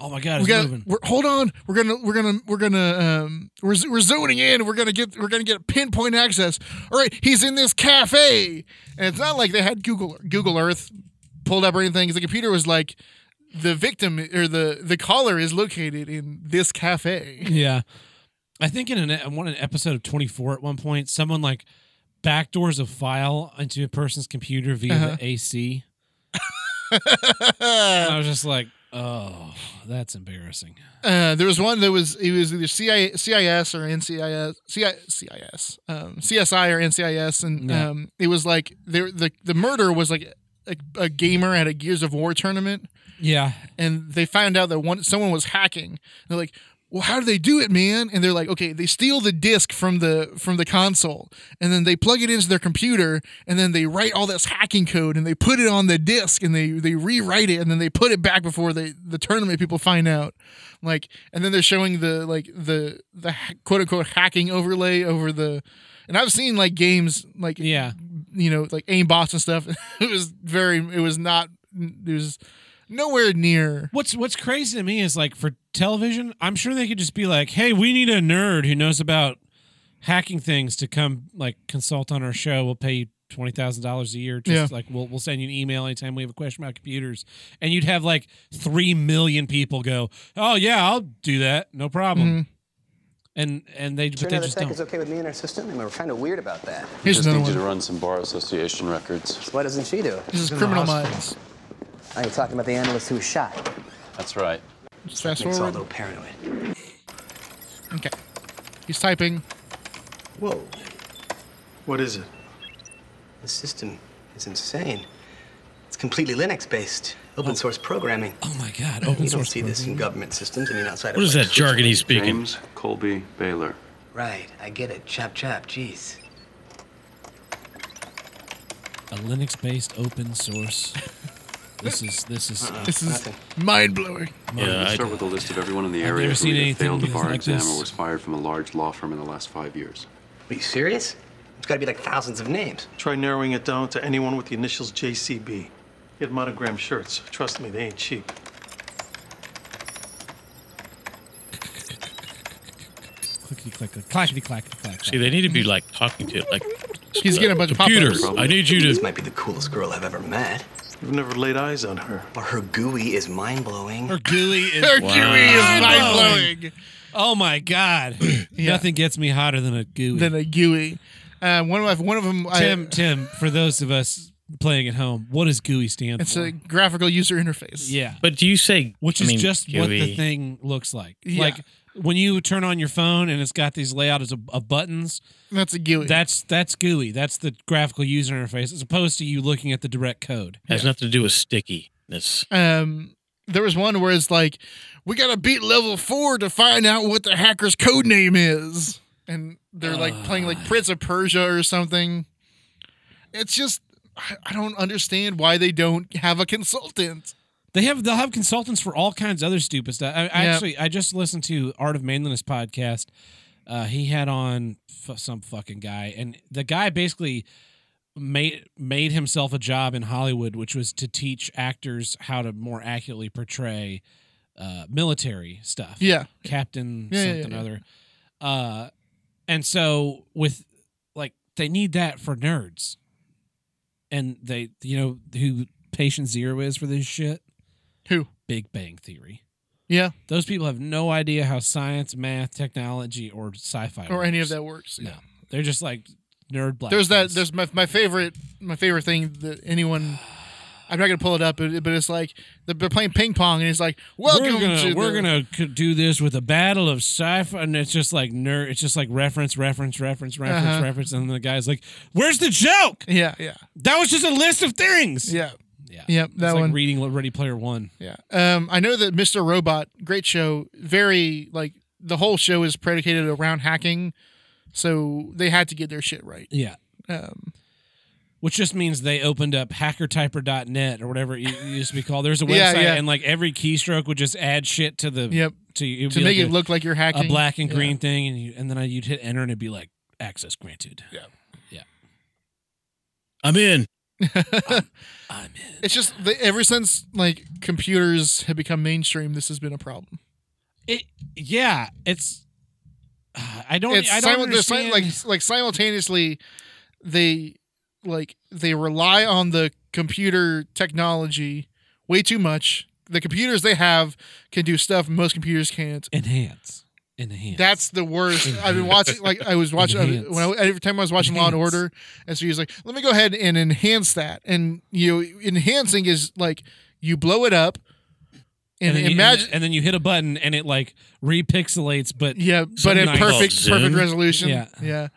Speaker 3: Oh my god,
Speaker 1: We
Speaker 3: it's
Speaker 1: got
Speaker 3: moving.
Speaker 1: we're, hold on. We're gonna we're gonna we're gonna um we're z- we're zoning in. We're gonna get we're gonna get pinpoint access. All right, he's in this cafe, and it's not like they had Google Google Earth pulled up or anything. 'cause The computer was like the victim or the the caller is located in this cafe.
Speaker 3: Yeah. I think in an in one an episode of 24 at one point, someone like backdoors a file into a person's computer via the AC. and I was just like, oh, that's embarrassing.
Speaker 1: Uh, there was one that was it was either CI, CIS or NCIS CI, CIS um, CSI or NCIS, and
Speaker 3: Yeah.
Speaker 1: um, it was like there the the murder was like a, a gamer at a Gears of War tournament.
Speaker 3: Yeah.
Speaker 1: and they found out that one someone was hacking. they're like, "Well, how do they do it, man?" And they're like, "Okay, they steal the disc from the from the console, and then they plug it into their computer, and then they write all this hacking code, and they put it on the disc, and they they rewrite it, and then they put it back before they the tournament people find out." Like, and then they're showing the like the the ha- quote unquote hacking overlay over the. And I've seen like games like
Speaker 3: Yeah.
Speaker 1: you know, like aim bots and stuff. It was very, it was not, it was nowhere near.
Speaker 3: What's what's crazy to me is like for television, I'm sure they could just be like, "Hey, we need a nerd who knows about hacking things to come like consult on our show. We'll pay you twenty thousand dollars a year. Just
Speaker 1: Yeah.
Speaker 3: like we'll we'll send you an email anytime we have a question about computers." And you'd have like three million people go, "Oh yeah, I'll do that, no problem." And and they but they just don't.
Speaker 6: okay with me and our system, and we're kind of weird about that.
Speaker 1: Here's
Speaker 8: Just
Speaker 1: another
Speaker 8: need you to
Speaker 1: one.
Speaker 8: run some bar association records.
Speaker 6: Why doesn't she do it?
Speaker 1: This is Criminal Minds.
Speaker 6: Are you talking about the analyst who was shot?
Speaker 8: That's right.
Speaker 1: Just fast
Speaker 6: Makes all a
Speaker 1: forward.
Speaker 6: little paranoid.
Speaker 1: Okay. He's typing.
Speaker 6: Whoa,
Speaker 9: What is it?
Speaker 6: the system is insane. It's completely Linux-based, open source programming.
Speaker 3: Oh my god, open
Speaker 6: you don't
Speaker 3: source.
Speaker 6: see this in government systems. I mean, outside
Speaker 2: What
Speaker 6: of
Speaker 2: is
Speaker 6: like,
Speaker 2: that jargon he's speaking?
Speaker 8: James Colby Baylor.
Speaker 6: Right, I get it. Chop chop. Jeez.
Speaker 3: A Linux based open source. This is this is
Speaker 1: This is mind blowing.
Speaker 2: Yeah, I-
Speaker 8: Let's start with a list of everyone in the
Speaker 3: I've
Speaker 8: area
Speaker 3: never
Speaker 8: who
Speaker 3: seen
Speaker 8: either
Speaker 3: anything
Speaker 8: failed a bar
Speaker 3: like
Speaker 8: exam
Speaker 3: this.
Speaker 8: or was fired from a large law firm in the last five years.
Speaker 6: Are you serious? There's got to be like thousands of names.
Speaker 9: Try narrowing it down to anyone with the initials JCB. Get monogrammed shirts. Trust me, they ain't cheap.
Speaker 3: Clickety click, click, clackety clackety clack.
Speaker 2: See, they need to be like talking to it, like
Speaker 1: He's getting a bunch of
Speaker 2: computer.
Speaker 1: pop-ups.
Speaker 2: I need you
Speaker 6: This
Speaker 2: to.
Speaker 6: might be the coolest girl I've ever met.
Speaker 9: You've never laid eyes on her.
Speaker 6: Or her gooey is mind blowing.
Speaker 3: Her gooey is.
Speaker 1: Her gooey is mind
Speaker 3: Mind-blowing.
Speaker 1: blowing.
Speaker 3: oh my god! Nothing gets me hotter than a gooey.
Speaker 1: Than a gooey. Uh, one of one of them.
Speaker 3: Tim, Tim, for those of us playing at home, what does GUI stand
Speaker 1: it's
Speaker 3: for?
Speaker 1: a graphical user interface.
Speaker 3: yeah,
Speaker 2: But do you say
Speaker 3: which
Speaker 2: I
Speaker 3: is
Speaker 2: mean,
Speaker 3: just what the
Speaker 2: gooey.
Speaker 3: thing looks like.
Speaker 1: Yeah.
Speaker 3: Like when you turn on your phone and it's got these layouts of, of buttons.
Speaker 1: that's a gooey.
Speaker 3: That's that's GUI. That's the graphical user interface, as opposed to you looking at the direct code.
Speaker 2: has nothing to do with stickiness.
Speaker 1: um there was one where it's like we gotta beat level four to find out what the hacker's code name is and they're like playing
Speaker 3: Ah.
Speaker 1: like prince of persia or something it's just I I don't understand why they don't have a consultant.
Speaker 3: They have they'll have consultants for all kinds of other stupid stuff. I, I
Speaker 1: Yeah.
Speaker 3: actually I just listened to Art of Manliness podcast. Uh, he had on f- some fucking guy, and the guy basically made made himself a job in Hollywood, which was to teach actors how to more accurately portray uh, military stuff.
Speaker 1: Yeah.
Speaker 3: captain
Speaker 1: Yeah, yeah,
Speaker 3: something
Speaker 1: yeah.
Speaker 3: other. Uh, and so with like they need that for nerds, and they you know who patient zero is for this shit.
Speaker 1: Who?
Speaker 3: Big Bang Theory.
Speaker 1: Yeah.
Speaker 3: Those people have no idea how science, math, technology, or sci-fi
Speaker 1: Or any of
Speaker 3: works.
Speaker 1: that works.
Speaker 3: No, they're just like nerd black.
Speaker 1: There's that
Speaker 3: guys.
Speaker 1: there's my my favorite my favorite thing that anyone I'm not gonna pull it up, but, but it's like they're they're playing ping pong and it's like welcome
Speaker 3: we're gonna
Speaker 1: to
Speaker 3: we're
Speaker 1: the-
Speaker 3: gonna c- do this with a battle of sci-fi, and it's just like nerd. It's just like reference, reference, reference, reference,
Speaker 1: Uh-huh.
Speaker 3: reference, and the guy's like, "Where's the joke?
Speaker 1: Yeah, yeah.
Speaker 3: That was just a list of things."
Speaker 1: Yeah.
Speaker 3: yeah,
Speaker 1: Yep,
Speaker 3: It's
Speaker 1: that
Speaker 3: like
Speaker 1: one.
Speaker 3: Reading Ready Player One.
Speaker 1: Yeah. Um, I know that Mr. Robot, great show, very like the whole show is predicated around hacking, so they had to get their shit right.
Speaker 3: Yeah.
Speaker 1: Um,
Speaker 3: Which just means they opened up hackertyper.net or whatever it used to be called. There's a website,
Speaker 1: Yeah, yeah.
Speaker 3: and like every keystroke would just add shit to the
Speaker 1: Yep.
Speaker 3: to, it would
Speaker 1: to
Speaker 3: be
Speaker 1: make
Speaker 3: like
Speaker 1: it
Speaker 3: a-
Speaker 1: look like you're hacking.
Speaker 3: a black and
Speaker 1: Yeah.
Speaker 3: green thing, and you, and then I, you'd hit enter, and it'd be like access granted. Yeah,
Speaker 2: I'm in.
Speaker 3: I'm in.
Speaker 1: It's just the, ever since like computers have become mainstream, this has been a problem.
Speaker 3: It, yeah, it's. I don't.
Speaker 1: It's
Speaker 3: I don't
Speaker 1: simu- they're si-
Speaker 3: understand.
Speaker 1: like like simultaneously, they like they rely on the computer technology way too much. The computers they have can do stuff most computers can't.
Speaker 3: enhance, enhance.
Speaker 1: That's the worst. I've been watching. Like I was watching
Speaker 3: Enhance.
Speaker 1: when I, every time I was watching Law and
Speaker 3: Enhance.
Speaker 1: Order, and so he was like, "Let me go ahead and enhance that." And you know, enhancing is like you blow it up and,
Speaker 3: then you-
Speaker 1: imagine,
Speaker 3: and, then you hit a button, and it like repixelates, but
Speaker 1: yeah, but
Speaker 3: Something
Speaker 1: at
Speaker 3: like-
Speaker 1: perfect
Speaker 2: Zoom?
Speaker 1: perfect resolution.
Speaker 3: Yeah.
Speaker 1: yeah,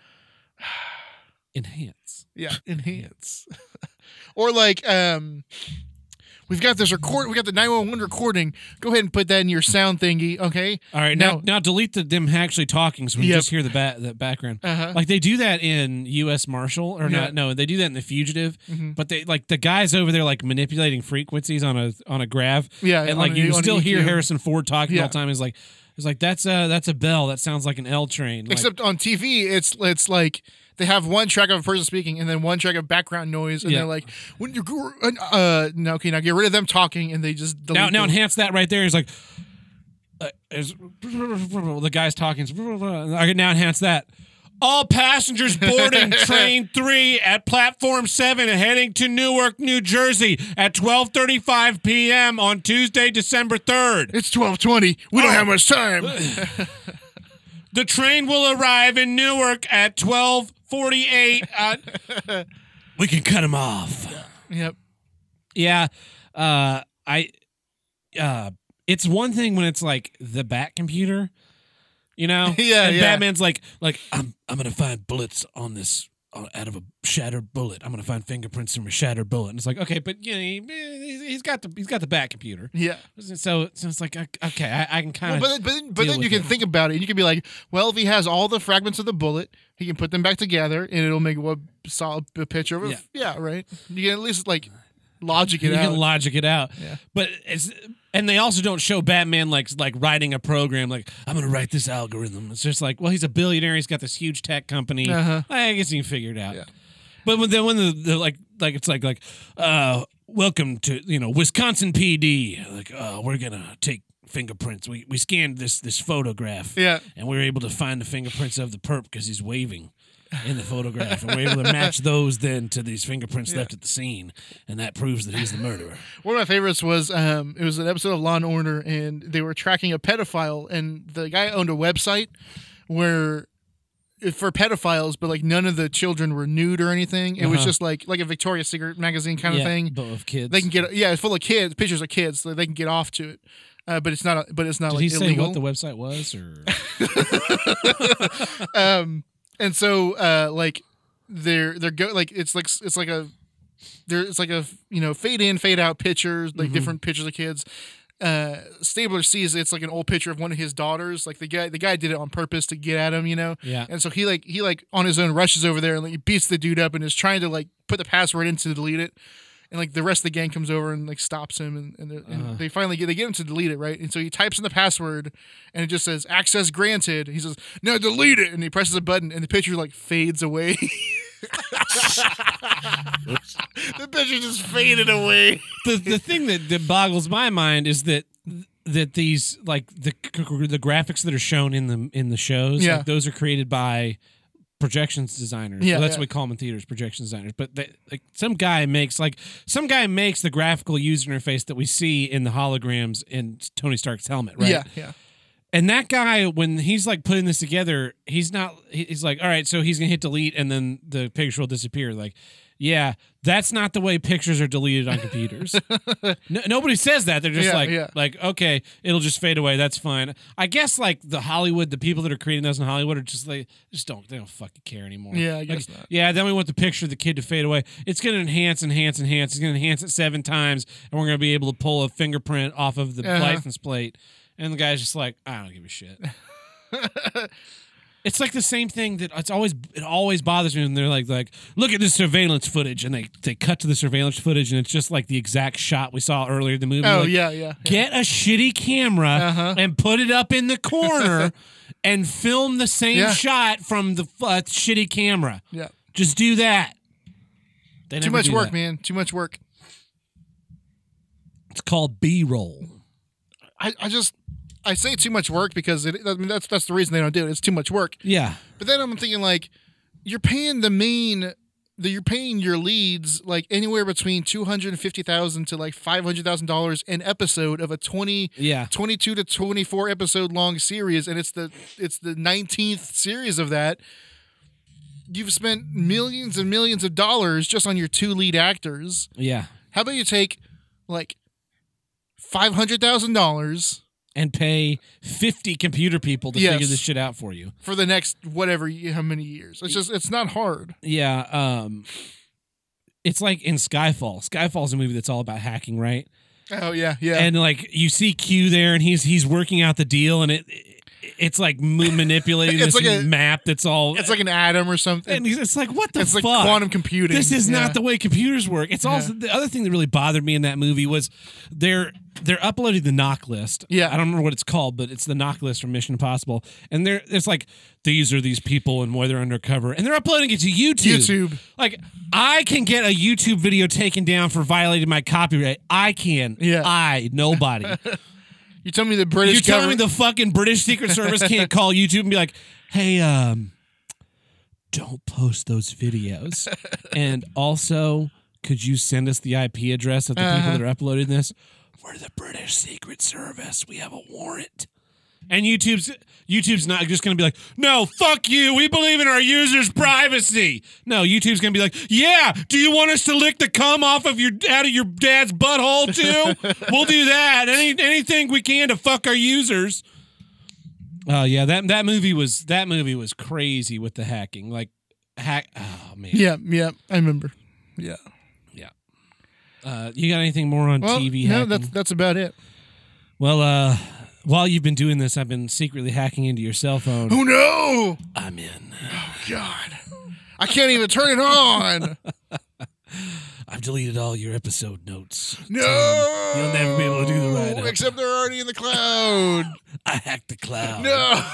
Speaker 3: enhance.
Speaker 1: yeah, enhance. or like, um, we've got this record. We got the nine one one recording. Go ahead and put that in your sound thingy. Okay.
Speaker 3: All right, now now delete the them actually talking, so we
Speaker 1: Yep.
Speaker 3: just hear the ba- the background.
Speaker 1: Uh-huh.
Speaker 3: Like they do that in U.S. Marshal,
Speaker 1: Yeah.
Speaker 3: or
Speaker 1: Mm-hmm.
Speaker 3: not? No, they do that in The Fugitive. But they like the guys over there like manipulating frequencies on a on a grav.
Speaker 1: Yeah,
Speaker 3: and
Speaker 1: on
Speaker 3: like
Speaker 1: an-
Speaker 3: you
Speaker 1: on an
Speaker 3: still hear
Speaker 1: EQ.
Speaker 3: Harrison Ford talking
Speaker 1: Yeah.
Speaker 3: all the time. Is like it's like that's a that's a bell. That sounds like an L train. Like,
Speaker 1: Except on TV, it's it's like they have one track of a person speaking and then one track of background noise, and
Speaker 3: Yeah.
Speaker 1: they're like, "When you gr- uh, no, okay, now get rid of them talking," and they just delete
Speaker 3: now now
Speaker 1: them.
Speaker 3: enhance that right there. He's like. Uh, is- the guy's talking. it's- I can now enhance that. All passengers boarding train three at platform seven, heading to Newark, New Jersey, at twelve thirty-five p.m. on Tuesday, December third.
Speaker 1: it's twelve twenty. We
Speaker 3: Ah.
Speaker 1: don't have much time.
Speaker 3: The train will arrive in Newark at twelve forty-eight. Uh, we can cut him off.
Speaker 1: yep.
Speaker 3: Yeah. Uh I uh it's one thing when it's like the bat computer, you know?
Speaker 1: Yeah,
Speaker 3: And
Speaker 1: yeah.
Speaker 3: Batman's like like I'm I'm going to find bullets on this on- out of a shattered bullet. I'm going to find fingerprints from a shattered bullet. And it's like, okay, but you know, he, he's- he's got the he's got the bat computer.
Speaker 1: Yeah.
Speaker 3: So, so it's like okay, I, I can kind
Speaker 1: Well,
Speaker 3: of
Speaker 1: but then, but then, but
Speaker 3: deal
Speaker 1: then you
Speaker 3: with
Speaker 1: can
Speaker 3: it.
Speaker 1: think about it. and You can be like, well, if he has all the fragments of the bullet, he can put them back together, and it'll make one solid p- picture of it.
Speaker 3: Yeah.
Speaker 1: Yeah. right. You can at least like logic it
Speaker 3: you
Speaker 1: out.
Speaker 3: can logic it out.
Speaker 1: Yeah.
Speaker 3: But it's And they also don't show Batman like like writing a program like I'm gonna write this algorithm. It's just like, well, he's a billionaire. He's got this huge tech company.
Speaker 1: Uh-huh.
Speaker 3: I guess he can figure it out. But when then when the, the like like it's like like uh welcome to you know Wisconsin PD like uh we're gonna take fingerprints. We we scanned this this photograph.
Speaker 1: Yeah.
Speaker 3: And we were able to find the fingerprints of the perp because he's waving. In the photograph, and we're able to match those then to these fingerprints left at the scene, and that proves that he's the murderer.
Speaker 1: One of my favorites was um, it was an episode of Law and Order, and they were tracking a pedophile, and the guy owned a website where for pedophiles, but like none of the children were nude or anything. It was
Speaker 3: Uh-huh.
Speaker 1: just like like a Victoria's Secret magazine kind of
Speaker 3: Yeah,
Speaker 1: thing.
Speaker 3: but with kids.
Speaker 1: They can get yeah, it's full of kids, pictures of kids, so they can get off to it. Uh, but it's not, a, but it's not
Speaker 3: Did
Speaker 1: like
Speaker 3: he say
Speaker 1: illegal.
Speaker 3: what the website was, or
Speaker 1: and so uh like they're they're go like it's like it's like a there it's like a you know fade in fade out pictures like different pictures of kids uh stabler sees it's like an old picture of one of his daughters like the guy the guy did it on purpose to get at him you know
Speaker 3: Yeah.
Speaker 1: and so he like he like on his own rushes over there and like beats the dude up and is trying to like put the password in to delete it and like the rest of the gang comes over and like stops him and, and, they're- and they finally get they get him to delete it right and so he types in the password and it just says access granted he says no delete it and he presses a button and the picture like fades away the picture just faded away
Speaker 3: the the thing that, that boggles my mind is that that these like the the graphics that are shown in the in the shows,
Speaker 1: Yeah.
Speaker 3: like those are created by projections designers.
Speaker 1: Yeah,
Speaker 3: Well, that's
Speaker 1: yeah.
Speaker 3: what we call them in theaters, projection designers. But they, like some guy makes like some guy makes the graphical user interface that we see in the holograms in Tony Stark's helmet, right?
Speaker 1: yeah yeah
Speaker 3: And that guy, when he's like putting this together, he's not. he- He's like, all right, so he's gonna hit delete, and then the picture will disappear. Like, yeah, that's not the way pictures are deleted on computers. no, nobody says that. They're just
Speaker 1: Yeah,
Speaker 3: like,
Speaker 1: yeah.
Speaker 3: like, okay, it'll just fade away. That's fine. I guess like the Hollywood, the people that are creating those in Hollywood are just like, just don't, they don't fucking care anymore.
Speaker 1: Yeah, I
Speaker 3: Like,
Speaker 1: guess not.
Speaker 3: Yeah, then we want the picture of the kid to fade away. It's gonna enhance, enhance, enhance. It's gonna enhance it seven times, and we're gonna be able to pull a fingerprint off of the
Speaker 1: Uh-huh.
Speaker 3: license plate. And the guy's just like, I don't give a shit. It's like the same thing that it's always it always bothers me when they're like like look at this surveillance footage and they they cut to the surveillance footage and it's just like the exact shot we saw earlier in the movie.
Speaker 1: oh
Speaker 3: Like,
Speaker 1: yeah yeah Uh-huh.
Speaker 3: Get a shitty camera and put it up in the corner and film the same
Speaker 1: Yeah.
Speaker 3: shot from the uh, shitty camera.
Speaker 1: yeah
Speaker 3: Just do that. They
Speaker 1: too
Speaker 3: never
Speaker 1: much
Speaker 3: do
Speaker 1: work
Speaker 3: that.
Speaker 1: man too much work
Speaker 3: It's called B roll.
Speaker 1: I, I just I say too much work because it, I mean, that's that's the reason they don't do it. It's too much work.
Speaker 3: Yeah.
Speaker 1: But then I'm thinking like you're paying the main that you're paying your leads like anywhere between two hundred and fifty thousand to like five hundred thousand dollars an episode of a twenty
Speaker 3: Yeah.
Speaker 1: 22 to 24 episode long series and it's the it's the 19th series of that you've spent millions and millions of dollars just on your two lead actors
Speaker 3: Yeah.
Speaker 1: how about you take like five hundred thousand dollars
Speaker 3: And pay 50 computer people to
Speaker 1: Yes.
Speaker 3: figure this shit out for you.
Speaker 1: for the next whatever y- how many years. It's just it's not hard.
Speaker 3: Yeah, um it's like in Skyfall. Skyfall's a movie that's all about hacking, right?
Speaker 1: Oh yeah, yeah.
Speaker 3: And like you see Q there and he's he's working out the deal and it it's like mo- manipulating
Speaker 1: It's
Speaker 3: this
Speaker 1: like a-
Speaker 3: map that's all
Speaker 1: it's like an atom or something.
Speaker 3: and he's- it's like what the
Speaker 1: it's like
Speaker 3: fuck?
Speaker 1: quantum computing.
Speaker 3: This is
Speaker 1: Yeah.
Speaker 3: not the way computers work. It's also the other thing that really bothered me in that movie was they're they're uploading the knock list.
Speaker 1: Yeah.
Speaker 3: I don't remember what it's called, but it's the knock list from Mission Impossible. And they're it's like these are these people and why they're undercover, and they're uploading it to YouTube.
Speaker 1: YouTube.
Speaker 3: Like I can get a YouTube video taken down for violating my copyright. I can.
Speaker 1: Yeah.
Speaker 3: I nobody.
Speaker 1: You tell me the British
Speaker 3: You're telling me
Speaker 1: government-
Speaker 3: the fucking British Secret Service can't call YouTube and be like, hey, um, don't post those videos. and also, could you send us the IP address of the
Speaker 1: Uh-huh.
Speaker 3: people that are uploading this? We're the British Secret Service. We have a warrant. And YouTube's YouTube's not just going to be like, no, fuck you. We believe in our users' privacy. No, YouTube's going to be like, yeah. Do you want us to lick the cum off of your out of your dad's butthole too? we'll do that. Any anything we can to fuck our users. Oh yeah, that that movie was that movie was crazy with the hacking. Like hack. Oh man.
Speaker 1: Yeah, yeah. I remember. Yeah.
Speaker 3: Uh, you got anything more on
Speaker 1: Well,
Speaker 3: TV?
Speaker 1: no,
Speaker 3: hacking?
Speaker 1: that's that's about it.
Speaker 3: well. Uh, while you've been doing this, I've been secretly hacking into your cell phone.
Speaker 1: Oh no!
Speaker 3: I'm in.
Speaker 1: God, I can't even turn it on.
Speaker 3: I've deleted all your episode notes.
Speaker 1: No,
Speaker 3: You'll never be able to do the write-up.
Speaker 1: Except they're already in the cloud.
Speaker 3: I hacked the cloud.
Speaker 1: No.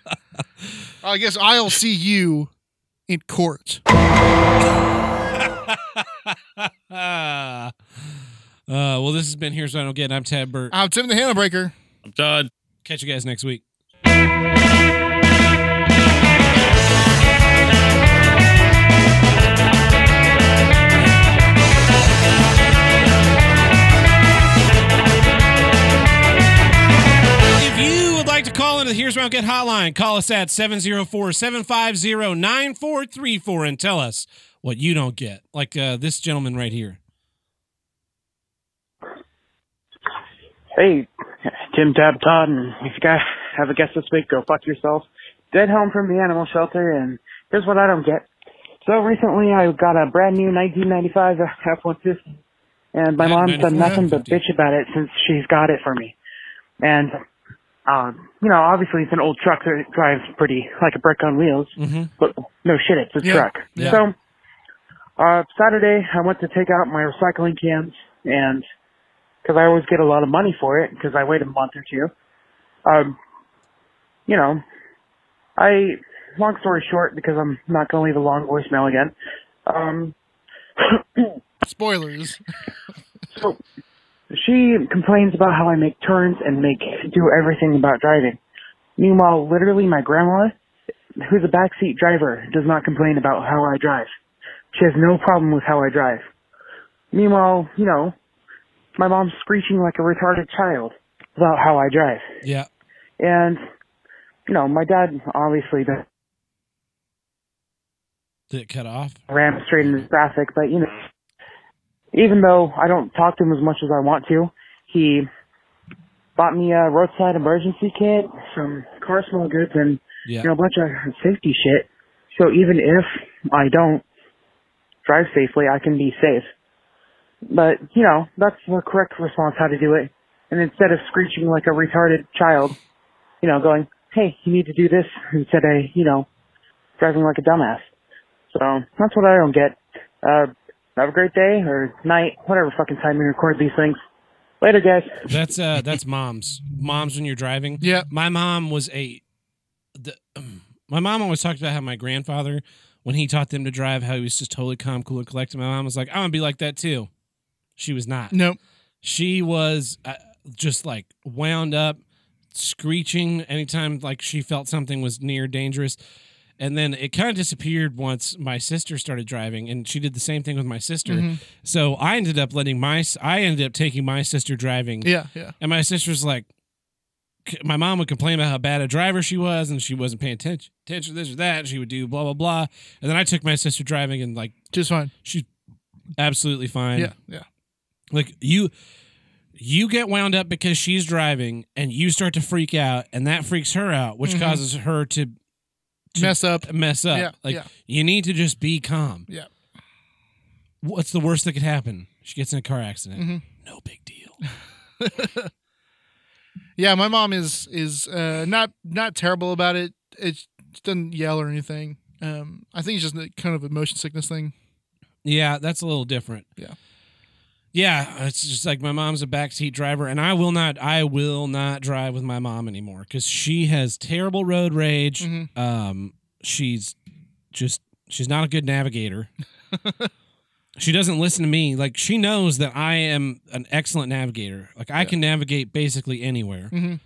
Speaker 1: I guess I'll see you in court.
Speaker 3: Ah. Uh, well, this has been Here's What I Don't Get. I'm Tad Burt.
Speaker 1: I'm Tim the Handle Breaker.
Speaker 2: I'm Todd.
Speaker 3: Catch you guys next week. If you would like to call into the Here's What I Don't Get hotline, call us at 704 750 9434 and tell us what you don't get. Like uh, this gentleman right here.
Speaker 10: Hey, Tim Tab Todd, and if you guys have a guest this week, go fuck yourself. Dead home from the animal shelter, and here's what I don't get. So recently I got a brand new 1995 F-150, and my
Speaker 3: Yeah,
Speaker 10: mom's done
Speaker 3: 95,
Speaker 10: nothing but
Speaker 3: 50.
Speaker 10: bitch about it since she's got it for me. And, uh, you know, obviously it's an old truck that drives pretty like a brick on wheels,
Speaker 3: Mm-hmm.
Speaker 10: but no shit, it's a
Speaker 1: Yeah,
Speaker 10: truck.
Speaker 3: yeah.
Speaker 10: So, uh, Saturday I went to take out my recycling cans and because I always get a lot of money for it because I wait a month or two. Um, you know, I, long story short, because I'm not going to leave a long voicemail again. Um,
Speaker 1: Spoilers.
Speaker 10: so she complains about how I make turns and make, do everything about driving. Meanwhile, literally my grandma, who's a backseat driver, does not complain about how I drive. She has no problem with how I drive. Meanwhile, you know, my mom's screeching like a retarded child about how I drive.
Speaker 3: Yeah.
Speaker 10: And, you know, my dad obviously does
Speaker 3: Did it cut off?
Speaker 10: ram straight into traffic, but, you know, even though I don't talk to him as much as I want to, he bought me a roadside emergency kit, some car smell goods, and
Speaker 3: Yeah.
Speaker 10: you know, a bunch of safety shit. So even if I don't drive safely, I can be safe. But, you know, that's the correct response how to do it. And instead of screeching like a retarded child, you know, going, hey, you need to do this, instead of, you know, driving like a dumbass. So that's what I don't get. Uh, have a great day or night, whatever fucking time you record these things. Later, guys.
Speaker 3: That's uh that's moms. Moms when you're driving.
Speaker 1: Yeah.
Speaker 3: My mom was a the, my mom always talked about how my grandfather when he taught them to drive how he was just totally calm, cool and collected. My mom was like, "I'm going to be like that too." She was not.
Speaker 1: Nope.
Speaker 3: She was uh, just like wound up screeching anytime like she felt something was near dangerous. And then it kind of disappeared once my sister started driving, and she did the same thing with my sister. So I ended up letting my s- I ended up taking my sister driving
Speaker 1: Yeah, yeah.
Speaker 3: and my sister's like, my mom would complain about how bad a driver she was, and she wasn't paying attention, attention to this or that. and she would do blah blah blah, and then I took my sister driving, and like
Speaker 1: Just fine.
Speaker 3: she's absolutely fine.
Speaker 1: Yeah, yeah.
Speaker 3: Like you, you get wound up because she's driving, and you start to freak out, and that freaks her out, which
Speaker 1: Mhm.
Speaker 3: causes her to, to
Speaker 1: Mess up.
Speaker 3: Mess up.
Speaker 1: Yeah,
Speaker 3: like
Speaker 1: yeah.
Speaker 3: you need to just be calm.
Speaker 1: Yeah.
Speaker 3: What's the worst that could happen? She gets in a car accident.
Speaker 1: Mhm.
Speaker 3: No big deal.
Speaker 1: Yeah, my mom is is uh, not not terrible about it. It she doesn't yell or anything. Um, I think it's just a kind of a motion sickness thing.
Speaker 3: Yeah, that's a little different.
Speaker 1: Yeah.
Speaker 3: Yeah, it's just like my mom's a backseat driver, and I will not, I will not drive with my mom anymore because she has terrible road rage.
Speaker 1: Mhm.
Speaker 3: Um, she's just, she's not a good navigator. she doesn't listen to me. Like she knows that I am an excellent navigator. Like I can navigate basically anywhere.
Speaker 1: Mhm.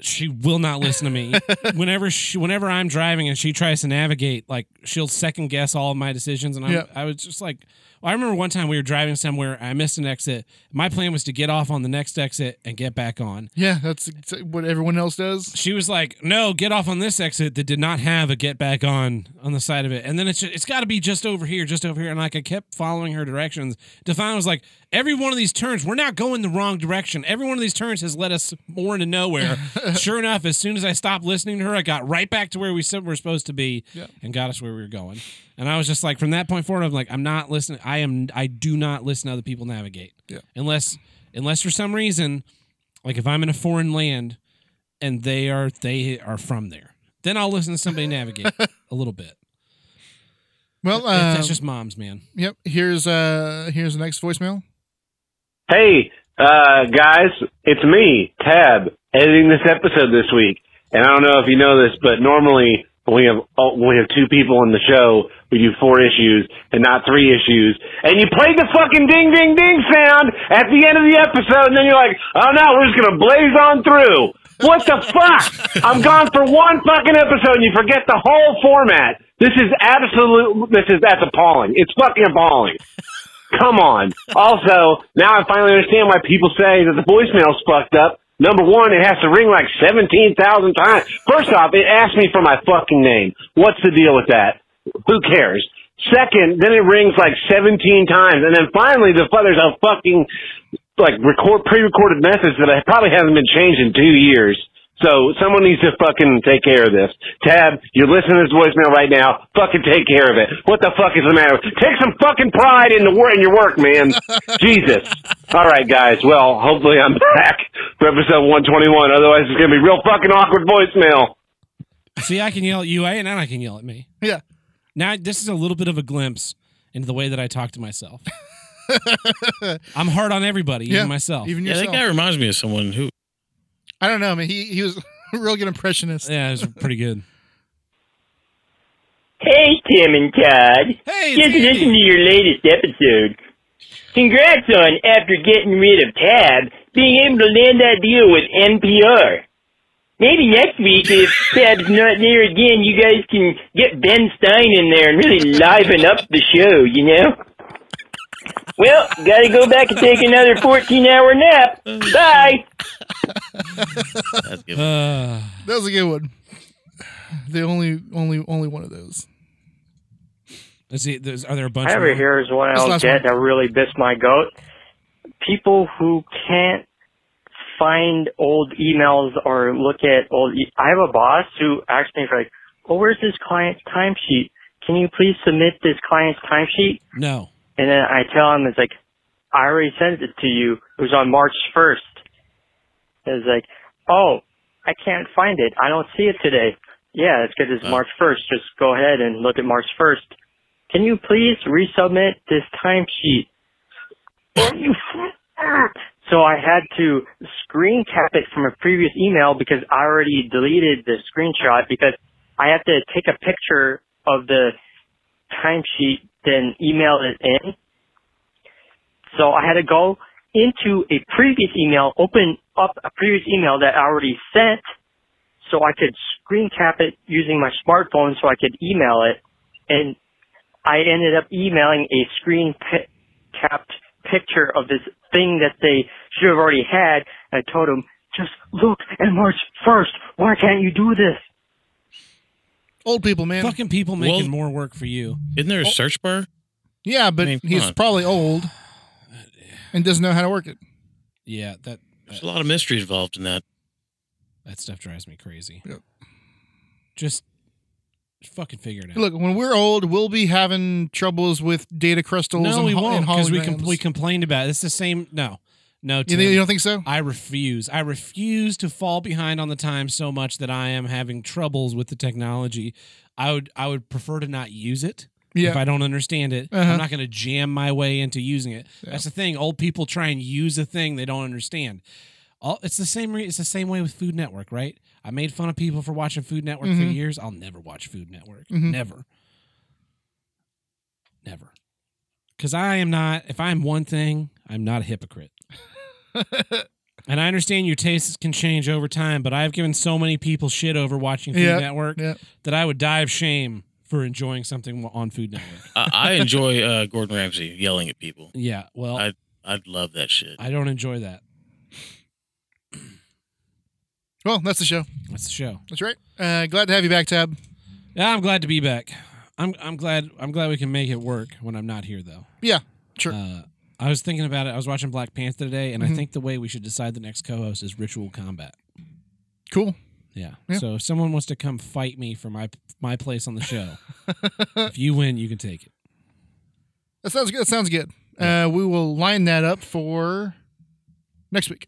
Speaker 3: She will not listen to me. whenever she, whenever I'm driving and she tries to navigate, like she'll second guess all of my decisions, and I'm,
Speaker 1: Yeah.
Speaker 3: I was just like, I remember one time we were driving somewhere, I missed an exit. My plan was to get off on the next exit and get back on.
Speaker 1: Yeah, that's exa- what everyone else does.
Speaker 3: She was like, "No, get off on this exit that did not have a get back on on the side of it." And then it's it's got to be just over here, just over here. And like I kept following her directions. Define was like, "Every one of these turns, we're not going the wrong direction. Every one of these turns has led us more into nowhere." sure enough, as soon as I stopped listening to her, I got right back to where we said we were supposed to be,
Speaker 1: Yeah.
Speaker 3: and got us where we were going. And I was just like, from that point forward, I'm like, I'm not listening. I am. I do not listen to other people navigate.
Speaker 1: Yeah.
Speaker 3: Unless unless for some reason like if I'm in a foreign land and they are they are from there, then I'll listen to somebody navigate a little bit.
Speaker 1: Well,
Speaker 3: That-
Speaker 1: uh,
Speaker 3: that's just moms, man.
Speaker 1: yep. Here's uh here's the next voicemail.
Speaker 11: Hey, uh, guys, it's me, Tab, editing this episode this week. And I don't know if you know this, but normally when we have oh, when we have two people on the show, we do four issues and not three issues. And you play the fucking ding ding ding sound at the end of the episode, and then you're like, oh no, we're just gonna blaze on through. What the fuck? I'm gone for one fucking episode, and you forget the whole format. This is absolute. This is that's appalling. It's fucking appalling. Come on. Also, now I finally understand why people say that the voicemail's fucked up. Number one, it has to ring like 17,000 times. First off, it asked me for my fucking name. What's the deal with that? Who cares? Second, then it rings like 17 times. And then finally, the fu- there's a fucking, like, record, pre-recorded message that I probably hasn't been changed in two years. So someone needs to fucking take care of this. Tab, you're listening to this voicemail right now. Fucking take care of it. What the fuck is the matter? Take some fucking pride in the wor- in your work, man. Jesus. All right, guys. Well, hopefully I'm back for episode 121. Otherwise, it's gonna be real fucking awkward voicemail.
Speaker 3: See, I can yell at you, eh? and now I can yell at me.
Speaker 1: Yeah.
Speaker 3: Now this is a little bit of a glimpse into the way that I talk to myself. I'm hard on everybody, even
Speaker 1: yeah,
Speaker 3: myself.
Speaker 1: Even
Speaker 2: Yeah,
Speaker 1: yourself.
Speaker 2: that guy reminds me of someone who
Speaker 1: I don't know. I mean, he he was a real good impressionist.
Speaker 3: yeah, it's pretty good.
Speaker 10: Hey, Tim and Todd.
Speaker 1: Hey,
Speaker 10: Just
Speaker 1: it's Andy.
Speaker 10: listen to your latest episode. Congrats on, after getting rid of Tab, being able to land that deal with NPR. Maybe next week, if Tab's not there again, you guys can get Ben Stein in there and really liven up the show, you know? Well, gotta go back and take another 14 hour nap. Bye!
Speaker 2: that's good.
Speaker 3: Uh,
Speaker 1: That was a good one. The only only only one of those.
Speaker 3: let's see. There's, are there a bunch?
Speaker 10: I
Speaker 3: of
Speaker 10: ever
Speaker 3: more?
Speaker 10: hear is one
Speaker 1: This
Speaker 10: I'll
Speaker 1: last
Speaker 10: get
Speaker 1: one.
Speaker 10: that really pissed my goat. People who can't find old emails or look at old. E- I have a boss who asked me for like, "Oh, where's this client's timesheet? Can you please submit this client's timesheet?"
Speaker 3: No.
Speaker 10: And then I tell him it's like, "I already sent it to you. It was on March 1st." It's like, "Oh, I can't find it. I don't see it today." Yeah, it's because it's
Speaker 2: Uh.
Speaker 10: March 1st. Just go ahead and look at March 1st. Can you please resubmit this timesheet? so I had to screen cap it from a previous email because I already deleted the screenshot because I have to take a picture of the timesheet, then email it in. So I had to go into a previous email, open up a previous email that I already sent so I could screen cap it using my smartphone so I could email it. And I ended up emailing a screen pi- capped picture of this thing that they should have already had. And I told them, just look at March 1st. Why can't you do this?
Speaker 1: Old people, man.
Speaker 3: Fucking people making
Speaker 2: Well-
Speaker 3: more work for you.
Speaker 2: Isn't there a search bar?
Speaker 1: yeah, but
Speaker 2: I mean, come
Speaker 1: he's
Speaker 2: on.
Speaker 1: probably old and doesn't know how to work it.
Speaker 3: Yeah, that
Speaker 2: There's a lot of mystery involved in that.
Speaker 3: that stuff drives me crazy.
Speaker 1: Yep.
Speaker 3: Just, just fucking figure it out.
Speaker 1: Look, when we're old, we'll be having troubles with data crystals.
Speaker 3: no,
Speaker 1: and
Speaker 3: we
Speaker 1: ho-
Speaker 3: won't
Speaker 1: and
Speaker 3: because we com-
Speaker 1: holograms.
Speaker 3: we complained about it. It's the same. No, no.
Speaker 1: You,
Speaker 3: Tim,
Speaker 1: think, you don't think so?
Speaker 3: I refuse. I refuse to fall behind on the time so much that I am having troubles with the technology. I would I would prefer to not use it. If
Speaker 1: Yeah.
Speaker 3: I don't understand it,
Speaker 1: Uh-huh.
Speaker 3: I'm not going to jam my way into using it. That's the thing. Old people try and use a thing they don't understand. All, it's the same. Re- it's the same way with Food Network, right? I made fun of people for watching Food Network for
Speaker 1: Mhm.
Speaker 3: years. I'll never watch Food Network.
Speaker 1: Mhm.
Speaker 3: Never. Never. Because I am not. If I'm one thing, I'm not a hypocrite. And I understand your tastes can change over time, but I've given so many people shit over watching Food
Speaker 1: Yeah,
Speaker 3: Network
Speaker 1: yeah.
Speaker 3: that I would die of shame for enjoying something on Food Network.
Speaker 2: I, I enjoy uh, Gordon Ramsay yelling at people.
Speaker 3: yeah, well, I,
Speaker 2: I I'd love that shit.
Speaker 3: don't enjoy that.
Speaker 1: Well, that's the show.
Speaker 3: That's the show.
Speaker 1: That's right. Uh, glad to have you back, Tab.
Speaker 3: Yeah, I'm glad to be back. I'm I'm glad I'm glad we can make it work when I'm not here though.
Speaker 1: Yeah, sure.
Speaker 3: Uh, I was thinking about it. I was watching Black Panther today, and
Speaker 1: Mm-hmm.
Speaker 3: I think the way we should decide the next co-host is ritual combat.
Speaker 1: cool.
Speaker 3: Yeah.
Speaker 1: Yeah.
Speaker 3: So if someone wants to come fight me for my my place on the show, if you win, you can take it.
Speaker 1: That sounds good. That sounds good. Uh, we will line that up for next week.